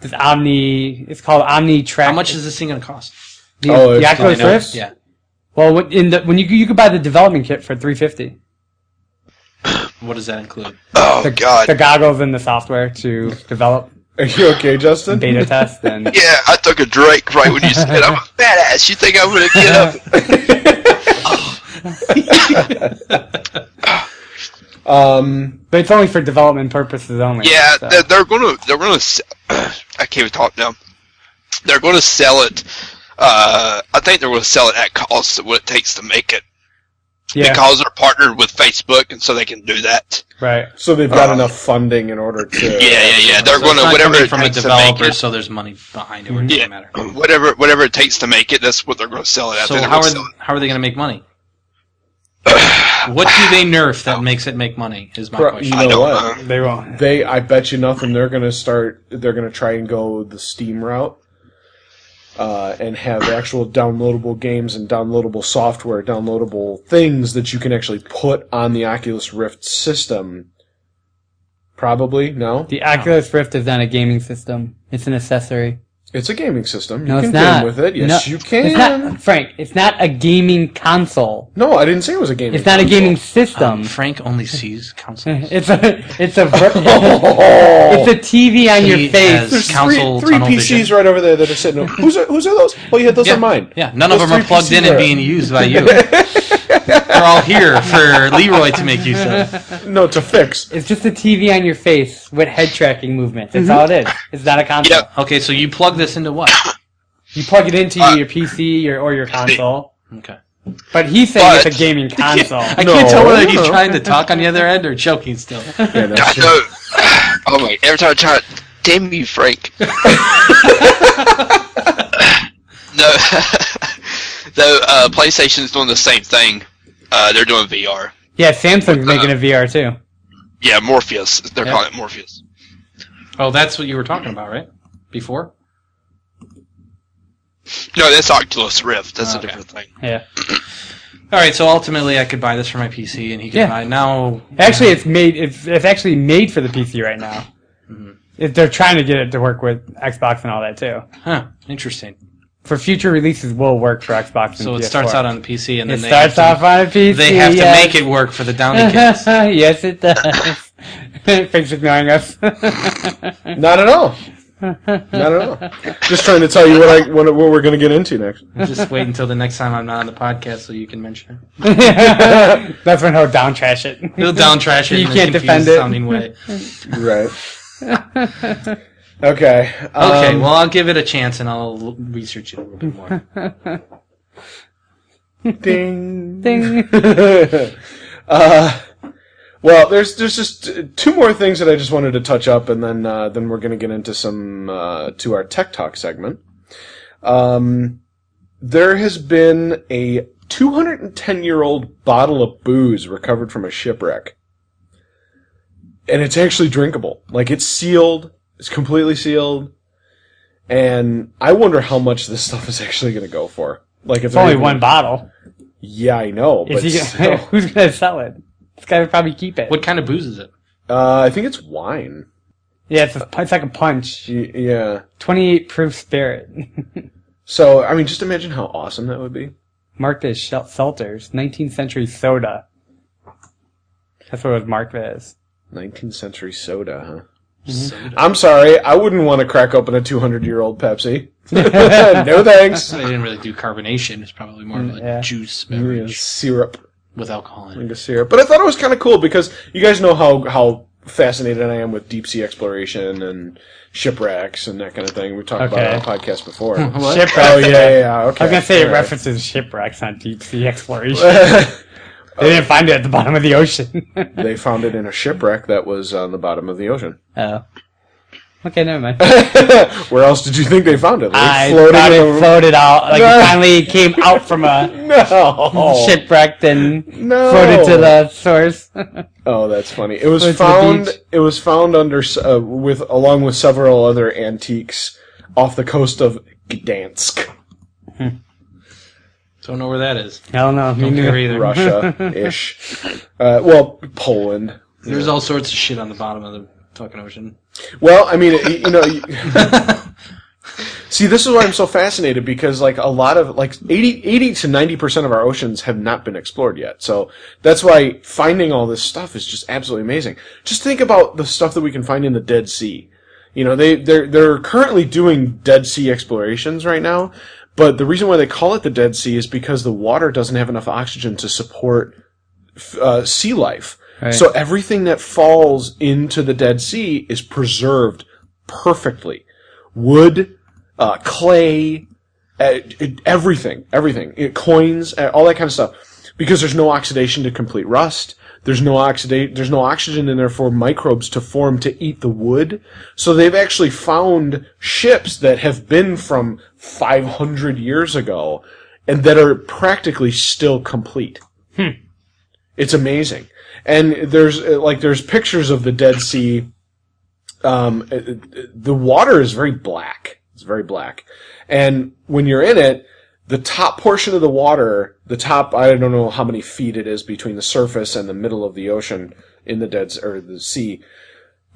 Speaker 5: This omni. It's called omni track.
Speaker 3: How much is this thing gonna cost?
Speaker 5: the,
Speaker 1: Oh,
Speaker 5: the
Speaker 1: it's-
Speaker 5: Oculus
Speaker 3: Do they know?
Speaker 5: Rift?
Speaker 3: Yeah.
Speaker 5: Well, what- in the, when you you could buy the development kit for three fifty.
Speaker 3: What does that include?
Speaker 4: Oh
Speaker 5: The,
Speaker 4: god.
Speaker 5: the goggles and the software to develop,
Speaker 1: Are you okay, Justin?
Speaker 5: beta test, and
Speaker 4: yeah, I took a drink right when you said I'm a fat ass. You think I'm gonna get up?
Speaker 1: Um,
Speaker 5: but it's only for development purposes only.
Speaker 4: Yeah,
Speaker 5: so.
Speaker 4: they're, they're gonna they're gonna. s- I can't even talk now. They're gonna sell it. Uh, I think they're gonna sell it at cost of what it takes to make it
Speaker 5: yeah,
Speaker 4: because they're partnered with Facebook, and so they can do that.
Speaker 5: right.
Speaker 1: so they've
Speaker 4: Uh.
Speaker 1: got enough funding in order to.
Speaker 4: Yeah, yeah, yeah. They're
Speaker 3: So it's
Speaker 4: gonna
Speaker 3: not
Speaker 4: whatever
Speaker 3: coming
Speaker 4: it
Speaker 3: from a
Speaker 4: takes to make
Speaker 3: developer,
Speaker 4: it.
Speaker 3: so there's money behind it. Where it
Speaker 4: Yeah,
Speaker 3: doesn't matter.
Speaker 4: whatever whatever it takes to make it. That's what they're gonna sell it at.
Speaker 3: So
Speaker 4: They're
Speaker 3: how
Speaker 4: gonna
Speaker 3: are
Speaker 4: sell it.
Speaker 3: how are they gonna make money? what do they nerf that makes it make money? Is my
Speaker 1: Bro,
Speaker 3: question.
Speaker 1: you
Speaker 4: I
Speaker 1: know
Speaker 4: don't
Speaker 1: what?
Speaker 4: know.
Speaker 5: They won't.
Speaker 1: They, I bet you nothing. They're gonna start. They're gonna try and go the Steam route, uh, and have actual downloadable games and downloadable software, downloadable things that you can actually put on the Oculus Rift system. Probably no.
Speaker 5: The
Speaker 3: Oh.
Speaker 5: Oculus Rift is not a gaming system. It's an accessory.
Speaker 1: It's a gaming system. You
Speaker 5: No,
Speaker 1: can
Speaker 5: it's not.
Speaker 1: game with it. Yes,
Speaker 5: No,
Speaker 1: you can.
Speaker 5: It's not, Frank. It's not a gaming console.
Speaker 1: no, I didn't say it was a gaming.
Speaker 5: It's not a
Speaker 1: console.
Speaker 5: gaming system.
Speaker 3: Um, Frank only sees consoles.
Speaker 5: it's a it's a vir-
Speaker 1: Oh,
Speaker 5: it's a TV on
Speaker 3: He
Speaker 5: your face.
Speaker 3: has-
Speaker 1: There's
Speaker 3: console
Speaker 1: three, three
Speaker 3: Oh, tunnel
Speaker 1: PCs
Speaker 3: vision.
Speaker 1: right over there that are sitting. Who's are, whose are those? Oh, yeah, those
Speaker 3: yeah,
Speaker 1: are mine.
Speaker 3: Yeah, none of
Speaker 1: Those
Speaker 3: them are
Speaker 1: three
Speaker 3: plugged in
Speaker 1: PCs
Speaker 3: and
Speaker 1: are-
Speaker 3: being used by you. They're all here for Leroy to make use of.
Speaker 1: No, to fix.
Speaker 5: It's just a TV on your face with head tracking movements. That's
Speaker 3: Mm-hmm.
Speaker 5: all it is. It's not a console.
Speaker 4: Yep.
Speaker 3: Okay, so you plug this into what?
Speaker 5: You plug it into
Speaker 4: Uh,
Speaker 5: your PC your, or your console.
Speaker 3: Okay.
Speaker 5: But he's saying
Speaker 4: But-
Speaker 5: it's a gaming console.
Speaker 3: I
Speaker 1: No,
Speaker 3: can't tell whether he's
Speaker 1: no.
Speaker 3: trying to talk on the other end or choking still.
Speaker 1: Yeah, that's
Speaker 4: I
Speaker 1: true.
Speaker 4: know. oh my! Every time I try, it- damn you, Frank. no, though uh, PlayStation is doing the same thing. Uh, they're doing VR.
Speaker 5: yeah,
Speaker 4: Uh-huh.
Speaker 5: Samsung's making a VR too.
Speaker 4: Yeah, Morpheus. They're
Speaker 3: Yeah.
Speaker 4: calling it Morpheus.
Speaker 3: Oh, that's what you were talking about, right? Before?
Speaker 4: No, that's Oculus Rift. That's
Speaker 3: Okay.
Speaker 4: a different thing.
Speaker 5: Yeah.
Speaker 3: All right, so ultimately I could buy this for my PC and he could
Speaker 5: Yeah.
Speaker 3: buy now.
Speaker 5: Actually, it's made. It's, it's actually made for the PC right now.
Speaker 3: Mm-hmm.
Speaker 5: It, they're trying to get it to work with Xbox and all that too.
Speaker 3: Huh, interesting.
Speaker 5: For future releases, will work for Xbox. And
Speaker 3: So it starts out on the PC and
Speaker 5: It
Speaker 3: then they
Speaker 5: starts
Speaker 3: have
Speaker 5: off
Speaker 3: to,
Speaker 5: on a PC.
Speaker 3: they have
Speaker 5: yes.
Speaker 3: to make it work for the Downey kids.
Speaker 5: yes, it does. Thanks for ignoring us.
Speaker 1: Not at all. Not at all. Just trying to tell you what I what, what we're going to get into next.
Speaker 3: Just wait until the next time I'm not on the podcast so you can mention it.
Speaker 5: That's when he'll down trash it.
Speaker 3: He'll down trash it.
Speaker 5: You
Speaker 3: in
Speaker 5: can't
Speaker 3: a
Speaker 5: defend
Speaker 3: confused
Speaker 5: it. Um,
Speaker 3: Sounding way.
Speaker 1: Right. Okay. um,
Speaker 3: Okay, well I'll give it a chance and I'll l- research it a little bit more.
Speaker 1: Ding.
Speaker 5: Ding.
Speaker 1: uh, well, there's there's just uh, two more things that I just wanted to touch up, and then uh, then we're going to get into some uh, to our tech talk segment. Um, there has been a 210 year old bottle of booze recovered from a shipwreck, and it's actually drinkable. Like it's sealed, it's completely sealed, and I wonder how much this stuff is actually going to go for. Like if
Speaker 5: It's only one bottle.
Speaker 1: yeah, I know.
Speaker 5: Is
Speaker 1: But
Speaker 5: he
Speaker 1: still,
Speaker 5: gonna, who's gonna sell it? This guy would probably keep it.
Speaker 3: what kind of booze is it?
Speaker 1: uh, I think it's wine.
Speaker 5: Yeah, it's, a, it's like a punch.
Speaker 1: Y- yeah.
Speaker 5: Twenty-eight proof spirit.
Speaker 1: So I mean, just imagine how awesome that would be.
Speaker 5: marked as shel- seltzers, nineteenth century soda. That's what it was marked as.
Speaker 1: 19th century soda, huh?
Speaker 5: Mm-hmm.
Speaker 1: I'm sorry, I wouldn't want to crack open a 200 year old Pepsi. no thanks.
Speaker 3: They didn't really do carbonation. It's probably more of a
Speaker 5: yeah.
Speaker 3: juice
Speaker 1: Yeah,
Speaker 3: beverage
Speaker 1: syrup,
Speaker 3: with alcohol in
Speaker 1: like
Speaker 3: it.
Speaker 1: a syrup. But I thought it was kind of cool because you guys know how how fascinated I am with deep sea exploration and shipwrecks and that kind of thing. We talked about it on the podcast before. oh
Speaker 3: What?
Speaker 5: Shipwrecks.
Speaker 1: yeah, yeah, yeah. Okay.
Speaker 5: I was gonna say it
Speaker 1: All right.
Speaker 5: references shipwrecks on deep sea exploration. they didn't find it at the bottom of the ocean.
Speaker 1: they found it in a shipwreck that was on the bottom of the ocean.
Speaker 5: oh. Okay, never mind.
Speaker 2: Where else did you think they found it? Like
Speaker 5: I
Speaker 2: floating
Speaker 5: thought
Speaker 2: in
Speaker 5: it
Speaker 2: a-
Speaker 5: floated out. Like it finally came out from a Oh.
Speaker 2: no.
Speaker 5: shipwrecked and
Speaker 2: No.
Speaker 5: floated to the source.
Speaker 2: Oh, that's funny. It was
Speaker 5: Went to the
Speaker 2: found.
Speaker 5: beach.
Speaker 2: It was found under s- uh, with along with several other antiques off the coast of Gdansk,
Speaker 3: Don't know where that is.
Speaker 5: Hell no, me
Speaker 3: Don't care
Speaker 5: neither.
Speaker 3: either.
Speaker 2: Russia ish. Uh, well, Poland.
Speaker 3: There's all sorts of shit on the bottom of the fucking ocean.
Speaker 2: Well, I mean, it, you know. you- See, this is why I'm so fascinated because, like, a lot of like 80, 80 to ninety percent of our oceans have not been explored yet. So that's why finding all this stuff is just absolutely amazing. Just think about the stuff that we can find in the Dead Sea. You know, they they're they're currently doing Dead Sea explorations right now, but the reason why they call it the Dead Sea is because the water doesn't have enough oxygen to support uh, sea life.
Speaker 5: Right.
Speaker 2: So everything that falls into the Dead Sea is preserved perfectly. Wood, uh, clay, uh, it- everything, everything, It- coins, uh, all that kind of stuff. Because there's no oxidation to complete rust. There's no oxidate. There's no oxygen in there for microbes to form to eat the wood. So they've actually found ships that have been from 500 years ago, and that are practically still complete. It's amazing. And there's uh, like there's pictures of the Dead Sea. Um, uh, uh, the water is very black. It's very black. And when you're in it, the top portion of the water, the top I don't know how many feet it is between the surface and the middle of the ocean in the dead s- or the sea,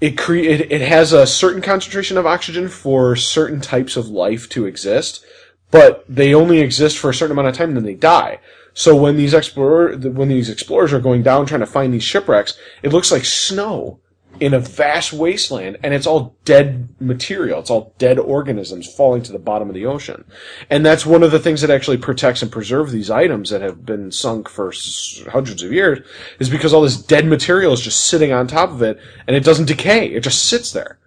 Speaker 2: it cre- it, it has a certain concentration of oxygen for certain types of life to exist, but they only exist for a certain amount of time, then they die. So when these explorer, the- when these explorers are going down trying to find these shipwrecks, it looks like snow in a vast wasteland, and it's all dead material. It's all dead organisms falling to the bottom of the ocean, and that's one of the things that actually protects and preserves these items that have been sunk for s- hundreds of years, is because all this dead material is just sitting on top of it, and it doesn't decay. It just sits there,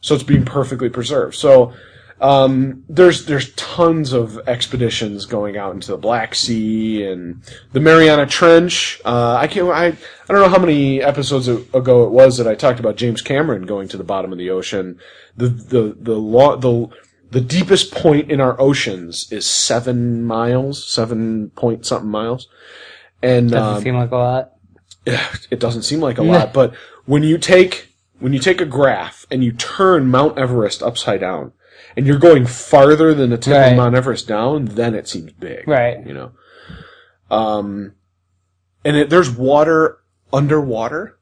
Speaker 2: so it's being perfectly preserved. So um, there's there's tons of expeditions going out into the Black Sea and the Mariana Trench. Uh, I can't I, I don't know how many episodes a- ago it was that I talked about James Cameron going to the bottom of the ocean. The the the lo- the the deepest point in our oceans is seven miles, seven point something miles, and
Speaker 5: Doesn't
Speaker 2: um,
Speaker 5: seem like a lot.
Speaker 2: it doesn't seem like a lot, but when you take when you take a graph and you turn Mount Everest upside down, and you're going farther than the tip
Speaker 5: Right.
Speaker 2: of Mount Everest down, then it seems big,
Speaker 5: Right.
Speaker 2: You know, um, and it, there's water underwater.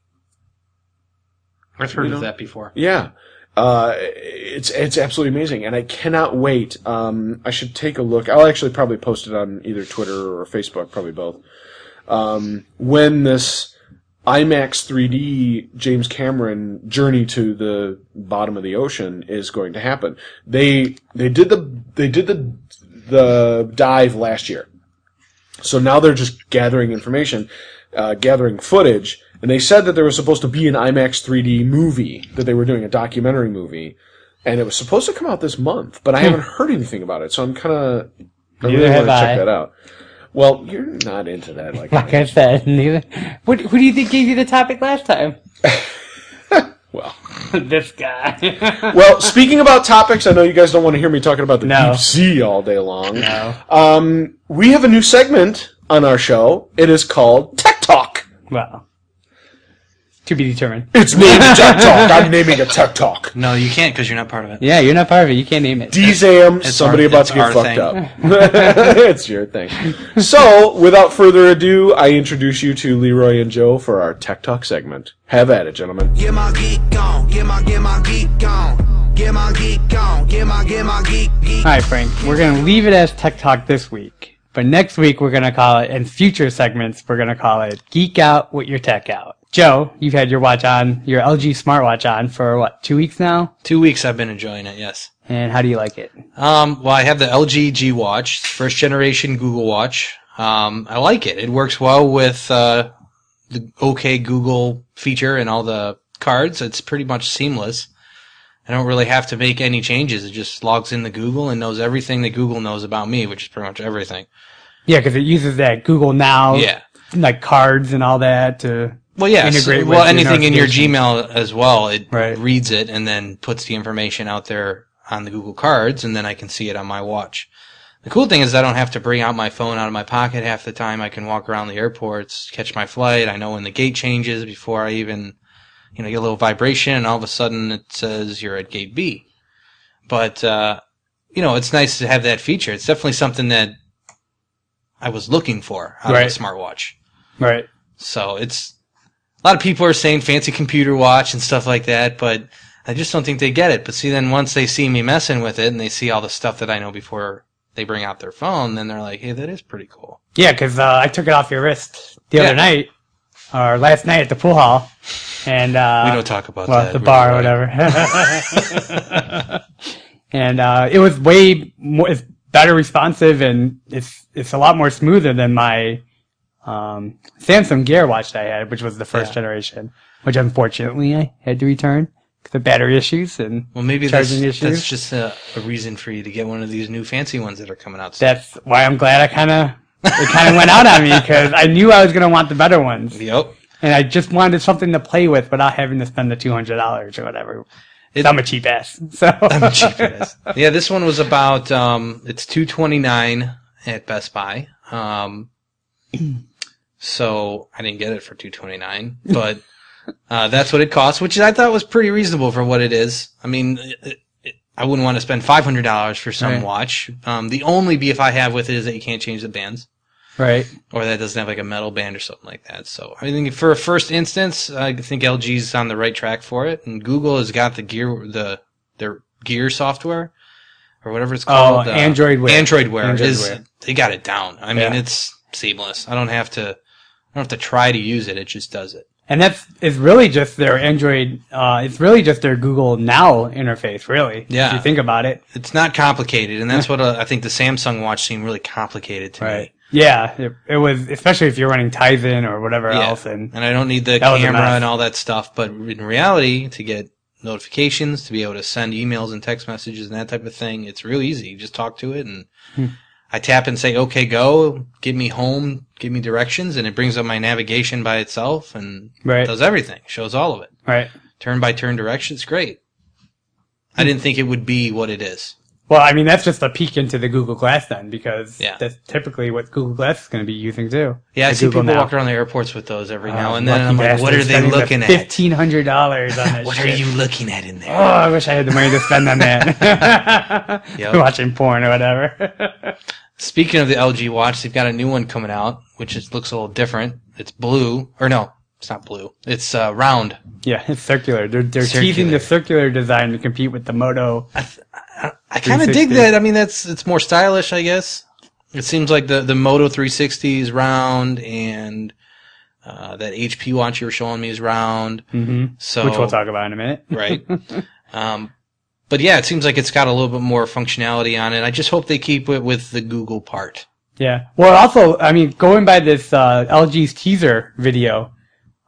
Speaker 3: I've heard of that before.
Speaker 2: Yeah. Uh, it's it's absolutely amazing, and I cannot wait. Um, I should take a look. I'll actually probably post it on either Twitter or Facebook, probably both. Um, when this IMAX 3D James Cameron journey to the bottom of the ocean is going to happen, they they did the they did the the dive last year. So now they're just gathering information, uh, gathering footage, and they said that there was supposed to be an IMAX 3D movie that they were doing a documentary movie, and it was supposed to come out this month, but I haven't heard anything about it, so I'm kind of I really want
Speaker 5: Hmm. Neither
Speaker 2: to
Speaker 5: have
Speaker 2: check
Speaker 5: I.
Speaker 2: that out. Well, you're not into that, like,
Speaker 5: Like I said, neither. What, who do you think gave you the topic last time?
Speaker 2: well.
Speaker 5: this guy.
Speaker 2: Well, speaking about topics, I know you guys don't want to hear me talking about the
Speaker 5: No.
Speaker 2: deep sea all day long.
Speaker 5: no.
Speaker 2: Um, we have a new segment on our show. It is called Tech Talk.
Speaker 5: Well, to be determined.
Speaker 2: It's named Tech Talk. I'm naming it Tech Talk.
Speaker 3: No, you can't because you're not part of it.
Speaker 5: Yeah, you're not part of it. You can't name it.
Speaker 2: DZAM,
Speaker 3: It's
Speaker 2: somebody
Speaker 3: our-
Speaker 2: about
Speaker 3: it's
Speaker 2: to get
Speaker 3: our
Speaker 2: fucked
Speaker 3: thing.
Speaker 2: up. it's your thing. So, without further ado, I introduce you to Leroy and Joe for our Tech Talk segment. Have at it, gentlemen.
Speaker 7: Get my geek on, get my get my geek on, get my geek on, get my get my geek geek.
Speaker 5: All right, Frank. We're gonna leave it as Tech Talk this week, but next week we're gonna call it, and future segments we're gonna call it Geek Out with Your Tech Out. Joe, you've had your watch on, your LG smartwatch on for what, two weeks now?
Speaker 3: Two weeks I've been enjoying it. Yes.
Speaker 5: And how do you like it?
Speaker 3: Um, well, I have the LG G Watch, first generation Google Watch. Um, I like it. It works well with uh, the OK Google feature and all the cards. It's pretty much seamless. I don't really have to make any changes. It just logs into Google and knows everything that Google knows about me, which is pretty much everything.
Speaker 5: Oh. Yeah, because it uses that Google Now,
Speaker 3: Yeah.
Speaker 5: like cards and all that to
Speaker 3: Well, yeah. so-
Speaker 5: integrate
Speaker 3: well,
Speaker 5: with your
Speaker 3: anything in your Gmail as well, it
Speaker 5: Right.
Speaker 3: reads it and then puts the information out there on the Google Cards, and then I can see it on my watch. The cool thing is I don't have to bring out my phone out of my pocket half the time. I can walk around the airports, catch my flight. I know when the gate changes before I even, you know, get a little vibration, and all of a sudden it says you're at gate B. But uh, you know, it's nice to have that feature. It's definitely something that I was looking for out of
Speaker 5: Right.
Speaker 3: a smartwatch.
Speaker 5: Right.
Speaker 3: So it's a lot of people are saying fancy computer watch and stuff like that, but I just don't think they get it. But see, then once they see me messing with it and they see all the stuff that I know before they bring out their phone, then they're like, "Hey, that is pretty cool."
Speaker 5: Yeah, because uh, I took it off your wrist the
Speaker 3: Yeah.
Speaker 5: other night or last night at the pool hall, and uh,
Speaker 3: We don't talk about
Speaker 5: well,
Speaker 3: that.
Speaker 5: the
Speaker 3: We
Speaker 5: bar or
Speaker 3: don't-
Speaker 5: whatever. and uh, it was way more, it's better responsive, and it's it's a lot more smoother than my um, Samsung Gear watch that I had, which was the first
Speaker 3: Yeah.
Speaker 5: generation, which unfortunately I had to return because of battery issues, and
Speaker 3: Well, maybe that's,
Speaker 5: Charging issues?
Speaker 3: that's just a, a reason for you to get one of these new fancy ones that are coming out. soon.
Speaker 5: that's why I'm glad I kind of. it kind of went out on me because I knew I was going to want the better ones,
Speaker 3: Yep.
Speaker 5: and I just wanted something to play with without having to spend the two hundred dollars or whatever.
Speaker 3: It-
Speaker 5: I'm a cheap ass, so
Speaker 3: I'm cheap ass. Yeah, this one was about um it's 229 at Best Buy. Um so I didn't get it for 229, but uh that's what it costs, which I thought was pretty reasonable for what it is. I mean, it, it, I wouldn't want to spend $500 for some
Speaker 5: Right.
Speaker 3: watch. Um the only beef I have with it is that you can't change the bands
Speaker 5: right.
Speaker 3: or that doesn't have like a metal band or something like that. So I think for a first instance, I think LG's on the right track for it, and Google has got the gear, the their gear software or whatever it's
Speaker 5: Oh,
Speaker 3: called. uh,
Speaker 5: Android Wear.
Speaker 3: Android Wear
Speaker 5: Android
Speaker 3: is
Speaker 5: Wear.
Speaker 3: they got it down. I mean,
Speaker 5: Yeah.
Speaker 3: it's seamless. I don't have to, I don't have to try to use it. It just does it.
Speaker 5: And that's it's really just their Android. Uh, it's really just their Google Now interface, really.
Speaker 3: Yeah.
Speaker 5: If you think about it,
Speaker 3: It's not complicated, and that's what uh, I think the Samsung watch seemed really complicated to me.
Speaker 5: Yeah, it, it was especially if you're running Tizen or whatever
Speaker 3: Yeah.
Speaker 5: else, and
Speaker 3: and I don't need the
Speaker 5: That was a
Speaker 3: camera
Speaker 5: mess.
Speaker 3: and all that stuff. But in reality, to get notifications, to be able to send emails and text messages and that type of thing, it's real easy. You just talk to it and
Speaker 5: Hmm.
Speaker 3: I tap and say, okay, go, give me home, give me directions. And it brings up my navigation by itself and
Speaker 5: Right.
Speaker 3: does everything, shows all of it.
Speaker 5: right.
Speaker 3: Turn by turn directions, great. I didn't think it would be what it is.
Speaker 5: Well, I mean that's just a peek into the Google Glass then, because
Speaker 3: Yeah.
Speaker 5: that's typically what Google Glass is going to be using too.
Speaker 3: Yeah, I
Speaker 5: The
Speaker 3: see
Speaker 5: Google
Speaker 3: people
Speaker 5: Now.
Speaker 3: walk around the airports with those every
Speaker 5: Uh,
Speaker 3: now and then.
Speaker 5: lucky
Speaker 3: and I'm like,
Speaker 5: bastard
Speaker 3: what are they
Speaker 5: spending the
Speaker 3: looking at?
Speaker 5: Fifteen hundred dollars on that.
Speaker 3: What are
Speaker 5: shit.
Speaker 3: you looking at in there?
Speaker 5: Oh, I wish I had the money to spend on that.
Speaker 3: Yep.
Speaker 5: Watching porn or whatever.
Speaker 3: Speaking of the LG watch, they've got a new one coming out, which is, looks a little different. It's blue, or no, it's not blue. It's uh, round.
Speaker 5: yeah, it's circular. They're they're
Speaker 3: Circular.
Speaker 5: teasing the circular design to compete with the Moto.
Speaker 3: I kind of dig
Speaker 5: 360.
Speaker 3: that. I mean, that's it's more stylish, I guess. It seems like the the Moto 360 is round, and uh, that HP watch you were showing me is round.
Speaker 5: Mhm.
Speaker 3: So
Speaker 5: which we'll talk about in a minute.
Speaker 3: right? um, but yeah, it seems like it's got a little bit more functionality on it. I just hope they keep it with the Google part.
Speaker 5: Yeah. Well, also, I mean, going by this uh, LG's teaser video,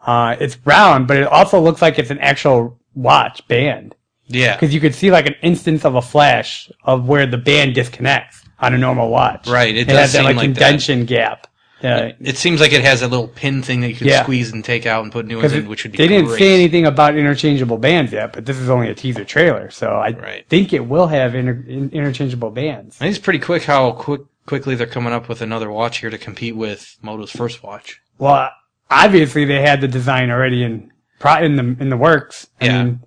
Speaker 5: uh, it's round, but it also looks like it's an actual watch band
Speaker 3: Yeah,
Speaker 5: because you could see like an instance of a flash of where the band disconnects on a normal watch.
Speaker 3: Right, it
Speaker 5: It,
Speaker 3: does
Speaker 5: has that
Speaker 3: seem
Speaker 5: like,
Speaker 3: like that.
Speaker 5: indention gap. Yeah.
Speaker 3: it seems like it has that little pin thing that you can
Speaker 5: Yeah.
Speaker 3: squeeze and take out and put new ones
Speaker 5: Because
Speaker 3: in, which would be
Speaker 5: they didn't
Speaker 3: great.
Speaker 5: say anything about interchangeable bands yet, but this is only a teaser trailer, so I
Speaker 3: Right.
Speaker 5: think it will have inter- in- interchangeable bands.
Speaker 3: I think it's pretty quick how quick quickly they're coming up with another watch here to compete with Moto's first watch.
Speaker 5: Well, obviously they had the design already in pro- in the in the works. I
Speaker 3: Yeah.
Speaker 5: mean,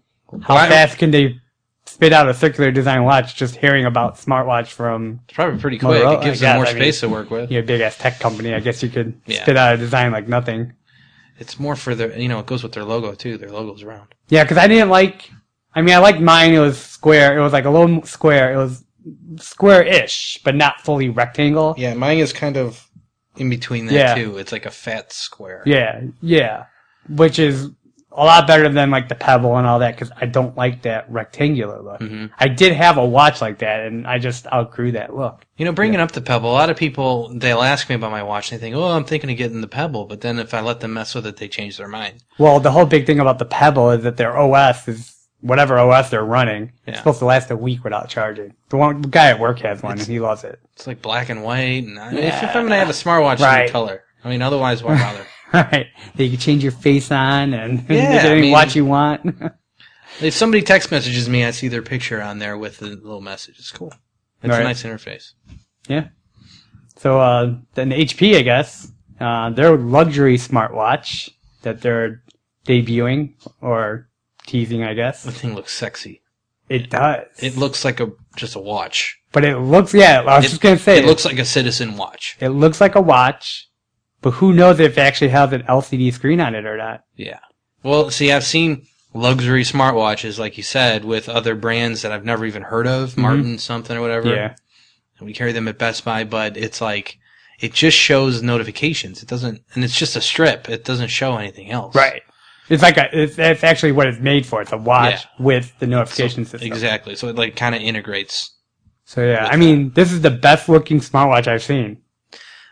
Speaker 5: how
Speaker 3: Why-
Speaker 5: fast can they spit out a circular design watch? Just hearing about smartwatch from
Speaker 3: It's probably pretty quick.
Speaker 5: Motorola,
Speaker 3: it gives
Speaker 5: I
Speaker 3: them more
Speaker 5: guess, I
Speaker 3: space to work with.
Speaker 5: you know, big ass tech company, I guess you could
Speaker 3: Yeah.
Speaker 5: spit out a design like nothing.
Speaker 3: It's more for their, you know, it goes with their logo too. Their logo's round.
Speaker 5: Yeah, because I didn't like. I mean, I liked mine. It was square. It was like a little m- square. It was square-ish, but not fully rectangle.
Speaker 3: Yeah, mine is kind of in between that
Speaker 5: Yeah.
Speaker 3: too. It's like a fat square.
Speaker 5: Yeah, yeah. Which is a lot better than like the pebble and all that because I don't like that rectangular look.
Speaker 3: Mm-hmm.
Speaker 5: I did have a watch like that and I just outgrew that look.
Speaker 3: You know, bringing up the Pebble, a lot of people they'll ask me about my watch and they think, "Oh, I'm thinking of getting the Pebble," but then if I let them mess with it, they change their mind.
Speaker 5: Well, the whole big thing about the pebble is that their OS is whatever OS they're running.
Speaker 3: Yeah.
Speaker 5: It's supposed to last a week without charging. The one the guy at work has one and he loves it.
Speaker 3: It's like black and white, and I, if, if I'm gonna have a smartwatch, it's in
Speaker 5: Right.
Speaker 3: color. I mean, otherwise, why bother?
Speaker 8: Right. That you can change your face on and
Speaker 3: Yeah,
Speaker 8: get
Speaker 3: I
Speaker 8: any
Speaker 3: mean-
Speaker 8: watch you want.
Speaker 3: If somebody text messages me, I see their picture on there with the little message. It's cool. It's a
Speaker 8: Right.
Speaker 3: nice interface.
Speaker 8: yeah.
Speaker 5: So uh, then HP, I guess, uh, their luxury smartwatch that they're debuting or teasing, I
Speaker 3: The
Speaker 5: guess.
Speaker 3: thing looks sexy.
Speaker 5: It does,
Speaker 3: It looks like a just a watch.
Speaker 5: but it looks. Yeah, I was just gonna say
Speaker 3: it looks like a citizen watch.
Speaker 5: It looks like a watch, but who knows if it actually has an LCD screen on it or not?
Speaker 3: Yeah. Well, see, I've seen luxury smartwatches, like you said, with other brands that I've never even heard of, Martin something or whatever.
Speaker 5: Mm-hmm. Yeah.
Speaker 3: And we carry them at Best Buy, but it's like it just shows notifications. It doesn't, and it's just a strip. It doesn't show anything else.
Speaker 5: Right. It's like a. It's, that's actually what it's made for. It's a watch with the
Speaker 3: So-
Speaker 5: notification system.
Speaker 3: exactly. So it like kind of integrates.
Speaker 5: So yeah, I mean, this is the best looking smartwatch I've seen.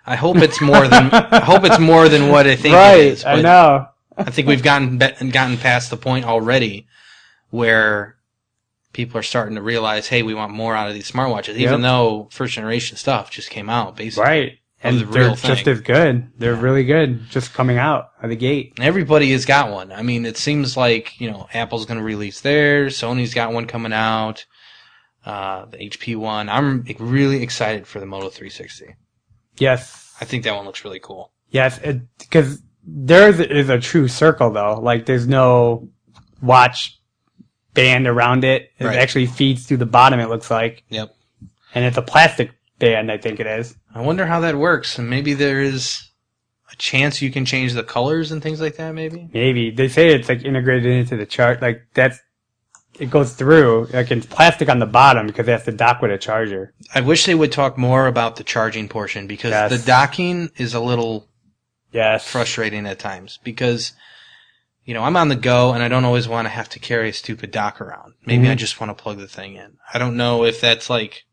Speaker 3: I hope it's more than I hope it's more than what I think it is.
Speaker 5: I
Speaker 3: but-
Speaker 5: know.
Speaker 3: I think we've gotten be- gotten past the point already where people are starting to realize, hey, we want more out of these smartwatches, even
Speaker 5: Yep.
Speaker 3: though first generation stuff just came out basically.
Speaker 5: Right. And
Speaker 3: the
Speaker 5: they're
Speaker 3: real thing.
Speaker 5: just as good. They're really good. Just coming out of the gate.
Speaker 3: And Everybody has got one. I mean, it seems like you know Apple's going to release theirs. Sony's got one coming out. Uh, the HP one. I'm really excited for the Moto 360.
Speaker 5: Yes.
Speaker 3: I think that one looks really cool.
Speaker 5: Yes. Because theirs is a true circle though. Like there's no watch band around it. It
Speaker 3: Right.
Speaker 5: actually feeds through the bottom. It looks like,
Speaker 3: Yep.
Speaker 5: and it's a plastic band. I think it is.
Speaker 3: I wonder how that works, and maybe there is a chance you can change the colors and things like that. Maybe.
Speaker 5: Maybe they say it's like integrated into the chart. Like that's. It goes through like it's plastic on the bottom because it has to dock with a charger.
Speaker 3: I wish they would talk more about the charging portion because
Speaker 5: Yes.
Speaker 3: the docking is a little
Speaker 5: Yes.
Speaker 3: frustrating at times because you know, I'm on the go and I don't always want to have to carry a stupid dock around. Maybe
Speaker 5: Mm-hmm.
Speaker 3: I just want to plug the thing in. I don't know if that's like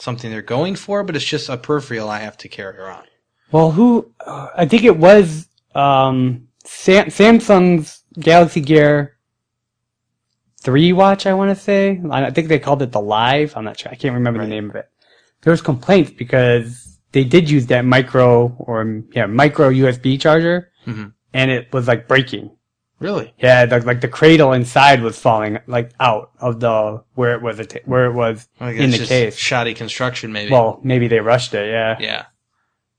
Speaker 3: something they're going for, but it's just a peripheral I have to carry around.
Speaker 5: Well, who? Uh, I think it was um, Sam- Samsung's Galaxy Gear Three watch. I want to say. I I think they called it the Live. I'm not sure. I can't remember the name of it. There was complaints because they did use that micro or um, yeah micro USB charger,
Speaker 3: Mhm.
Speaker 5: and it was like breaking.
Speaker 3: Really?
Speaker 5: Yeah, the, like the cradle inside was falling like out of the where it was atta- where it was
Speaker 3: I think
Speaker 5: in
Speaker 3: that's
Speaker 5: the
Speaker 3: just
Speaker 5: case.
Speaker 3: Shoddy construction maybe.
Speaker 5: Well, maybe they rushed it. Yeah,
Speaker 3: yeah.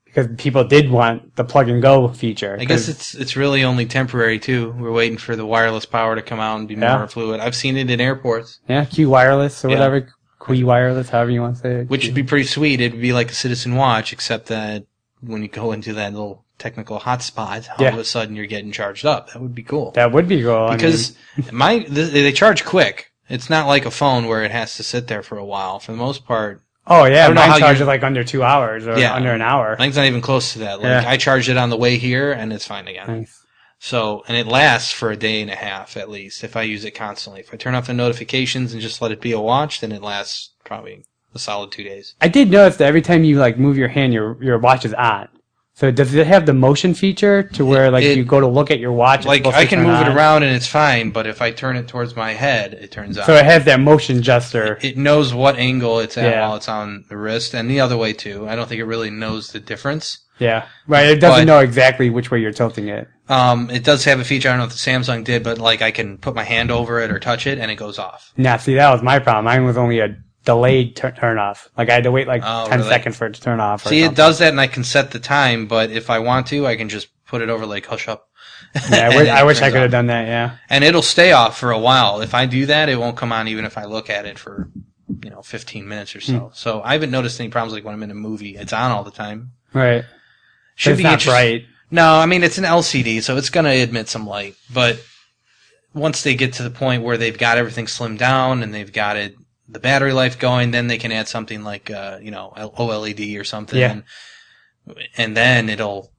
Speaker 5: because people did want the plug and go feature.
Speaker 3: I guess
Speaker 5: 'cause-
Speaker 3: it's it's really only temporary too. We're waiting for the wireless power to come out and be
Speaker 5: Yeah.
Speaker 3: more fluid. I've seen it in airports.
Speaker 5: Yeah, Q Wireless or
Speaker 3: Yeah.
Speaker 5: whatever. Q Wireless, however you want to say it.
Speaker 3: Which would be pretty sweet. It'd be like a citizen watch, except that when you go into that little technical hotspot, all
Speaker 5: Yeah.
Speaker 3: of a sudden you're getting charged up. That would be cool.
Speaker 5: that would be cool. I mean,
Speaker 3: because my th- they charge quick. It's not like a phone where it has to sit there for a while. For the most part,
Speaker 5: oh yeah,
Speaker 3: don't know how
Speaker 5: mine
Speaker 3: you-
Speaker 5: charges like under two hours or
Speaker 3: Yeah.
Speaker 5: under an hour.
Speaker 3: mine's not even close to that. Like
Speaker 5: Yeah.
Speaker 3: I charged it on the way here, and it's fine again.
Speaker 5: Nice.
Speaker 3: So, and it lasts for a day and a half at least if I use it constantly. If I turn off the notifications and just let it be a watch, then it lasts probably a solid two days.
Speaker 5: I did notice that every time you like move your hand, your your watch is on. So does it have the motion feature to where like
Speaker 3: It-
Speaker 5: you go to look at your watch? it's
Speaker 3: like
Speaker 5: supposed
Speaker 3: I
Speaker 5: to
Speaker 3: can
Speaker 5: turn
Speaker 3: move it
Speaker 5: on?
Speaker 3: around and it's fine, but if I turn it towards my head, it turns out
Speaker 5: So it has that motion gesture.
Speaker 3: it knows what angle it's at
Speaker 5: Yeah.
Speaker 3: while it's on the wrist, and the other way too. I don't think it really knows the difference.
Speaker 5: yeah, right. It doesn't
Speaker 3: but-
Speaker 5: know exactly which way you're tilting it.
Speaker 3: Um, it does have a feature. I don't know if the Samsung did, but like I can put my hand over it or touch it, and it goes off.
Speaker 5: Now, see, that was my problem. Mine was only a delayed tur- turn off. Like I had to wait like
Speaker 3: Oh,
Speaker 5: ten
Speaker 3: really?
Speaker 5: seconds for it to turn off. Or
Speaker 3: See, it
Speaker 5: something.
Speaker 3: does that, and I can set the time. But if I want to, I can just put it over like hush up.
Speaker 5: Yeah, I
Speaker 3: and
Speaker 5: wish,
Speaker 3: it
Speaker 5: I, wish I
Speaker 3: turns
Speaker 5: could have
Speaker 3: off.
Speaker 5: done that. Yeah.
Speaker 3: And it'll stay off for a while. If I do that, it won't come on even if I look at it for you know 15 minutes or so.
Speaker 5: Hmm.
Speaker 3: So I haven't noticed any problems like when I'm in a movie. It's on all the time.
Speaker 5: Right.
Speaker 3: Should
Speaker 5: it's
Speaker 3: be
Speaker 5: not
Speaker 3: interest-
Speaker 5: bright.
Speaker 3: No, I mean it's an LCD, so it's gonna admit some light. But once they get to the point where they've got everything slimmed down and they've got it the battery life going, then they can add something like uh, you know L- OLED or something,
Speaker 5: Yeah.
Speaker 3: and, and then it'll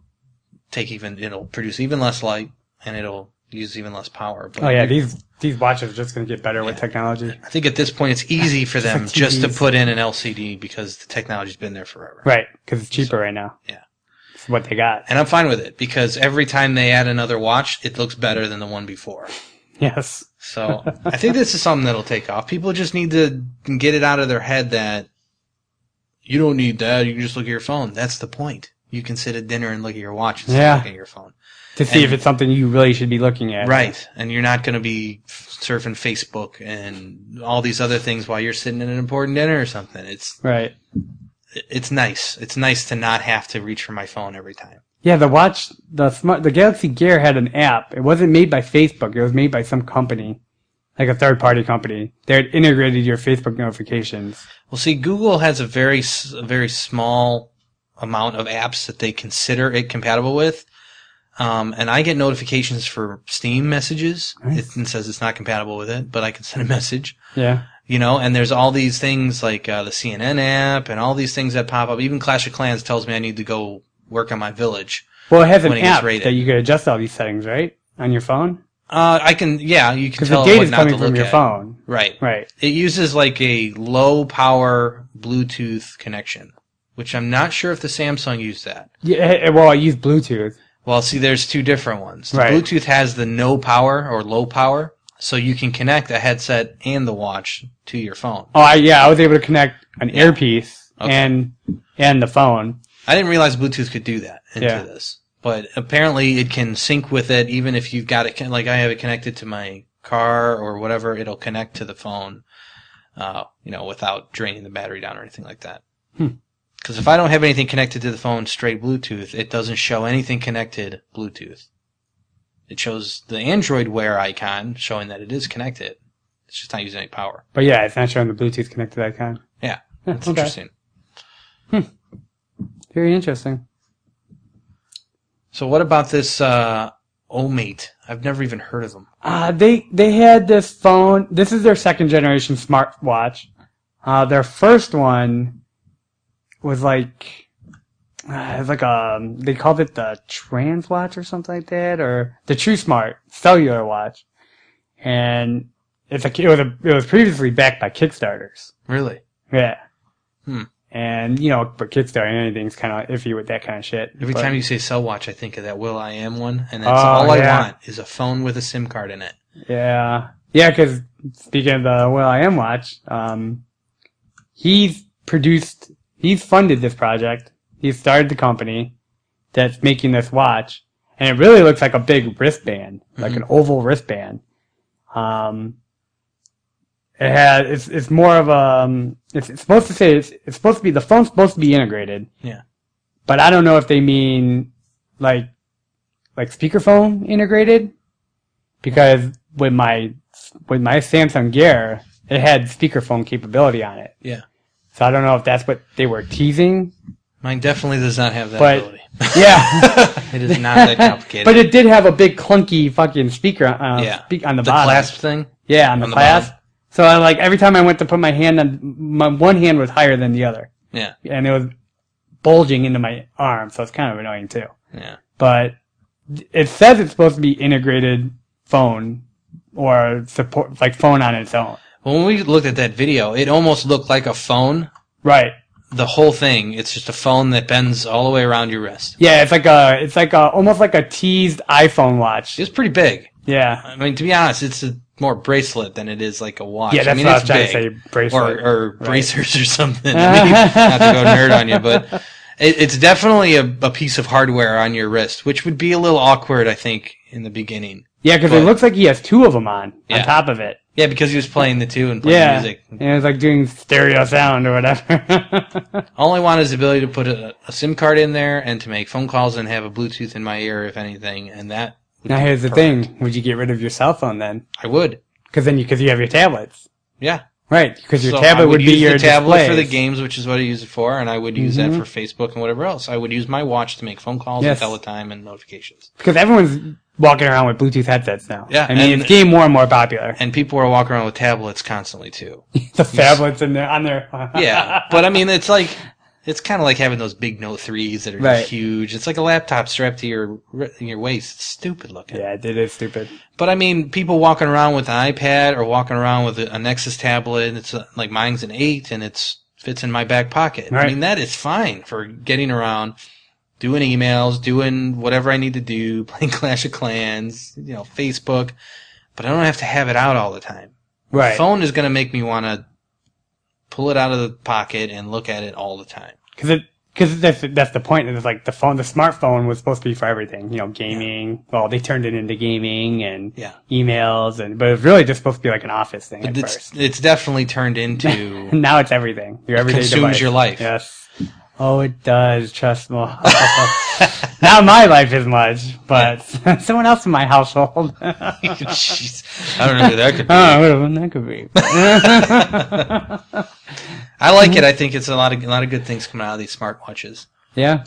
Speaker 3: take even it'll produce even less light and it'll use even less power. But
Speaker 5: Oh yeah, these these watches are just going to get better with technology.
Speaker 3: I think at this point it's easy for them
Speaker 5: Like
Speaker 3: just to
Speaker 5: TVs.
Speaker 3: put in an LCD because the technology's been there forever.
Speaker 5: Right, because it's cheaper right now.
Speaker 3: yeah.
Speaker 5: it's what they got.
Speaker 3: And I'm fine with it because every time they add another watch, it looks better than the one before.
Speaker 5: Yes.
Speaker 3: So I think this is something that'll take off. People just need to get it out of their head that you don't need that. You can just look at your phone. That's the point. you can sit at dinner and look at your watch instead
Speaker 5: Yeah.
Speaker 3: of looking at your phone.
Speaker 5: to see if it's something you really should be looking at.
Speaker 3: Right. And you're not going to be surfing Facebook and all these other things while you're sitting at an important dinner or something. It's
Speaker 5: Right.
Speaker 3: it's nice. It's nice to not have to reach for my phone every time.
Speaker 5: Yeah, the watch, the smart, the Galaxy Gear had an app. It wasn't made by Facebook. It was made by some company, like a third party company. They had integrated your Facebook notifications.
Speaker 3: Well, see, Google has a very s- a very small amount of apps that they consider it compatible with. Um, and I get notifications for Steam messages. It and says it's not compatible with it, but I can send a message.
Speaker 5: Yeah.
Speaker 3: you know and there's all these things like uh, the cnn app and all these things that pop up even clash of clans tells me i need to go work on my village
Speaker 5: Well, it has an
Speaker 3: When it gets
Speaker 5: app
Speaker 3: rated.
Speaker 5: that you could adjust all these settings, right, on your phone?
Speaker 3: uh, i can yeah you can
Speaker 5: Because
Speaker 3: tell
Speaker 5: the
Speaker 3: it what
Speaker 5: data's
Speaker 3: not
Speaker 5: coming
Speaker 3: to look
Speaker 5: from your
Speaker 3: at.
Speaker 5: phone.
Speaker 3: right
Speaker 5: Right.
Speaker 3: it uses like a low power bluetooth connection which i'm not sure if the samsung used that
Speaker 5: Yeah. eh, eh, Well, I use Bluetooth.
Speaker 3: well see there's two different ones the
Speaker 5: Right.
Speaker 3: bluetooth has the no power or low power so you can connect a headset and the watch to your phone
Speaker 5: Oh, I, yeah, I was able to connect an earpiece
Speaker 3: Okay.
Speaker 5: and and the phone.
Speaker 3: I didn't realize Bluetooth could do that into
Speaker 5: Yeah.
Speaker 3: this, but apparently it can sync with it. Even if you've got it, con- like I have it connected to my car or whatever, it'll connect to the phone, uh, you know, without draining the battery down or anything like that. Because if I don't have anything connected to the phone straight Bluetooth, it doesn't show anything connected Bluetooth. It shows the Android Wear icon showing that it is connected. It's just not using any power.
Speaker 5: But yeah, it's not showing the Bluetooth connected icon.
Speaker 3: Yeah,
Speaker 5: That's
Speaker 3: interesting.
Speaker 5: Very interesting.
Speaker 3: So what about this uh, Omate? I've never even heard of them.
Speaker 5: Uh, they they had this phone. This is their second generation smartwatch. Uh, their first one was like uh, it was like a they called it the Trans Watch or something like that, or the True Smart cellular watch. And it's a it was a, it was previously backed by Kickstarters.
Speaker 3: Really?
Speaker 5: Yeah.
Speaker 3: Hmm.
Speaker 5: And you know, but Kickstarter and anything's kind of iffy with that kind of shit.
Speaker 3: Every
Speaker 5: But-
Speaker 3: time you say cell watch, I think of that Will I Am one, and that's
Speaker 5: Oh,
Speaker 3: all
Speaker 5: yeah.
Speaker 3: I want is a phone with a SIM card in it.
Speaker 5: Yeah, yeah. Because speaking of the Will I Am watch, um, he's produced, he's funded this project. He started the company that's making this watch, and it really looks like a big wristband, like an oval wristband. Um, it has it's it's more of a um, it's, it's supposed to say it's, it's supposed to be the phone's supposed to be integrated.
Speaker 3: Yeah.
Speaker 5: but I don't know if they mean like like speakerphone integrated because with my with my Samsung Gear, it had speakerphone capability on it.
Speaker 3: Yeah,
Speaker 5: So I don't know if that's what they were teasing.
Speaker 3: mine definitely does not have that
Speaker 5: But-
Speaker 3: ability.
Speaker 5: Yeah,
Speaker 3: It is not that complicated.
Speaker 5: but it did have a big clunky fucking speaker on,
Speaker 3: Yeah.
Speaker 5: speak- on the,
Speaker 3: the
Speaker 5: bottom.
Speaker 3: clasp thing.
Speaker 5: yeah, on the
Speaker 3: on the
Speaker 5: clasp. so I like every time I went to put my hand on my one hand was higher than the other,
Speaker 3: Yeah,
Speaker 5: and it was bulging into my arm, so it's kind of annoying too.
Speaker 3: yeah.
Speaker 5: but it says it's supposed to be integrated phone or support like phone on its own.
Speaker 3: Well, when we looked at that video, it almost looked like a phone.
Speaker 5: Right.
Speaker 3: The whole thing. It's just a phone that bends all the way around your wrist.
Speaker 5: Yeah, it's like a it's like a almost like a teased iPhone watch.
Speaker 3: It's pretty big.
Speaker 5: Yeah.
Speaker 3: I mean, to be honest, it's a more bracelet than it is like a watch.
Speaker 5: Yeah, that's
Speaker 3: I mean,
Speaker 5: what I
Speaker 3: it's
Speaker 5: was trying to
Speaker 3: big.
Speaker 5: say, bracelet.
Speaker 3: or, or bracers or something. I mean, not to go nerd on you, but it, it's definitely a, a piece of hardware on your wrist, which would be a little awkward, I think, in the beginning.
Speaker 5: Yeah, because
Speaker 3: But-
Speaker 5: it looks like he has two of them on
Speaker 3: Yeah.
Speaker 5: on top of it.
Speaker 3: Yeah, because he was playing the two and playing
Speaker 5: Yeah.
Speaker 3: music.
Speaker 5: And it's like doing stereo sound or whatever.
Speaker 3: All I want is the ability to put a, a SIM card in there and to make phone calls and have a Bluetooth in my ear, if anything. And that
Speaker 5: now here's the thing: Would you get rid of your cell phone then?
Speaker 3: I would.
Speaker 5: Because then you because you have your tablets,
Speaker 3: Yeah.
Speaker 5: right? Because your
Speaker 3: So I
Speaker 5: tablet would, be
Speaker 3: use
Speaker 5: your
Speaker 3: the tablet for the
Speaker 5: displays. Mm-hmm.
Speaker 3: games, which is what I use it for, and I would use that for Facebook and whatever else. I would use my watch to make phone calls
Speaker 5: Yes.
Speaker 3: and time and notifications.
Speaker 5: Because everyone's walking around with Bluetooth headsets now.
Speaker 3: Yeah,
Speaker 5: I mean
Speaker 3: and-
Speaker 5: it's getting more and more popular.
Speaker 3: And people are walking around with tablets constantly too.
Speaker 5: the phablets in there on there.
Speaker 3: Yeah, but I mean, it's like it's kind of like having those big Note threes that are
Speaker 5: Right.
Speaker 3: just huge. It's like a laptop strapped to your ri- your waist. It's stupid looking.
Speaker 5: yeah, it is stupid.
Speaker 3: But I mean, people walking around with an iPad or walking around with a, a Nexus tablet. And it's uh like mine's an eight, and it's fits in my back pocket. I
Speaker 5: Right.
Speaker 3: mean, that is fine for getting around. Doing emails, doing whatever I need to do, playing Clash of Clans, you know, Facebook, but I don't have to have it out all the time.
Speaker 5: Right.
Speaker 3: phone is going to make me want to pull it out of the pocket and look at it all the time.
Speaker 5: Because it
Speaker 9: because that's that's the point. It's like the phone, the smartphone was supposed to be for everything. You know, gaming. Well, they turned it into gaming and
Speaker 3: Yeah.
Speaker 9: emails, and but it was really just supposed to be like an office thing at
Speaker 3: It's
Speaker 9: first.
Speaker 3: it's definitely turned into.
Speaker 9: now it's everything. Your everyday
Speaker 3: consumes
Speaker 9: device.
Speaker 3: your life.
Speaker 9: Yes. Oh, it does. Trust me. Not my life as much, but someone else in my household. I
Speaker 3: Jeez. I don't know who that could be.
Speaker 9: don't know what that could be.
Speaker 3: I like it. I think it's a lot of a lot of good things coming out of these smartwatches.
Speaker 9: yeah.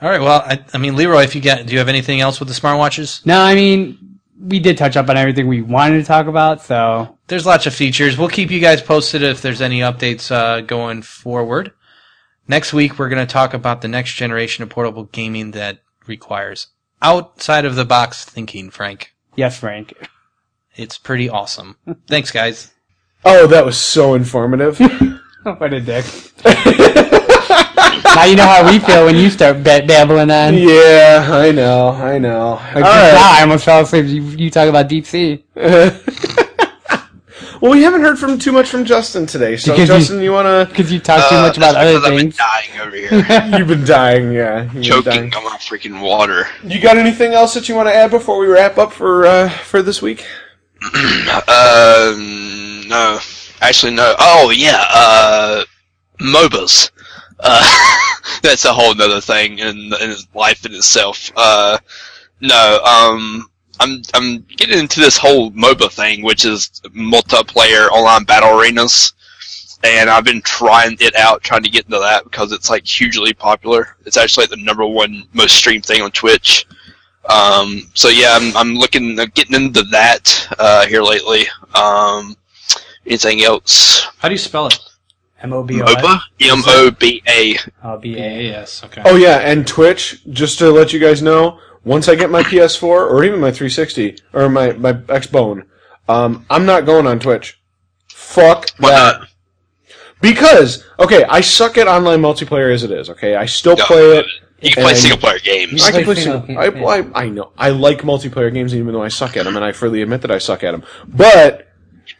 Speaker 3: All right. Well, I, I mean, Leroy, if you get, do you have anything else with the smartwatches?
Speaker 9: No, I mean, we did touch up on everything we wanted to talk about, so
Speaker 3: There's lots of features. We'll keep you guys posted if there's any updates uh, going forward. Next week, we're going to talk about the next generation of portable gaming that requires outside of the box thinking. Frank,
Speaker 9: yes, Frank.
Speaker 3: it's pretty awesome. Thanks, guys.
Speaker 1: Oh, that was so informative.
Speaker 9: What a dick. now you know how we feel when you start ba- babbling on.
Speaker 1: yeah, I know, I know.
Speaker 9: Like,
Speaker 1: All
Speaker 9: just
Speaker 1: right.
Speaker 9: now, I almost fell asleep. You, you talk about deep sea.
Speaker 1: Well, we haven't heard from too much from Justin today, so
Speaker 9: Because you-
Speaker 1: Justin, you, want
Speaker 9: Because you talk too
Speaker 4: Uh,
Speaker 9: much about
Speaker 4: that's
Speaker 9: other
Speaker 4: because I've been
Speaker 9: things.
Speaker 4: dying over here,
Speaker 1: to? You've been dying, yeah. You've been
Speaker 4: choking
Speaker 1: dying.
Speaker 4: on my freaking water.
Speaker 1: You got anything else that you want to add before we wrap up for uh, for this week?
Speaker 4: Um, no, actually, no. Oh, yeah. Uh, MOBAs. Uh, that's a whole nother thing in, in life in itself. Uh, no. Um, I'm I'm getting into this whole MOBA thing, which is multiplayer online battle arenas, and I've been trying it out, trying to get into that because it's like hugely popular. It's actually like the number one most streamed thing on Twitch. Um, so yeah, I'm, I'm looking, I'm getting into that uh, here lately. Um, anything else?
Speaker 3: How do you spell it?
Speaker 9: M O B
Speaker 4: MOBA, M O B A.
Speaker 9: O B A.
Speaker 3: Yes. Okay.
Speaker 1: Oh yeah, and Twitch. Just to let you guys know, once I get my PS4 or even my 360 or my my Xbone, um, I'm not going on Twitch. Fuck
Speaker 4: Why
Speaker 1: that.
Speaker 4: not?
Speaker 1: Because okay, I suck at online multiplayer as it is. Okay, I still
Speaker 4: No,
Speaker 1: play it.
Speaker 4: You can play
Speaker 1: and-
Speaker 4: single player games.
Speaker 1: I can
Speaker 5: play
Speaker 1: play
Speaker 5: single,
Speaker 1: single.
Speaker 5: yeah,
Speaker 1: I,
Speaker 5: yeah.
Speaker 1: I, I know. I like multiplayer games, even though I suck at them, and I freely admit that I suck at them. But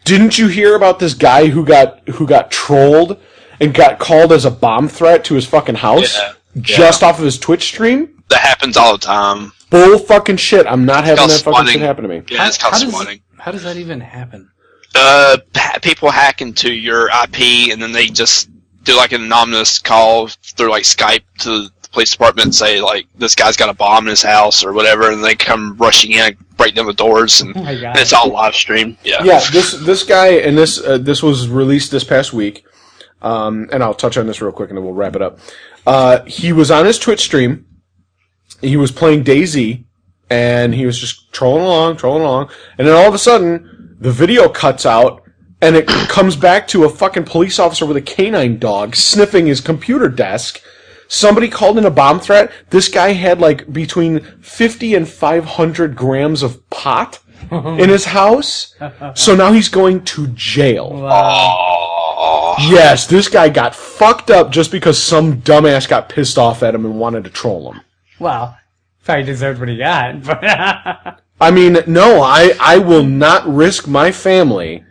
Speaker 1: didn't you hear about this guy who got who got trolled and got called as a bomb threat to his fucking house
Speaker 4: Yeah,
Speaker 1: just off of his Twitch stream?
Speaker 4: That happens all the time.
Speaker 1: Bull fucking shit! I'm not having
Speaker 4: Called
Speaker 1: that fucking
Speaker 4: swatting.
Speaker 1: shit happen to me.
Speaker 4: Yeah, it's called
Speaker 3: how, does,
Speaker 4: spawning.
Speaker 3: how does that even happen?
Speaker 4: Uh, pa- people hack into your IP and then they just do like an anonymous call through like Skype to the police department and say like this guy's got a bomb in his house or whatever, and they come rushing in, and break down the doors, and,
Speaker 3: Oh
Speaker 9: my God.
Speaker 4: and it's all live stream. Yeah.
Speaker 1: Yeah, this this guy and this uh, this was released this past week, um, and I'll touch on this real quick and then we'll wrap it up. Uh, he was on his Twitch stream. He was playing Daisy, and he was just trolling along, trolling along, and then all of a sudden the video cuts out, and it comes back to a fucking police officer with a canine dog sniffing his computer desk. Somebody called in a bomb threat. This guy had like between 50 and 500 grams of pot in his house. So now he's going to jail. Yes, this guy got fucked up just because some dumbass got pissed off at him and wanted to troll him.
Speaker 9: Well, probably deserved what he got, but
Speaker 1: I mean, no, I, I will not risk my family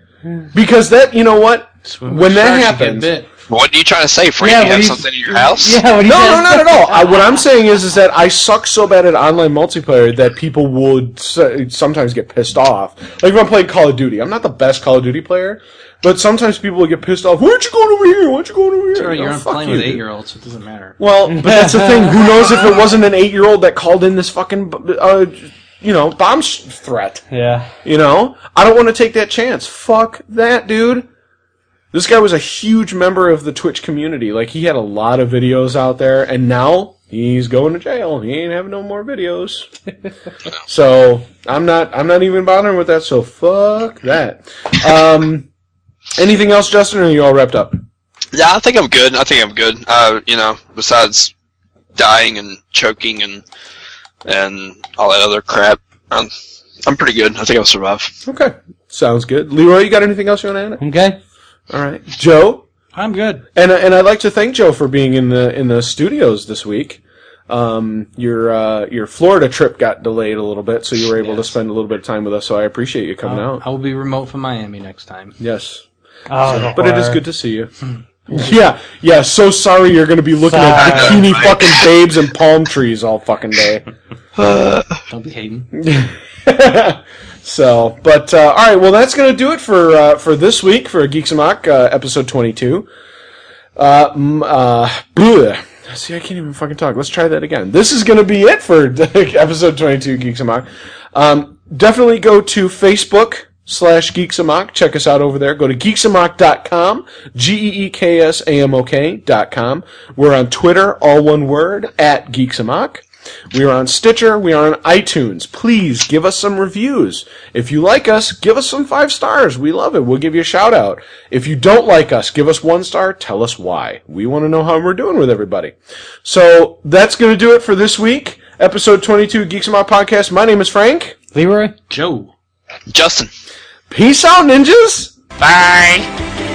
Speaker 1: because that, you know what? when that happens,
Speaker 3: Bit.
Speaker 4: What are you trying to say, Frank?
Speaker 9: Yeah,
Speaker 4: you
Speaker 9: what
Speaker 4: have
Speaker 9: do you-
Speaker 4: something in your house?
Speaker 9: yeah, what he
Speaker 1: No,
Speaker 9: said-
Speaker 1: no, not at all. I, what I'm saying is, is that I suck so bad at online multiplayer that people would s- sometimes get pissed off. Like if I'm playing Call of Duty, I'm not the best Call of Duty player, but sometimes people would get pissed off. Why aren't you going over here? Why aren't you going over here?
Speaker 3: Sorry,
Speaker 1: No,
Speaker 3: you're not
Speaker 1: Oh, fuck
Speaker 3: playing
Speaker 1: you,
Speaker 3: with
Speaker 1: dude.
Speaker 3: eight year olds, so it doesn't matter.
Speaker 1: Well, but that's the thing. Who knows if it wasn't an eight-year-old that called in this fucking, b- uh, you know, bomb s- threat?
Speaker 9: Yeah.
Speaker 1: You know, I don't want to take that chance. Fuck that, dude. This guy was a huge member of the Twitch community. Like he had a lot of videos out there, and now he's going to jail. He ain't having no more videos. so I'm not. I'm not even bothering with that. So fuck that. Um, anything else, Justin? Or are you all wrapped up?
Speaker 4: Yeah, I think I'm good. I think I'm good. Uh, you know, besides dying and choking and and all that other crap, I'm, I'm pretty good. I think I'll survive.
Speaker 1: Okay, sounds good. Leroy, you got anything else you want to
Speaker 5: Okay.
Speaker 1: add? All right, Joe.
Speaker 3: I'm good.
Speaker 1: And and I'd like to thank Joe for being in the in the studios this week. Um, your uh, your Florida trip got delayed a little bit, so you were able to spend a little bit of time with us. So I appreciate you coming out.
Speaker 3: I will be remote from Miami next time.
Speaker 1: Yes,
Speaker 9: Oh,
Speaker 1: but it is good to see you. Yeah, yeah. So sorry, you're gonna be looking at
Speaker 4: Sorry.
Speaker 1: bikini fucking babes and palm trees all fucking day.
Speaker 3: Don't be hating.
Speaker 1: So, but uh, all right, well, that's gonna do it for uh, for this week for Geeks Amok uh, episode twenty two. Uh, mm, uh, bleh. See, I can't even fucking talk. Let's try that again. This is gonna be it for episode twenty two Geeks Amok. Um, definitely go to Facebook slash Geeks Amok. Check us out over there. Go to geeksamok.com, E G-E-E-K-S-A-M-O-K dot com. We're on Twitter, all one word, at Geeks Amok. We are on Stitcher. We are on iTunes. Please give us some reviews. If you like us, give us some five stars. We love it. We'll give you a shout out. If you don't like us, give us one star. Tell us why. We want to know how we're doing with everybody. So that's going to do it for this week. Episode 22 Geeks Amok Podcast. My name is Frank.
Speaker 5: Leroy?
Speaker 3: Joe.
Speaker 4: Justin.
Speaker 1: Peace out, ninjas!
Speaker 4: Bye.